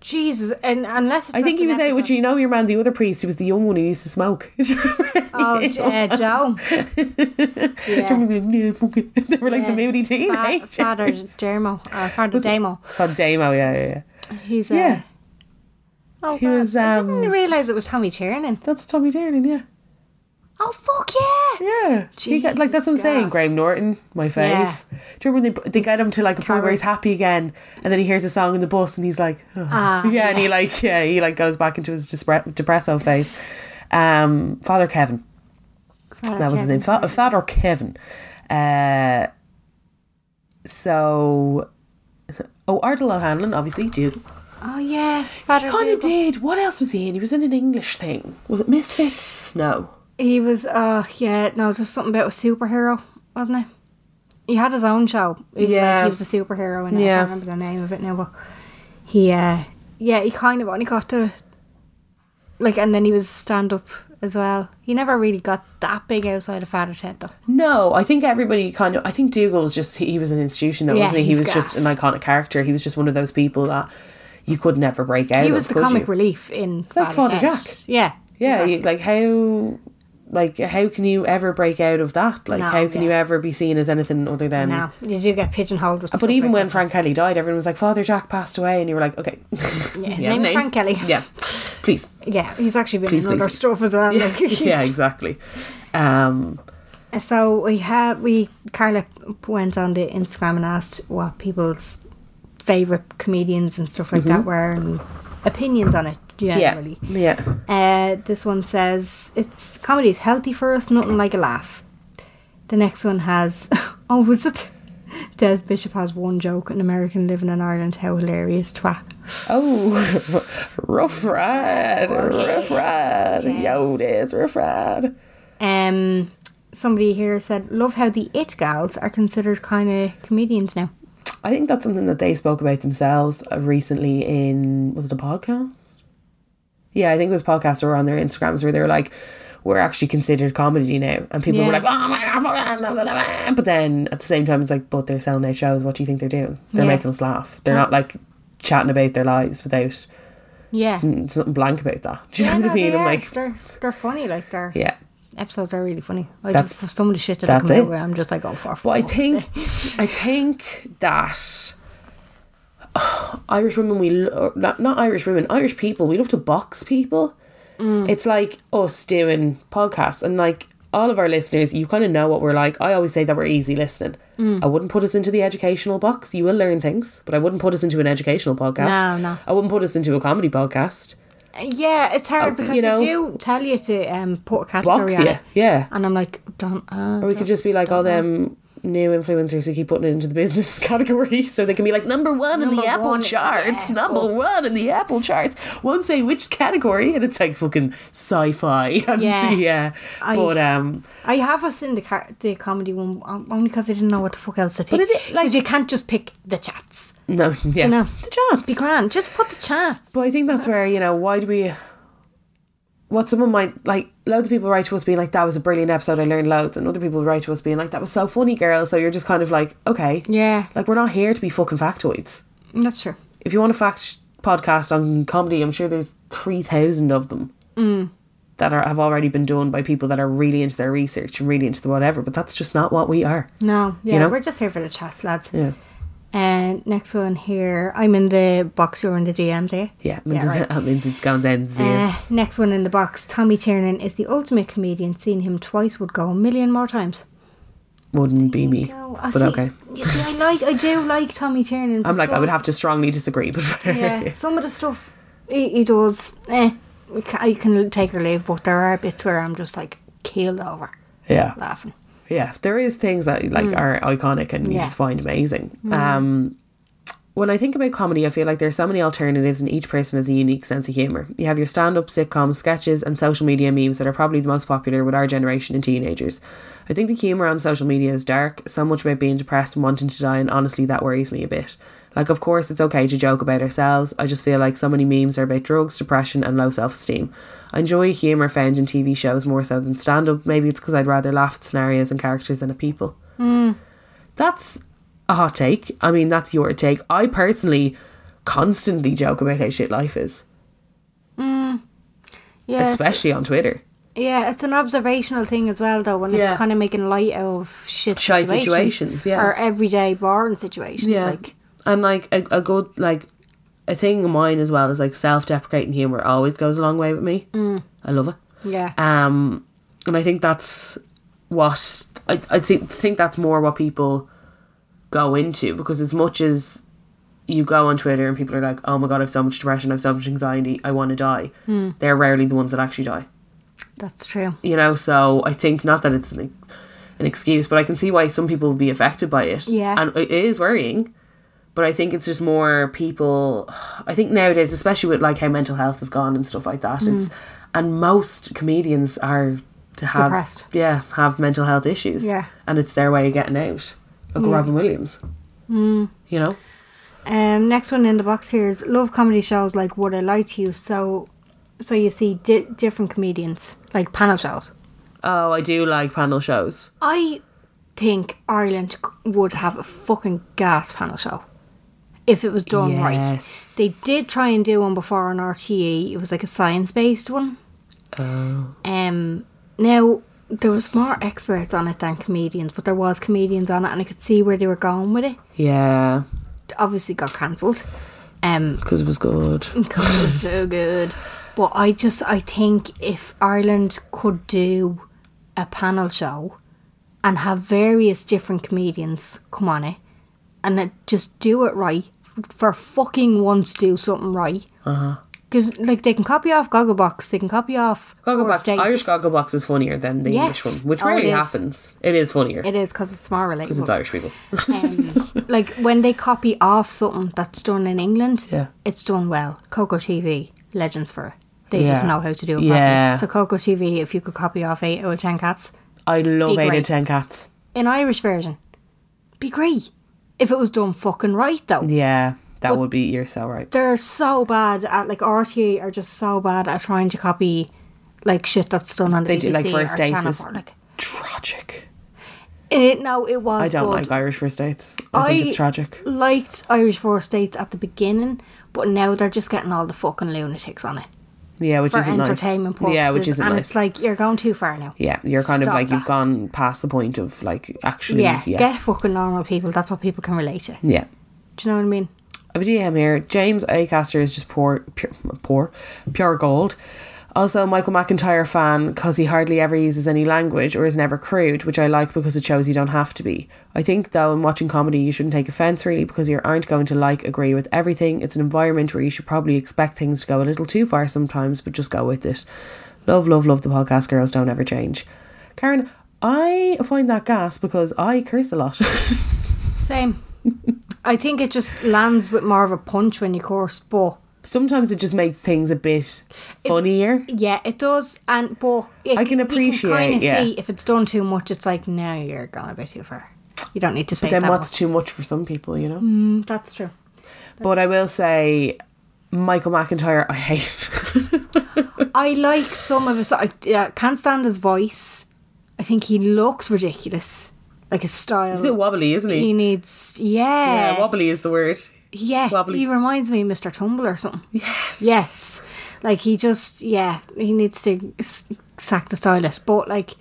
[SPEAKER 1] Jesus, and unless it's
[SPEAKER 2] I think
[SPEAKER 1] like
[SPEAKER 2] he
[SPEAKER 1] an
[SPEAKER 2] was out with
[SPEAKER 1] episode-
[SPEAKER 2] you know your man, the other priest. He was the young one who used to smoke. Do you
[SPEAKER 1] Oh, yeah, Joe. Oh, yeah.
[SPEAKER 2] remember? No, fuck it. they were like the moody
[SPEAKER 1] Fa-
[SPEAKER 2] teenagers.
[SPEAKER 1] Father Dermo, uh, Father Demo.
[SPEAKER 2] Father Damo, yeah, yeah, yeah.
[SPEAKER 1] He's uh,
[SPEAKER 2] Yeah.
[SPEAKER 1] Oh,
[SPEAKER 2] He
[SPEAKER 1] God,
[SPEAKER 2] was,
[SPEAKER 1] I
[SPEAKER 2] um,
[SPEAKER 1] didn't realise it was Tommy Tiernan.
[SPEAKER 2] That's Tommy Tiernan, yeah,
[SPEAKER 1] Oh fuck yeah!
[SPEAKER 2] yeah. He got, like that's what I'm
[SPEAKER 1] Jesus,
[SPEAKER 2] saying.
[SPEAKER 1] God.
[SPEAKER 2] Graham Norton, my fave.
[SPEAKER 1] Yeah.
[SPEAKER 2] Do you remember when they they get him to like a point where he's happy again, and then he hears a song in the bus, and he's like, oh. yeah, and he like yeah, he like goes back into his despre- depresso phase. Um, Father Kevin. that was his name. Fa- Father Kevin. Uh, so, so- oh, Ardal O'Hanlon, obviously, dude.
[SPEAKER 1] Oh yeah, Father
[SPEAKER 2] Kind of
[SPEAKER 1] Demo.
[SPEAKER 2] did. What else was he in? He was in an English thing. Was it Misfits? No.
[SPEAKER 1] He was. Oh yeah, no, just something about a superhero, wasn't it? He had his own show. He
[SPEAKER 2] Yeah.
[SPEAKER 1] was, like, he was a superhero, and
[SPEAKER 2] Yeah.
[SPEAKER 1] I can't remember the name of it now. But he, uh, yeah, he kind of only got to like, and then he was stand up as well. He never really got that big outside of Father Ted though.
[SPEAKER 2] No, I think everybody kind of. I think Dougal was just. He was an institution, though,
[SPEAKER 1] Yeah,
[SPEAKER 2] wasn't he? He
[SPEAKER 1] he's
[SPEAKER 2] was just an
[SPEAKER 1] gas.
[SPEAKER 2] iconic character. He was just one of those people that you could never break out
[SPEAKER 1] He
[SPEAKER 2] of,
[SPEAKER 1] was the
[SPEAKER 2] could
[SPEAKER 1] comic
[SPEAKER 2] you?
[SPEAKER 1] relief in
[SPEAKER 2] like Father
[SPEAKER 1] Ted.
[SPEAKER 2] Jack.
[SPEAKER 1] Yeah,
[SPEAKER 2] Yeah, you-
[SPEAKER 1] exactly.
[SPEAKER 2] like how like how can you ever break out of that? Like
[SPEAKER 1] No,
[SPEAKER 2] how can
[SPEAKER 1] yeah.
[SPEAKER 2] you ever be seen as anything other than
[SPEAKER 1] now you do get pigeonholed with.
[SPEAKER 2] um, But
[SPEAKER 1] stuff
[SPEAKER 2] even
[SPEAKER 1] like
[SPEAKER 2] when
[SPEAKER 1] that.
[SPEAKER 2] Frank Kelly died, everyone was like, Father Jack passed away, and you were like, okay,
[SPEAKER 1] yeah, his
[SPEAKER 2] Yeah.
[SPEAKER 1] name is
[SPEAKER 2] Name.
[SPEAKER 1] Frank Kelly.
[SPEAKER 2] yeah, please,
[SPEAKER 1] yeah, he's actually been
[SPEAKER 2] Please,
[SPEAKER 1] in other
[SPEAKER 2] please.
[SPEAKER 1] stuff as well. Like,
[SPEAKER 2] yeah, exactly. Um,
[SPEAKER 1] So we had we Carla went on the Instagram and asked what people's favorite comedians and stuff like that were and opinions on it
[SPEAKER 2] yeah,
[SPEAKER 1] generally.
[SPEAKER 2] yeah,
[SPEAKER 1] Uh, this one says it's comedy is healthy for us, nothing like a laugh. The next one has oh was it Des Bishop has one joke an American living in Ireland how hilarious twat.
[SPEAKER 2] Oh, rough ride, rough ride, yo, it is rough ride.
[SPEAKER 1] Um, somebody here said love how the it gals are considered kind of comedians now.
[SPEAKER 2] I think that's something that they spoke about themselves uh, recently in was it a podcast? Yeah, I think it was podcasts or on their Instagrams where they were like, "We're actually considered comedy now," and people were
[SPEAKER 1] Yeah.
[SPEAKER 2] like, "Oh my god!" fuck, blah, blah, blah." But then at the same time, it's like, "But they're selling out shows. What do you think they're doing? They're
[SPEAKER 1] Yeah.
[SPEAKER 2] making us laugh. They're not like chatting about their lives without
[SPEAKER 1] Yeah.
[SPEAKER 2] something blank about that." Do you know what I
[SPEAKER 1] no, they
[SPEAKER 2] mean? I'm
[SPEAKER 1] are.
[SPEAKER 2] like,
[SPEAKER 1] they're, they're funny, like they're
[SPEAKER 2] yeah.
[SPEAKER 1] episodes are really funny. I
[SPEAKER 2] That's-
[SPEAKER 1] just for some of the shit that they
[SPEAKER 2] that's
[SPEAKER 1] come
[SPEAKER 2] it.
[SPEAKER 1] out with, I'm just like, oh for.
[SPEAKER 2] But I
[SPEAKER 1] fuck's
[SPEAKER 2] think,
[SPEAKER 1] sake.
[SPEAKER 2] I think that oh, Irish women, we lo- not, not Irish women, Irish people, we love to box people.
[SPEAKER 1] Mm.
[SPEAKER 2] It's like us doing podcasts and like all of our listeners, you kind of know what we're like. I always say that we're easy listening.
[SPEAKER 1] Mm.
[SPEAKER 2] I wouldn't put us into the educational box. You will learn things, but I wouldn't put us into an educational podcast.
[SPEAKER 1] No, no.
[SPEAKER 2] I wouldn't put us into a comedy podcast.
[SPEAKER 1] yeah, it's hard
[SPEAKER 2] Uh,
[SPEAKER 1] because
[SPEAKER 2] you
[SPEAKER 1] they
[SPEAKER 2] know,
[SPEAKER 1] do tell you to um put a category
[SPEAKER 2] Box
[SPEAKER 1] on
[SPEAKER 2] you.
[SPEAKER 1] it,
[SPEAKER 2] Yeah.
[SPEAKER 1] and I'm like, don't. Uh,
[SPEAKER 2] Or we could just be like all them new influencers who keep putting it into the business category so they can be like number one in the
[SPEAKER 1] Number
[SPEAKER 2] Apple
[SPEAKER 1] one in the
[SPEAKER 2] charts, number
[SPEAKER 1] Apple.
[SPEAKER 2] one in the Apple charts. Won't say which category, and it's like fucking sci fi. And yeah.
[SPEAKER 1] Yeah. I-
[SPEAKER 2] but, um,
[SPEAKER 1] I have us in the ca- the comedy one um, only because I didn't know what the fuck else to pick.
[SPEAKER 2] But it i- like-
[SPEAKER 1] because you can't just pick the chats.
[SPEAKER 2] no, yeah.
[SPEAKER 1] know,
[SPEAKER 2] the chance.
[SPEAKER 1] Be grand, just put the chats.
[SPEAKER 2] But I think that's where, you know, why do we. What someone might like, loads of people write to us being like, that was a brilliant episode, I learned loads. And other people write to us being like, that was so funny, girl. So you're just kind of like, okay.
[SPEAKER 1] Yeah,
[SPEAKER 2] Like, we're not here to be fucking factoids.
[SPEAKER 1] not sure.
[SPEAKER 2] if you want a fact podcast on comedy, I'm sure there's three thousand of them
[SPEAKER 1] Mm.
[SPEAKER 2] that are have already been done by people that are really into their research and really into the whatever. But that's just not what we are.
[SPEAKER 1] No, yeah,
[SPEAKER 2] know?
[SPEAKER 1] we're just here for the chats, lads.
[SPEAKER 2] Yeah,
[SPEAKER 1] And next one here, I'm in the box. You're in the DMs, eh?
[SPEAKER 2] yeah. Means
[SPEAKER 1] right.
[SPEAKER 2] it's, it means it's gone down. to
[SPEAKER 1] Uh,
[SPEAKER 2] zero.
[SPEAKER 1] next one in the box, Tommy Tiernan is the ultimate comedian. Seeing him twice would go a million more times.
[SPEAKER 2] Wouldn't be me,
[SPEAKER 1] No, I
[SPEAKER 2] but
[SPEAKER 1] see-
[SPEAKER 2] okay.
[SPEAKER 1] You see, I like, I do like Tommy Tiernan.
[SPEAKER 2] I'm
[SPEAKER 1] but
[SPEAKER 2] like, I
[SPEAKER 1] some-
[SPEAKER 2] would have to strongly disagree, but
[SPEAKER 1] Yeah, some of the stuff he, he does, eh, we ca- I can take or leave. But there are bits where I'm just like keeled over
[SPEAKER 2] yeah.
[SPEAKER 1] laughing.
[SPEAKER 2] yeah there is things that like are iconic and you
[SPEAKER 1] Yeah.
[SPEAKER 2] just find amazing um when I think about comedy, I feel like there's so many alternatives, and each person has a unique sense of humor. You have your stand-up, sitcoms, sketches, and social media memes that are probably the most popular with our generation and teenagers. I think the humor on social media is dark, so much about being depressed and wanting to die, and honestly, that worries me a bit. Like, of course, it's okay to joke about ourselves. I just feel like so many memes are about drugs, depression, and low self esteem. I enjoy humour found in TV shows more so than stand up. Maybe it's because I'd rather laugh at scenarios and characters than at people. That's a hot take. I mean, that's your take. I personally constantly joke about how shit life is,
[SPEAKER 1] Yeah,
[SPEAKER 2] especially on Twitter.
[SPEAKER 1] Yeah, it's an observational thing as well, though, when
[SPEAKER 2] Yeah.
[SPEAKER 1] it's kind of making light of shit
[SPEAKER 2] Shite situations, yeah.
[SPEAKER 1] or everyday boring situations.
[SPEAKER 2] Yeah.
[SPEAKER 1] like
[SPEAKER 2] and like a, a good like a thing of mine as well is like self-deprecating humor always goes a long way with me mm. i love it
[SPEAKER 1] yeah,
[SPEAKER 2] um and i think that's what i, I think, think that's more what people go into because as much as you go on twitter and people are like oh my god i have so much depression i have so much anxiety i want to die they're rarely the ones that actually die
[SPEAKER 1] that's true.
[SPEAKER 2] you know so i think not that it's an, an excuse but i can see why some people would be affected by it
[SPEAKER 1] Yeah.
[SPEAKER 2] and it is worrying but i think it's just more people i think nowadays especially with like how mental health has gone and stuff like that it's
[SPEAKER 1] Mm.
[SPEAKER 2] and most comedians are to have
[SPEAKER 1] Depressed.
[SPEAKER 2] yeah have mental health issues
[SPEAKER 1] Yeah.
[SPEAKER 2] and it's their way of getting out like robin williams mm. you know
[SPEAKER 1] Um, next one in the box here is love comedy shows like Would I Lie to You? So, so you see di- different comedians like panel shows.
[SPEAKER 2] oh i do like panel shows
[SPEAKER 1] I think Ireland c- would have a fucking gas panel show if it was done
[SPEAKER 2] Yes.
[SPEAKER 1] right. They did try and E. do one before on RTE. It was like a science based one. Oh. Um. Now, there was more experts on it than comedians, but there was comedians on it and I could see where they were going with it.
[SPEAKER 2] Yeah,
[SPEAKER 1] It obviously got cancelled. Um,
[SPEAKER 2] because it was good.
[SPEAKER 1] because it was so good. But I just I think if Ireland could do a panel show and have various different comedians come on it and then just do it right for fucking once do something right. Uh-huh. Because like they can copy off Gogglebox, they can copy off Forest
[SPEAKER 2] Gogglebox,
[SPEAKER 1] Dates.
[SPEAKER 2] Irish Gogglebox is funnier than the
[SPEAKER 1] Yes.
[SPEAKER 2] English one, which
[SPEAKER 1] Oh, it
[SPEAKER 2] rarely
[SPEAKER 1] is.
[SPEAKER 2] happens. It is funnier
[SPEAKER 1] It is because it's more relatable.
[SPEAKER 2] because it's Irish people.
[SPEAKER 1] Um, like when they copy off something that's done in England,
[SPEAKER 2] Yeah.
[SPEAKER 1] it's done well. Coco TV, legends for it. They just
[SPEAKER 2] Yeah.
[SPEAKER 1] know how to do it
[SPEAKER 2] Yeah.
[SPEAKER 1] properly. So Coco TV, if you could copy off eight out of ten cats
[SPEAKER 2] I love
[SPEAKER 1] Be
[SPEAKER 2] eight
[SPEAKER 1] great.
[SPEAKER 2] and ten cats.
[SPEAKER 1] in Irish version, be great. If it was done fucking right though.
[SPEAKER 2] Yeah, that would be you're so right.
[SPEAKER 1] They're so bad at like RTA are just so bad at trying to copy like shit that's done on the
[SPEAKER 2] They do, like,
[SPEAKER 1] BBC
[SPEAKER 2] First
[SPEAKER 1] or
[SPEAKER 2] Dates
[SPEAKER 1] Channel
[SPEAKER 2] is-
[SPEAKER 1] four, like.
[SPEAKER 2] Tragic.
[SPEAKER 1] It, no, it was.
[SPEAKER 2] I don't
[SPEAKER 1] good.
[SPEAKER 2] like Irish first dates. I, think it's tragic.
[SPEAKER 1] liked Irish Forest States at the beginning, but now they're just getting all the fucking lunatics on it
[SPEAKER 2] Yeah, which
[SPEAKER 1] for
[SPEAKER 2] isn't nice.
[SPEAKER 1] entertainment purposes.
[SPEAKER 2] Yeah, which isn't
[SPEAKER 1] and
[SPEAKER 2] nice.
[SPEAKER 1] it's like you're going too far now.
[SPEAKER 2] yeah, you're kind of
[SPEAKER 1] Stop
[SPEAKER 2] like you've
[SPEAKER 1] that.
[SPEAKER 2] gone past the point of like actually.
[SPEAKER 1] Yeah,
[SPEAKER 2] Yeah, yeah.
[SPEAKER 1] get fucking normal people. That's what people can relate to. Do you know what I mean?
[SPEAKER 2] I have a DM here. James Acaster is just poor, pure, poor, pure gold. Also, Michael McIntyre fan because he hardly ever uses any language or is never crude, which I like because it shows you don't have to be. I think, though, in watching comedy, you shouldn't take offence really because you aren't going to like, agree with everything. It's an environment where you should probably expect things to go a little too far sometimes, but just go with it. Love, love, love the podcast. Girls don't ever change. Karen, I find that gas because I curse a lot.
[SPEAKER 1] Same. I think it just lands with more of a punch when you course, but
[SPEAKER 2] Sometimes it just makes things a bit funnier.
[SPEAKER 1] yeah, it does. And but it,
[SPEAKER 2] I can
[SPEAKER 1] You can
[SPEAKER 2] appreciate,
[SPEAKER 1] kinda
[SPEAKER 2] yeah.
[SPEAKER 1] see if it's done too much, it's like now you're going a bit too far. You don't need to say
[SPEAKER 2] then
[SPEAKER 1] that.
[SPEAKER 2] what's
[SPEAKER 1] much.
[SPEAKER 2] too much for some people, you know?
[SPEAKER 1] That's true.
[SPEAKER 2] But I will say, Michael McIntyre, I hate.
[SPEAKER 1] I like some of his. I uh, can't stand his voice. I think he looks ridiculous, like his style.
[SPEAKER 2] He's a bit wobbly, isn't
[SPEAKER 1] He
[SPEAKER 2] he?
[SPEAKER 1] needs, yeah,
[SPEAKER 2] Yeah, wobbly is the word.
[SPEAKER 1] yeah.
[SPEAKER 2] wobbly.
[SPEAKER 1] He reminds me of Mr. Tumble or something. Yes, yes. Like he just, yeah, he needs to s- sack the stylist. But like,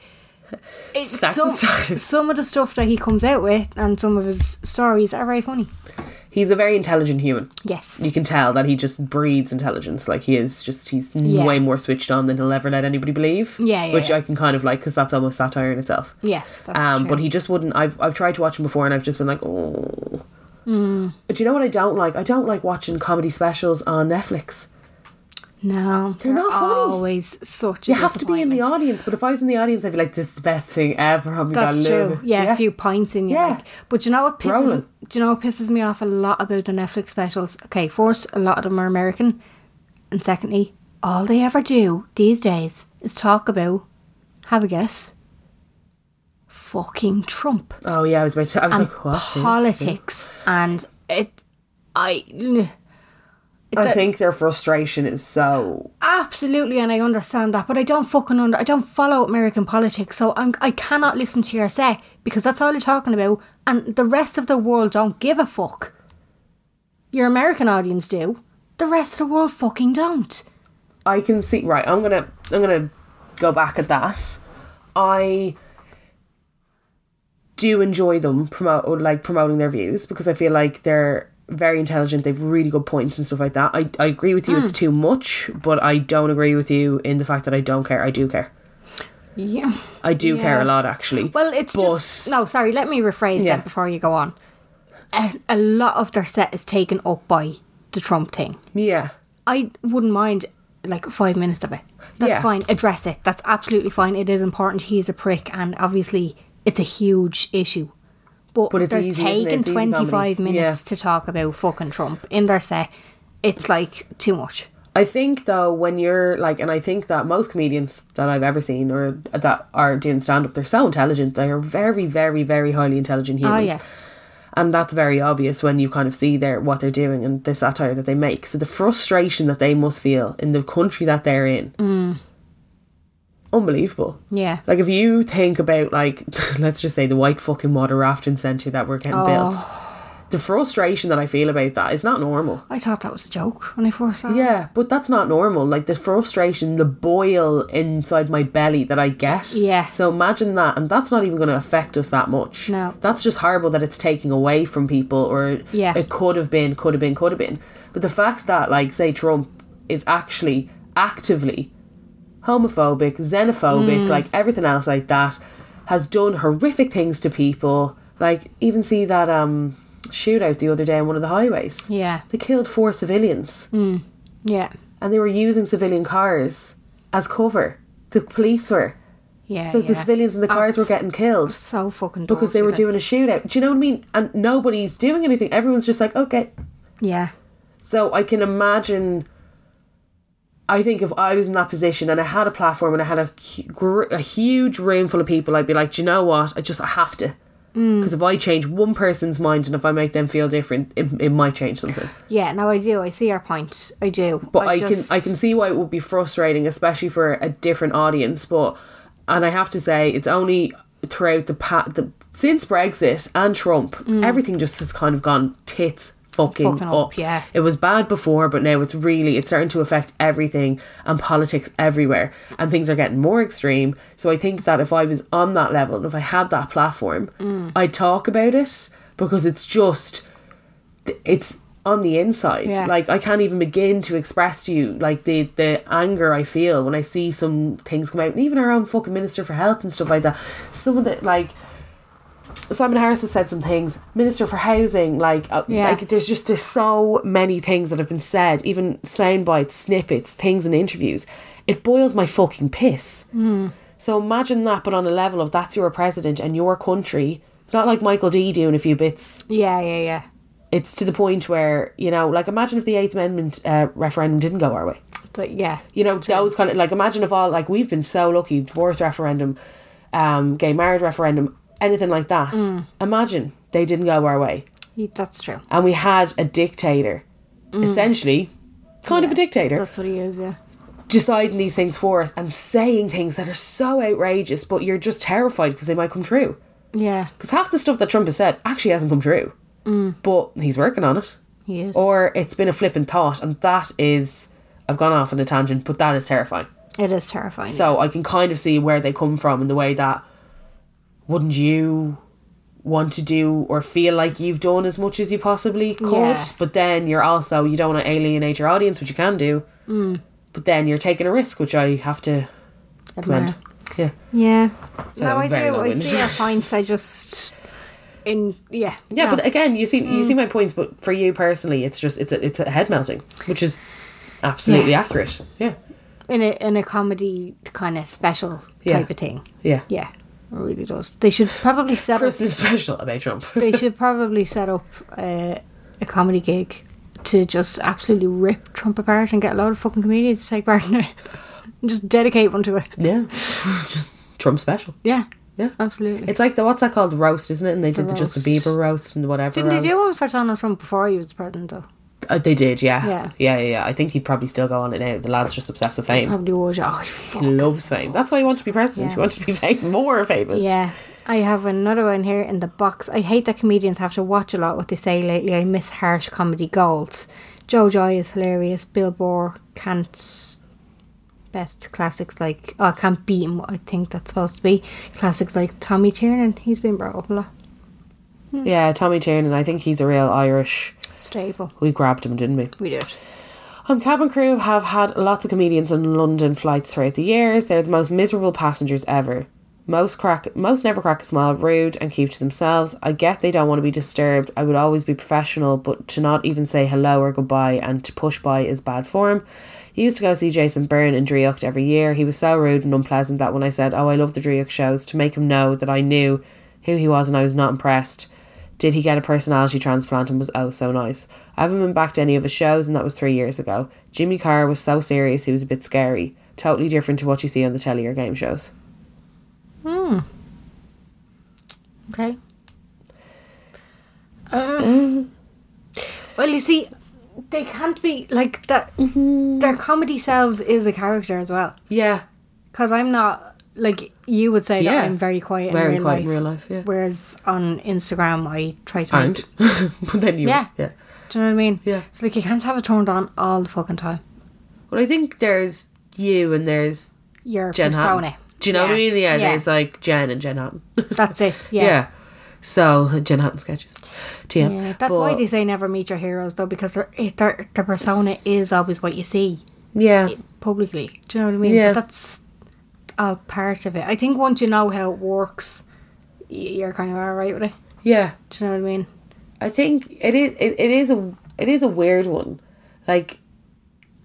[SPEAKER 1] it,
[SPEAKER 2] Sack
[SPEAKER 1] some,
[SPEAKER 2] the stylist.
[SPEAKER 1] some of the stuff that he comes out with and some of his stories are very funny.
[SPEAKER 2] He's a very intelligent human.
[SPEAKER 1] Yes,
[SPEAKER 2] You can tell that he just breeds intelligence. Like he is just, he's
[SPEAKER 1] Yeah.
[SPEAKER 2] way more switched on than he'll ever let anybody believe.
[SPEAKER 1] Yeah, yeah,
[SPEAKER 2] Which
[SPEAKER 1] yeah.
[SPEAKER 2] I can kind of like because that's almost satire in itself.
[SPEAKER 1] yes. That's
[SPEAKER 2] Um,
[SPEAKER 1] true.
[SPEAKER 2] but he just wouldn't. I've I've tried to watch him before, and I've just been like, oh. But you know what I don't like? I don't like watching comedy specials on Netflix.
[SPEAKER 1] no, they're,
[SPEAKER 2] not funny.
[SPEAKER 1] always such. a
[SPEAKER 2] You have to be in the
[SPEAKER 1] disappointment.
[SPEAKER 2] audience, but if I was in the audience, I'd be like, "This is the best thing ever." I'm
[SPEAKER 1] That's
[SPEAKER 2] gonna
[SPEAKER 1] true.
[SPEAKER 2] love it."
[SPEAKER 1] Yeah, a few pints in you.
[SPEAKER 2] Yeah.
[SPEAKER 1] Like, but you know what pisses
[SPEAKER 2] Rolling.
[SPEAKER 1] do you know what pisses me off a lot about the Netflix specials? Okay, first, a lot of them are American, and secondly, all they ever do these days is talk about. Have a guess. Fucking Trump
[SPEAKER 2] Oh yeah, I was about to. I was
[SPEAKER 1] and
[SPEAKER 2] like, "What?"
[SPEAKER 1] politics and it. I
[SPEAKER 2] I think their frustration is so.
[SPEAKER 1] absolutely, and I understand that, but I don't fucking under. I don't follow American politics, so I'm, I cannot listen to your say because that's all you're talking about, and the rest of the world don't give a fuck. Your American audience do. The rest of the world fucking don't.
[SPEAKER 2] I can see. Right, I'm gonna. I'm gonna go back at that. I do enjoy them promote or like promoting their views because I feel like they're very intelligent. They've really good points and stuff like that. I I agree with you.
[SPEAKER 1] Hmm.
[SPEAKER 2] It's too much, but I don't agree with you in the fact that I don't care. I do care.
[SPEAKER 1] Yeah.
[SPEAKER 2] I do care
[SPEAKER 1] Yeah.
[SPEAKER 2] a lot, actually.
[SPEAKER 1] Well, it's
[SPEAKER 2] but
[SPEAKER 1] just no. Sorry, let me rephrase
[SPEAKER 2] Yeah.
[SPEAKER 1] that before you go on. A, a lot of their set is taken up by the Trump thing.
[SPEAKER 2] yeah.
[SPEAKER 1] I wouldn't mind like five minutes of it. That's
[SPEAKER 2] Yeah.
[SPEAKER 1] fine. Address it. That's absolutely fine. It is important. He is a prick, and obviously, it's a huge issue. But,
[SPEAKER 2] But it's
[SPEAKER 1] they're
[SPEAKER 2] easy, isn't it?
[SPEAKER 1] taking
[SPEAKER 2] It's easy comedy.
[SPEAKER 1] twenty five minutes
[SPEAKER 2] Yeah.
[SPEAKER 1] to talk about fucking Trump in their set. It's like too much.
[SPEAKER 2] I think though when you're like, and I think that most comedians that I've ever seen or that are doing stand up, they're so intelligent. They are very, very, very highly intelligent humans.
[SPEAKER 1] Oh yeah,
[SPEAKER 2] And that's very obvious when you kind of see their what they're doing and the satire that they make. So the frustration that they must feel in the country that they're in,
[SPEAKER 1] Mm.
[SPEAKER 2] unbelievable.
[SPEAKER 1] yeah.
[SPEAKER 2] Like if
[SPEAKER 1] Oh.
[SPEAKER 2] you think about like let's just say the white fucking water rafting centre that we're getting built. the frustration that I feel about that is not normal.
[SPEAKER 1] I thought that was a joke when I first saw it.
[SPEAKER 2] Yeah, but that's not normal. Like the frustration, the boil inside my belly that I get.
[SPEAKER 1] Yeah.
[SPEAKER 2] So imagine that, and that's not even going to affect us that much.
[SPEAKER 1] No.
[SPEAKER 2] That's just horrible that it's taking away from people, or
[SPEAKER 1] Yeah.
[SPEAKER 2] it could have been, could have been, could have been. But the fact that, like, say Trump is actually actively homophobic,
[SPEAKER 1] Mm.
[SPEAKER 2] xenophobic, like everything else like that, has done horrific things to people. Like even see that um shootout the other day on one of the highways.
[SPEAKER 1] Yeah.
[SPEAKER 2] They killed four civilians
[SPEAKER 1] Yeah.
[SPEAKER 2] and they were using civilian cars as cover. The police were.
[SPEAKER 1] Yeah.
[SPEAKER 2] So
[SPEAKER 1] yeah.
[SPEAKER 2] the civilians in the cars were
[SPEAKER 1] That's
[SPEAKER 2] getting killed
[SPEAKER 1] So fucking
[SPEAKER 2] because they
[SPEAKER 1] dorky,
[SPEAKER 2] were
[SPEAKER 1] like.
[SPEAKER 2] doing a shootout. Do you know what I mean? And nobody's doing anything. Everyone's just like, okay,
[SPEAKER 1] Yeah.
[SPEAKER 2] so I can imagine. I think if I was in that position and I had a platform and I had a, hu- gr- a huge room full of people, I'd be like, do you know what? I just I have to.
[SPEAKER 1] Mm.
[SPEAKER 2] Because if I change one person's mind and if I make them feel different, it, it might change something.
[SPEAKER 1] Yeah, no, I do. I see your point. I do.
[SPEAKER 2] But I,
[SPEAKER 1] just-
[SPEAKER 2] can I can see why it would be frustrating, especially for a different audience. But and I have to say, it's only throughout the pa- the since Brexit and Trump, everything just has kind of gone tits fucking,
[SPEAKER 1] Mm. Fucking
[SPEAKER 2] up.
[SPEAKER 1] up, yeah.
[SPEAKER 2] it was bad before, but now it's really it's starting to affect everything and politics everywhere, and things are getting more extreme. So I think that if I was on that level and if I had that platform,
[SPEAKER 1] Mm.
[SPEAKER 2] I'd talk about it because it's just it's on the inside.
[SPEAKER 1] Yeah.
[SPEAKER 2] Like I can't even begin to express to you like the the anger I feel when I see some things come out, and even our own fucking minister for health and stuff like that. Some of the like. Simon Harris has said some things. Minister for Housing, like, uh,
[SPEAKER 1] Yeah.
[SPEAKER 2] like there's just there's so many things that have been said, even sound bites, snippets, things in interviews. It boils my fucking piss.
[SPEAKER 1] Hmm.
[SPEAKER 2] So imagine that, but on a level of that's your president and your country. It's not like Michael D doing a few bits
[SPEAKER 1] Yeah, yeah, yeah.
[SPEAKER 2] it's to the point where you know like imagine if the eighth amendment uh, referendum didn't go our way
[SPEAKER 1] But yeah.
[SPEAKER 2] you know those kind of like imagine if all like we've been so lucky divorce referendum um gay marriage referendum anything like that imagine they didn't go our way
[SPEAKER 1] You- That's true.
[SPEAKER 2] and we had a dictator essentially kind of a dictator
[SPEAKER 1] That's what he is, yeah.
[SPEAKER 2] deciding these things for us and saying things that are so outrageous but you're just terrified because they might come true
[SPEAKER 1] Yeah.
[SPEAKER 2] because half the stuff that trump has said actually hasn't come true but he's working on it
[SPEAKER 1] He is.
[SPEAKER 2] or it's been a flipping thought and that is i've gone off on a tangent but that is terrifying
[SPEAKER 1] it is terrifying.
[SPEAKER 2] so i can kind of see where they come from and the way that wouldn't you want to do or feel like you've done as much as you possibly could
[SPEAKER 1] Yeah.
[SPEAKER 2] but then you're also you don't want to alienate your audience which you can do but then you're taking a risk which i have to commend yeah
[SPEAKER 1] yeah.
[SPEAKER 2] that was
[SPEAKER 1] no, I do.
[SPEAKER 2] very
[SPEAKER 1] I
[SPEAKER 2] long-winded.
[SPEAKER 1] see your point. I just. In. Yeah.
[SPEAKER 2] yeah Mm.
[SPEAKER 1] no.
[SPEAKER 2] but again you see you see my points but for you personally it's just it's a, it's a head melting which is absolutely accurate yeah
[SPEAKER 1] in a in a comedy kind of special
[SPEAKER 2] Yeah.
[SPEAKER 1] type of thing.
[SPEAKER 2] yeah
[SPEAKER 1] Yeah, it really does. They should probably set
[SPEAKER 2] Christmas special about Trump.
[SPEAKER 1] up. They should probably set up uh, a comedy gig to just absolutely rip Trump apart and get a lot of fucking comedians to take part in it. And just dedicate one to it.
[SPEAKER 2] Yeah, just Trump special.
[SPEAKER 1] Yeah,
[SPEAKER 2] Yeah,
[SPEAKER 1] absolutely.
[SPEAKER 2] It's like the what's that called? The roast, isn't it? And they did the Justin
[SPEAKER 1] roast.
[SPEAKER 2] Bieber roast and whatever.
[SPEAKER 1] Didn't they do one
[SPEAKER 2] else.
[SPEAKER 1] for Donald Trump before he was president though?
[SPEAKER 2] Uh, they did, yeah.
[SPEAKER 1] Yeah.
[SPEAKER 2] yeah, yeah, yeah. I think he'd probably still go on it now. The lad's just obsessed with fame.
[SPEAKER 1] Probably would. Oh, fuck.
[SPEAKER 2] He loves fame. That's why he wants to be president.
[SPEAKER 1] Yeah.
[SPEAKER 2] He wants to be fame, more famous.
[SPEAKER 1] Yeah. I have another one here in the box. I hate that comedians have to watch a lot what they say lately. I miss harsh comedy gold. Joe Joy is hilarious. Bill Burr can't best classics like oh, I can't beat him. I think that's supposed to be classics like Tommy Tiernan. He's been brought up a lot.
[SPEAKER 2] yeah. Tommy Tiernan. I think he's a real Irish.
[SPEAKER 1] Stable.
[SPEAKER 2] We grabbed him, didn't we?
[SPEAKER 1] We did.
[SPEAKER 2] Um, cabin crew have had lots of comedians on London flights throughout the years. They're the most miserable passengers ever. Most crack, most never crack a smile, rude and keep to themselves. I get they don't want to be disturbed. I would always be professional, but to not even say hello or goodbye and to push by is bad form. He used to go see Jason Byrne in Driocht every year. He was so rude and unpleasant that when I said, "Oh, I love the Driocht shows," to make him know that I knew who he was and I was not impressed. Did he get a personality transplant and was oh so nice? I haven't been back to any of his shows, and that was three years ago. Jimmy Carr was so serious, he was a bit scary. Totally different to what you see on the telly or game shows.
[SPEAKER 1] Okay. Uh,
[SPEAKER 2] Mm-hmm.
[SPEAKER 1] well, you see, they can't be
[SPEAKER 2] Mm-hmm.
[SPEAKER 1] like that. Their comedy selves is a character as well.
[SPEAKER 2] Yeah,
[SPEAKER 1] Because I'm not like you would say
[SPEAKER 2] Yeah.
[SPEAKER 1] that I'm very quiet
[SPEAKER 2] Very
[SPEAKER 1] in real
[SPEAKER 2] quiet
[SPEAKER 1] life.
[SPEAKER 2] in real life, yeah.
[SPEAKER 1] Whereas on Instagram, I try to.
[SPEAKER 2] Aren't.
[SPEAKER 1] Make,
[SPEAKER 2] but then you.
[SPEAKER 1] Yeah.
[SPEAKER 2] Yeah.
[SPEAKER 1] do you know what I mean?
[SPEAKER 2] Yeah.
[SPEAKER 1] It's like you can't have it turned on all the fucking time.
[SPEAKER 2] Well, I think there's you and there's
[SPEAKER 1] Your
[SPEAKER 2] Jen
[SPEAKER 1] persona.
[SPEAKER 2] Hatton. Do you know what I mean? Yeah, there's like Jen and Jen Hatton.
[SPEAKER 1] that's it. Yeah.
[SPEAKER 2] Yeah. So Jen Hatton sketches. TM.
[SPEAKER 1] Yeah, that's
[SPEAKER 2] But-
[SPEAKER 1] why they say never meet your heroes though, because their it- their their persona is always what you see
[SPEAKER 2] Yeah.
[SPEAKER 1] publicly. Do you know what I mean?
[SPEAKER 2] Yeah.
[SPEAKER 1] But that's all part of it. I think once you know how it works, y- you're kind of alright with it.
[SPEAKER 2] Yeah.
[SPEAKER 1] Do you know what I mean?
[SPEAKER 2] I think it is it, it is a it is a weird one. Like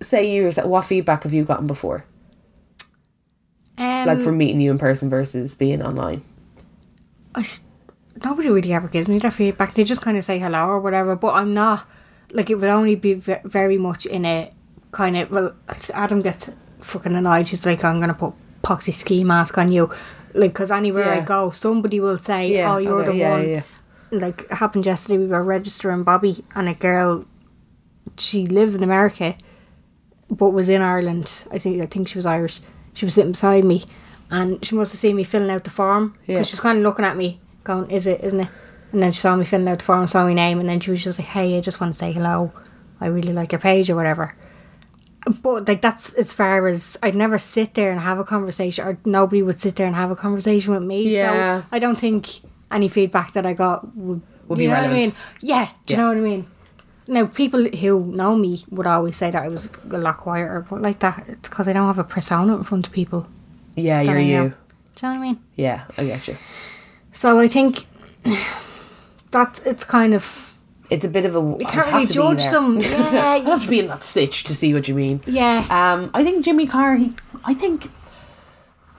[SPEAKER 2] say you yourself what feedback have you gotten before?
[SPEAKER 1] Um,
[SPEAKER 2] Like from meeting you in person versus being online.
[SPEAKER 1] I s nobody really ever gives me their feedback. They just kind of say hello or whatever. But I'm not like it would only be ve- very much in a kind of well. Adam gets fucking annoyed. He's like, I'm gonna put poxy ski mask on you, like because anywhere I
[SPEAKER 2] Yeah.
[SPEAKER 1] go, somebody will say,
[SPEAKER 2] Yeah,
[SPEAKER 1] Oh, you're
[SPEAKER 2] okay,
[SPEAKER 1] the
[SPEAKER 2] yeah,
[SPEAKER 1] one.
[SPEAKER 2] yeah, yeah.
[SPEAKER 1] Like it happened yesterday, we were registering Bobby and a girl. She lives in America but was in Ireland. I think I think she was Irish. She was sitting beside me, and she must have seen me filling out the form because
[SPEAKER 2] Yeah.
[SPEAKER 1] she was kind of looking at me, going, "Is it? Isn't it?" And then she saw me filling out the form, saw my name, and then she was just like, "Hey, I just want to say hello. I really like your page or whatever." But like that's as far as I'd never sit there and have a conversation, or nobody would sit there and have a conversation with me.
[SPEAKER 2] Yeah.
[SPEAKER 1] So I don't think any feedback that I got would,
[SPEAKER 2] Would be
[SPEAKER 1] you know what I mean?
[SPEAKER 2] relevant.
[SPEAKER 1] Yeah, do you know what I mean? Now, people who know me would always say that I was a lot quieter, but like that, it's because I don't have a persona in front of people.
[SPEAKER 2] Yeah,
[SPEAKER 1] that
[SPEAKER 2] you're
[SPEAKER 1] I know.
[SPEAKER 2] you.
[SPEAKER 1] Do you know what I mean?
[SPEAKER 2] Yeah, I get you.
[SPEAKER 1] So I think that's it's kind of
[SPEAKER 2] It's a bit of a you
[SPEAKER 1] can't really judge them. Yeah,
[SPEAKER 2] I'd have to be in that sitch to see what you mean.
[SPEAKER 1] yeah.
[SPEAKER 2] Um, I think Jimmy Carr. He, I think,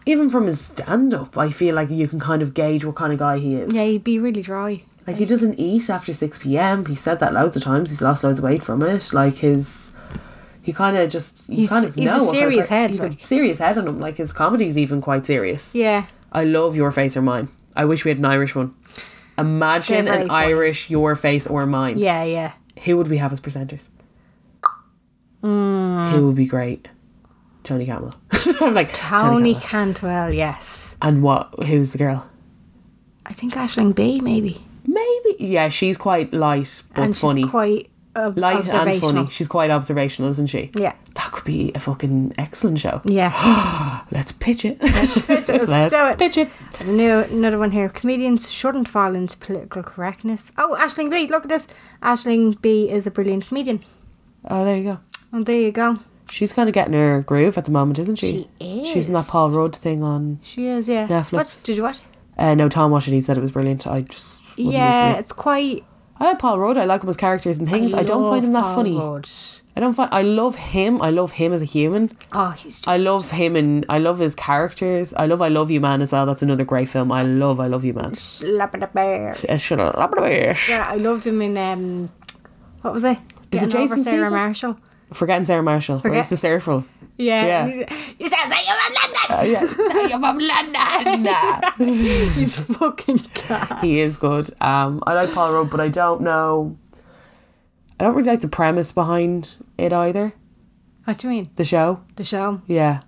[SPEAKER 2] even from his stand-up, I feel like you can kind of gauge what kind of guy he is.
[SPEAKER 1] yeah, you'd be really dry.
[SPEAKER 2] Like he doesn't eat after six p.m. He said that loads of times. He's lost loads of weight from it. Like his, he kind of just you
[SPEAKER 1] He's-
[SPEAKER 2] kind of
[SPEAKER 1] he's a
[SPEAKER 2] know what kind of
[SPEAKER 1] serious
[SPEAKER 2] per-
[SPEAKER 1] head,
[SPEAKER 2] He's
[SPEAKER 1] like.
[SPEAKER 2] a serious head on him. Like his comedy's even quite serious.
[SPEAKER 1] Yeah,
[SPEAKER 2] I love Your Face or Mine. I wish we had an Irish one. Imagine
[SPEAKER 1] They're very
[SPEAKER 2] an
[SPEAKER 1] funny.
[SPEAKER 2] Irish Your Face or Mine.
[SPEAKER 1] yeah, yeah.
[SPEAKER 2] Who would we have as presenters?
[SPEAKER 1] Hmm.
[SPEAKER 2] Who would be great? Tony Campbell. I'm like Tony.
[SPEAKER 1] Tony
[SPEAKER 2] Campbell.
[SPEAKER 1] Cantwell, yes.
[SPEAKER 2] and what? Who's the girl?
[SPEAKER 1] I think Ashling B maybe,
[SPEAKER 2] Maybe. Yeah, she's quite light but
[SPEAKER 1] and
[SPEAKER 2] funny.
[SPEAKER 1] she's quite uh,
[SPEAKER 2] light and
[SPEAKER 1] observational.
[SPEAKER 2] funny. She's quite observational, isn't she?
[SPEAKER 1] Yeah.
[SPEAKER 2] That could be a fucking excellent show.
[SPEAKER 1] Yeah.
[SPEAKER 2] Let's pitch it. Let's
[SPEAKER 1] pitch it. Let's do it.
[SPEAKER 2] pitch it.
[SPEAKER 1] No, another one here. Comedians shouldn't fall into political correctness. Oh, Ashling B, look at this. Ashling B is a brilliant comedian.
[SPEAKER 2] Oh, there you go.
[SPEAKER 1] And there you go.
[SPEAKER 2] She's kind of getting her groove at the moment, isn't she?
[SPEAKER 1] She
[SPEAKER 2] She's in that
[SPEAKER 1] is.
[SPEAKER 2] Paul Rudd thing on.
[SPEAKER 1] She is, yeah.
[SPEAKER 2] Netflix.
[SPEAKER 1] What did you watch?
[SPEAKER 2] Uh, no, Tom Washington said it was brilliant. I just wouldn't
[SPEAKER 1] yeah,
[SPEAKER 2] usually-
[SPEAKER 1] it's quite.
[SPEAKER 2] I like Paul Rudd. I like him as characters and things. I, don't find him that
[SPEAKER 1] Paul
[SPEAKER 2] funny.
[SPEAKER 1] Rudd.
[SPEAKER 2] I don't find. I love him. I love him as a human.
[SPEAKER 1] Oh, he's. Just,
[SPEAKER 2] I love him and I love his characters. I love I Love You Man as well. That's another great film. I love I Love You Man.
[SPEAKER 1] Slap it up there.
[SPEAKER 2] Uh, shut up.
[SPEAKER 1] Yeah, I loved him in um, what was it?
[SPEAKER 2] Is it
[SPEAKER 1] Getting Over
[SPEAKER 2] Jason
[SPEAKER 1] Sarah
[SPEAKER 2] Segel?
[SPEAKER 1] Marshall?
[SPEAKER 2] Forgetting Sarah Marshall.
[SPEAKER 1] Forget-
[SPEAKER 2] Where's the Sarah
[SPEAKER 1] Yeah.
[SPEAKER 2] Yeah. Uh,
[SPEAKER 1] You said that you were London.
[SPEAKER 2] yeah.
[SPEAKER 1] You're from London.
[SPEAKER 2] nah.
[SPEAKER 1] he's fucking cat.
[SPEAKER 2] He is good. Um, I like Paul Rudd, but I don't know. I don't really like the premise behind it either.
[SPEAKER 1] What do you mean?
[SPEAKER 2] The show.
[SPEAKER 1] The show.
[SPEAKER 2] Yeah.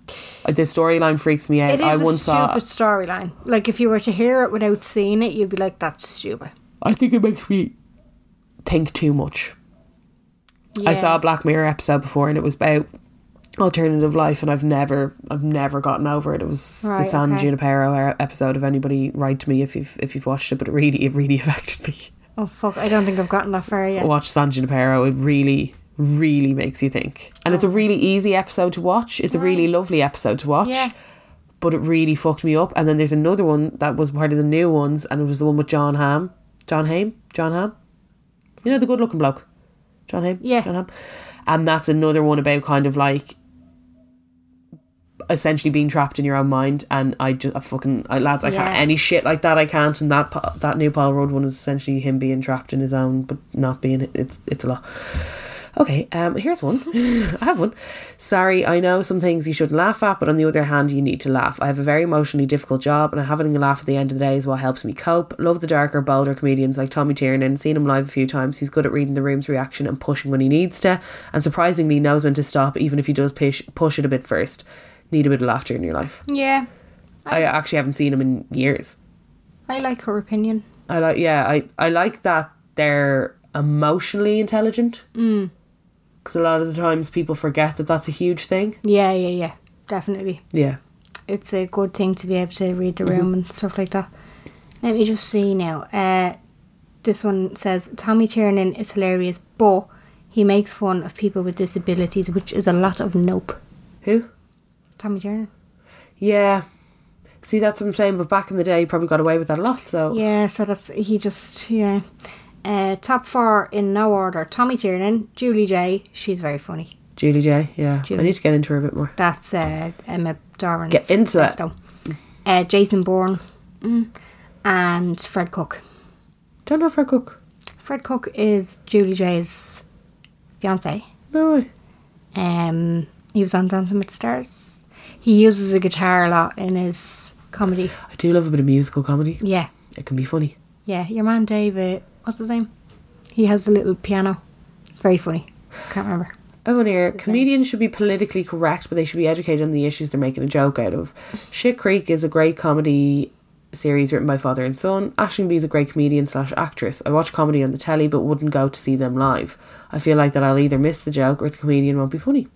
[SPEAKER 2] Uh, The storyline freaks me out.
[SPEAKER 1] It is
[SPEAKER 2] I
[SPEAKER 1] a
[SPEAKER 2] once saw.
[SPEAKER 1] stupid storyline. Like if you were to hear it without seeing it, you'd be like, "That's stupid."
[SPEAKER 2] I think it makes me think too much. I saw a Black Mirror episode before, and it was about alternative life, and I've never, I've never gotten over it. It was the
[SPEAKER 1] Right,
[SPEAKER 2] San
[SPEAKER 1] okay.
[SPEAKER 2] Junipero e- episode. If anybody write to me if you've if you've watched it, but it really, it really affected me.
[SPEAKER 1] Oh fuck! I don't think I've gotten that far yet.
[SPEAKER 2] Watch San Junipero. It really, really makes you think, and
[SPEAKER 1] Oh.
[SPEAKER 2] it's a really easy episode to watch. It's a really lovely episode to watch.
[SPEAKER 1] Yeah.
[SPEAKER 2] But it really fucked me up. And then there's another one that was part of the new ones, and it was the one with John Ham, John Haim, John Ham. You know the good-looking bloke, John Haim.
[SPEAKER 1] Yeah.
[SPEAKER 2] John Hamm. And that's another one about kind of like essentially being trapped in your own mind. And I just I fucking I, lads, I
[SPEAKER 1] Yeah.
[SPEAKER 2] can't any shit like that. I can't. And that pa- that new Paul Rudd one is essentially him being trapped in his own, but not being. It's it's a lot. Okay, um, here's one. I have one. Sorry, I know some things you shouldn't laugh at, but on the other hand, you need to laugh. I have a very emotionally difficult job, and having a laugh at the end of the day is what helps me cope. Love the darker, bolder comedians like Tommy Tiernan. Seen him live a few times. He's good at reading the room's reaction and pushing when he needs to, and surprisingly knows when to stop, even if he does push push it a bit first. Need a bit of laughter in your life.
[SPEAKER 1] Yeah,
[SPEAKER 2] I actually haven't seen him in years.
[SPEAKER 1] I like her opinion.
[SPEAKER 2] I like yeah, I I like that they're emotionally intelligent. Mm. Cuz a lot of the times people forget that that's a huge thing.
[SPEAKER 1] Yeah, yeah, yeah. Definitely.
[SPEAKER 2] Yeah.
[SPEAKER 1] It's a good thing to be able to read the
[SPEAKER 2] Mm-hmm.
[SPEAKER 1] room and stuff like that. Let me just see now. Uh, this one says Tommy Tiernan is hilarious, but he makes fun of people with disabilities, which is a lot of nope.
[SPEAKER 2] Who?
[SPEAKER 1] Tommy Tiernan.
[SPEAKER 2] Yeah. See, that's what I'm saying, but back in the day, you probably got away with that a lot, so.
[SPEAKER 1] Yeah, so that's he just yeah. Uh, top four in no order: Tommy Tiernan, Julie J. She's very funny.
[SPEAKER 2] Julie J, yeah. I
[SPEAKER 1] Julie.
[SPEAKER 2] need to get into her a bit more.
[SPEAKER 1] That's uh, Emma Doran's
[SPEAKER 2] Get into it.
[SPEAKER 1] pesto. Uh, Jason Bourne mm, and Fred Cook.
[SPEAKER 2] Don't know if I cook.
[SPEAKER 1] Fred Cook is Julie J's fiance.
[SPEAKER 2] No way.
[SPEAKER 1] Um, he was on Dancing with the Stars. He uses a guitar a lot in his comedy.
[SPEAKER 2] I do love a bit of musical comedy.
[SPEAKER 1] Yeah,
[SPEAKER 2] It can be funny.
[SPEAKER 1] yeah. Your man David, what's his name? He has a little piano. It's very funny. Can't remember.
[SPEAKER 2] Over here, Oh, comedians should be politically correct, but they should be educated on the issues they're making a joke out of. Shit Creek is a great comedy series written by father and son. Ashling B is a great comedian slash actress. I watch comedy on the telly, but wouldn't go to see them live. I feel like that I'll either miss the joke or the comedian won't be funny.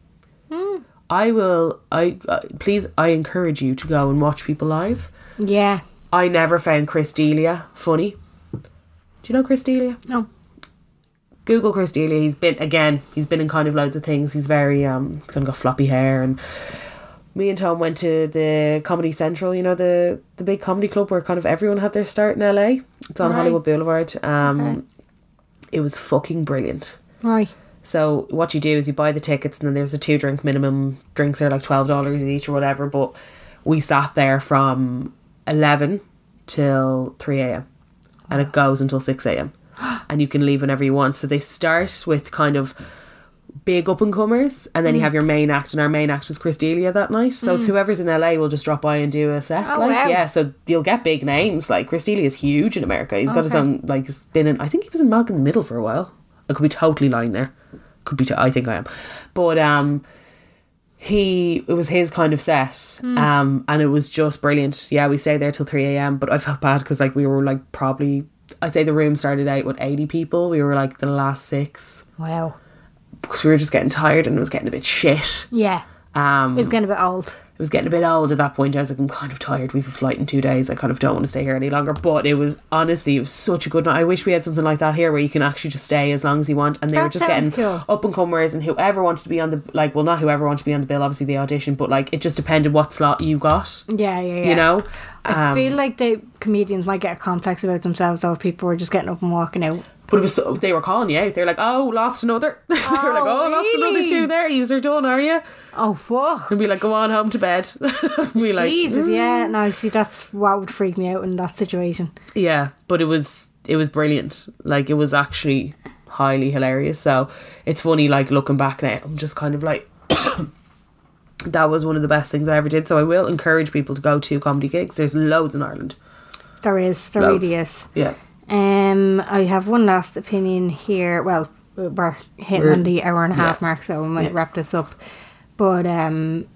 [SPEAKER 2] I will. I uh, please. I encourage you to go and watch people live.
[SPEAKER 1] Yeah.
[SPEAKER 2] I never found Chris Delia funny. Do you know Chris Delia?
[SPEAKER 1] No.
[SPEAKER 2] Google Chris D'Elia. He's been again. He's been in kind of loads of things. He's very um. He's kind of got floppy hair and. Me and Tom went to the Comedy Central, you know the the big comedy club where kind of everyone had their start in LA. It's on
[SPEAKER 1] Right.
[SPEAKER 2] Hollywood Boulevard. Um, it was fucking brilliant.
[SPEAKER 1] Right.
[SPEAKER 2] So what you do is you buy the tickets and then there's a two drink minimum. Drinks are like twelve dollars each or whatever. But we sat there from eleven till three a.m. and it goes until six a.m. and you can leave whenever you want. So they start with kind of big up and comers, and
[SPEAKER 1] Mm.
[SPEAKER 2] then you have your main act. And our main act was Chris D'Elia that night. So it's whoever's in LA will just drop by and do a set.
[SPEAKER 1] Oh,
[SPEAKER 2] like
[SPEAKER 1] wow.
[SPEAKER 2] yeah, so you'll get big names. Like Chris D'Elia is huge in America. He's got his
[SPEAKER 1] Okay.
[SPEAKER 2] own like he's been in. I think he was in Malcolm in the Middle for a while. I could be totally lying there. Could be. T- I think I am, but um, he it was his kind of set,
[SPEAKER 1] Mm.
[SPEAKER 2] um, and it was just brilliant. Yeah, we stayed there till three a.m. But I felt bad because like we were like probably I'd say the room started out with eighty people. We were like the last six
[SPEAKER 1] Wow.
[SPEAKER 2] because we were just getting tired and it was getting a bit shit.
[SPEAKER 1] Yeah.
[SPEAKER 2] Um,
[SPEAKER 1] He's getting a bit old.
[SPEAKER 2] it was getting a bit old at that point. I was like, I'm kind of tired. We have a flight in two days. I kind of don't want to stay here any longer. But it was honestly, it was such a good night. I wish we had something like that here where you can actually just stay as long as you want. And they were
[SPEAKER 1] That
[SPEAKER 2] just
[SPEAKER 1] sounds
[SPEAKER 2] getting
[SPEAKER 1] cool.
[SPEAKER 2] up and comers and whoever wanted to be on the like, well, not whoever wanted to be on the bill. Obviously, the audition, but like it just depended what slot you got.
[SPEAKER 1] Yeah, yeah, yeah.
[SPEAKER 2] You know,
[SPEAKER 1] I
[SPEAKER 2] Um,
[SPEAKER 1] feel like the comedians might get a complex about themselves though if people were just getting up and walking out.
[SPEAKER 2] But it was so, they were calling you out. They're like, oh, lost another. they were like, oh,
[SPEAKER 1] Oh,
[SPEAKER 2] lost another
[SPEAKER 1] really?
[SPEAKER 2] two there. You're done, are you?
[SPEAKER 1] Oh fuck.
[SPEAKER 2] And be like, go on home to bed. be like, "Mm."
[SPEAKER 1] Jesus, yeah. No, see that's what would freak me out in that situation.
[SPEAKER 2] Yeah, but it was it was brilliant. Like it was actually highly hilarious. So it's funny, like looking back now, I'm just kind of like that was one of the best things I ever did. So I will encourage people to go to comedy gigs. There's loads in Ireland.
[SPEAKER 1] There is, there
[SPEAKER 2] Loads.
[SPEAKER 1] really is.
[SPEAKER 2] Yeah.
[SPEAKER 1] Um, I have one last opinion here. Well, we're hitting
[SPEAKER 2] We're-
[SPEAKER 1] on the hour and a half
[SPEAKER 2] yeah.
[SPEAKER 1] mark, so we might wrap this up. But um,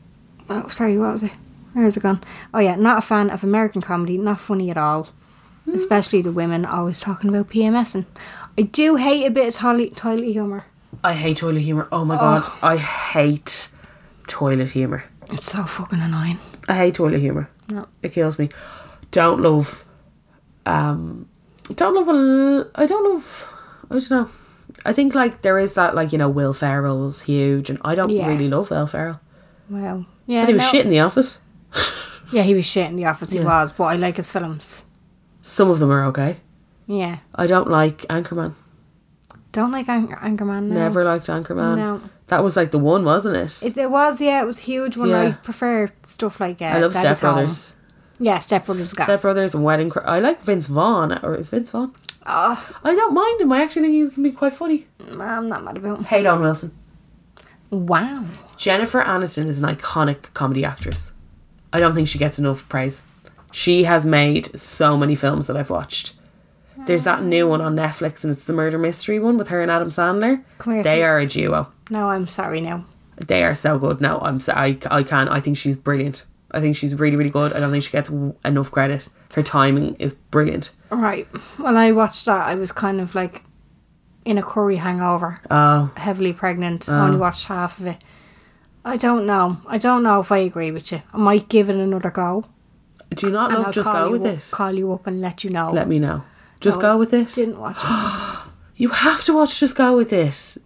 [SPEAKER 1] oh, sorry, what was it? Where is it gone? Oh yeah, not a fan of American comedy. Not funny at all. Especially the women always talking about PMSing. I do hate a bit of toilet toilet humor.
[SPEAKER 2] I hate toilet humour. Oh my god. I hate toilet humour.
[SPEAKER 1] It's so fucking annoying.
[SPEAKER 2] I hate toilet humour.
[SPEAKER 1] No.
[SPEAKER 2] It kills me. Don't love um don't love a I don't love I don't know. I think like there is that like, you know, Will Ferrell was huge and I don't
[SPEAKER 1] Yeah.
[SPEAKER 2] really love Will Ferrell.
[SPEAKER 1] Wow. Yeah.
[SPEAKER 2] But he was
[SPEAKER 1] no-
[SPEAKER 2] shit in the office.
[SPEAKER 1] Yeah, he was shit in the office. He was, but I like his films.
[SPEAKER 2] Some of them are okay.
[SPEAKER 1] Yeah.
[SPEAKER 2] I don't like Anchorman.
[SPEAKER 1] Don't like Ang- Anchorman. No.
[SPEAKER 2] Never liked Anchorman.
[SPEAKER 1] No.
[SPEAKER 2] That was like the one, wasn't it?
[SPEAKER 1] It, it was, yeah, it was a huge one. I
[SPEAKER 2] Yeah.
[SPEAKER 1] prefer stuff like uh,
[SPEAKER 2] I love
[SPEAKER 1] Daddy's
[SPEAKER 2] Step Brothers.
[SPEAKER 1] Home. Yeah, Step Brothers got.
[SPEAKER 2] Step Brothers and Wedding Cra- I like Vince Vaughn or is Vince Vaughn?
[SPEAKER 1] Ah.
[SPEAKER 2] I don't mind him. I actually think he can be quite funny.
[SPEAKER 1] I'm not mad about. 'em.
[SPEAKER 2] Hey Don Wilson.
[SPEAKER 1] Wow.
[SPEAKER 2] Jennifer Aniston is an iconic comedy actress. I don't think she gets enough praise. She has made so many films that I've watched. There's that new one on Netflix, and it's the murder mystery one with her and Adam Sandler.
[SPEAKER 1] Come here,
[SPEAKER 2] they
[SPEAKER 1] Phoebe.
[SPEAKER 2] are a duo.
[SPEAKER 1] No, I'm sorry now.
[SPEAKER 2] They are so good. No, I'm so, I, I can. I think she's brilliant. I think she's really, really good. I don't think she gets w- enough credit. Her timing is brilliant.
[SPEAKER 1] Right. When I watched that, I was kind of like in a curry hangover.
[SPEAKER 2] Oh,
[SPEAKER 1] heavily pregnant.
[SPEAKER 2] Ah.
[SPEAKER 1] I only watched half of it. I don't know. I don't know if I agree with you. I might give it another go.
[SPEAKER 2] do you not love just
[SPEAKER 1] call
[SPEAKER 2] go
[SPEAKER 1] you
[SPEAKER 2] with
[SPEAKER 1] up,
[SPEAKER 2] this?
[SPEAKER 1] Call you up and let you know.
[SPEAKER 2] Let me know. Just go with this.
[SPEAKER 1] Didn't watch it.
[SPEAKER 2] You have to watch Just Go with This.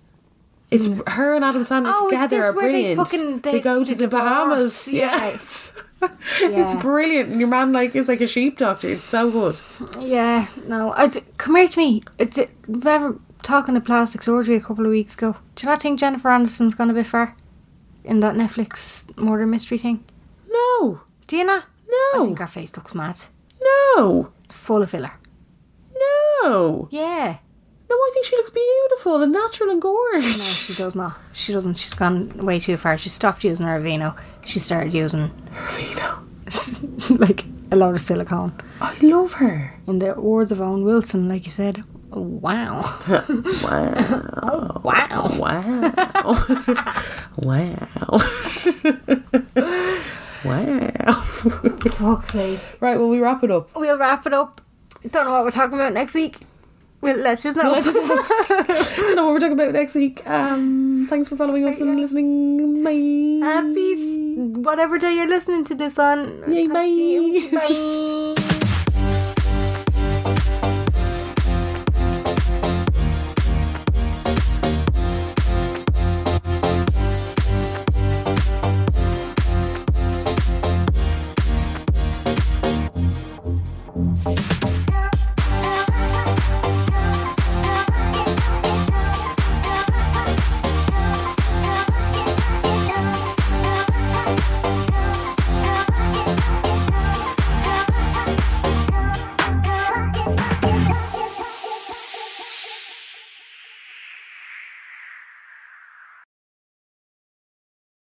[SPEAKER 2] It's her and Adam Sandler
[SPEAKER 1] Mm. Oh, is
[SPEAKER 2] together.
[SPEAKER 1] this
[SPEAKER 2] are
[SPEAKER 1] where they
[SPEAKER 2] brilliant.
[SPEAKER 1] fucking- they-
[SPEAKER 2] go to
[SPEAKER 1] they
[SPEAKER 2] the Bahamas.
[SPEAKER 1] divorce,
[SPEAKER 2] Yes.
[SPEAKER 1] Yeah.
[SPEAKER 2] it's brilliant. And your man like is like a sheep doctor. It's so good.
[SPEAKER 1] yeah. No. I d- come here to me. I d- remember talking to plastic surgery a couple of weeks ago. Do you not think Jennifer Aniston's gone a bit far in that Netflix murder mystery thing?
[SPEAKER 2] No.
[SPEAKER 1] Do you not?
[SPEAKER 2] No.
[SPEAKER 1] I think her face looks mad.
[SPEAKER 2] No.
[SPEAKER 1] Full of filler.
[SPEAKER 2] No.
[SPEAKER 1] Yeah.
[SPEAKER 2] No, I think she looks beautiful and natural and gorgeous.
[SPEAKER 1] No, she does not. She doesn't. She's gone way too far. She stopped using her Aveeno. She started using like a lot of silicone.
[SPEAKER 2] I love her.
[SPEAKER 1] In the words of Owen Wilson, like you said, wow, Oh,
[SPEAKER 2] Wow.
[SPEAKER 1] wow.
[SPEAKER 2] Wow. wow. wow.
[SPEAKER 1] Okay,
[SPEAKER 2] Right, well, we wrap it up.
[SPEAKER 1] we'll wrap it up. Don't know what we're talking about next week. We'll let you know.
[SPEAKER 2] don't know what we're talking about next week. Um, thanks for following us and listening. Bye.
[SPEAKER 1] Happy s- whatever day you're listening to this on.
[SPEAKER 2] Yay, bye.
[SPEAKER 1] Bye.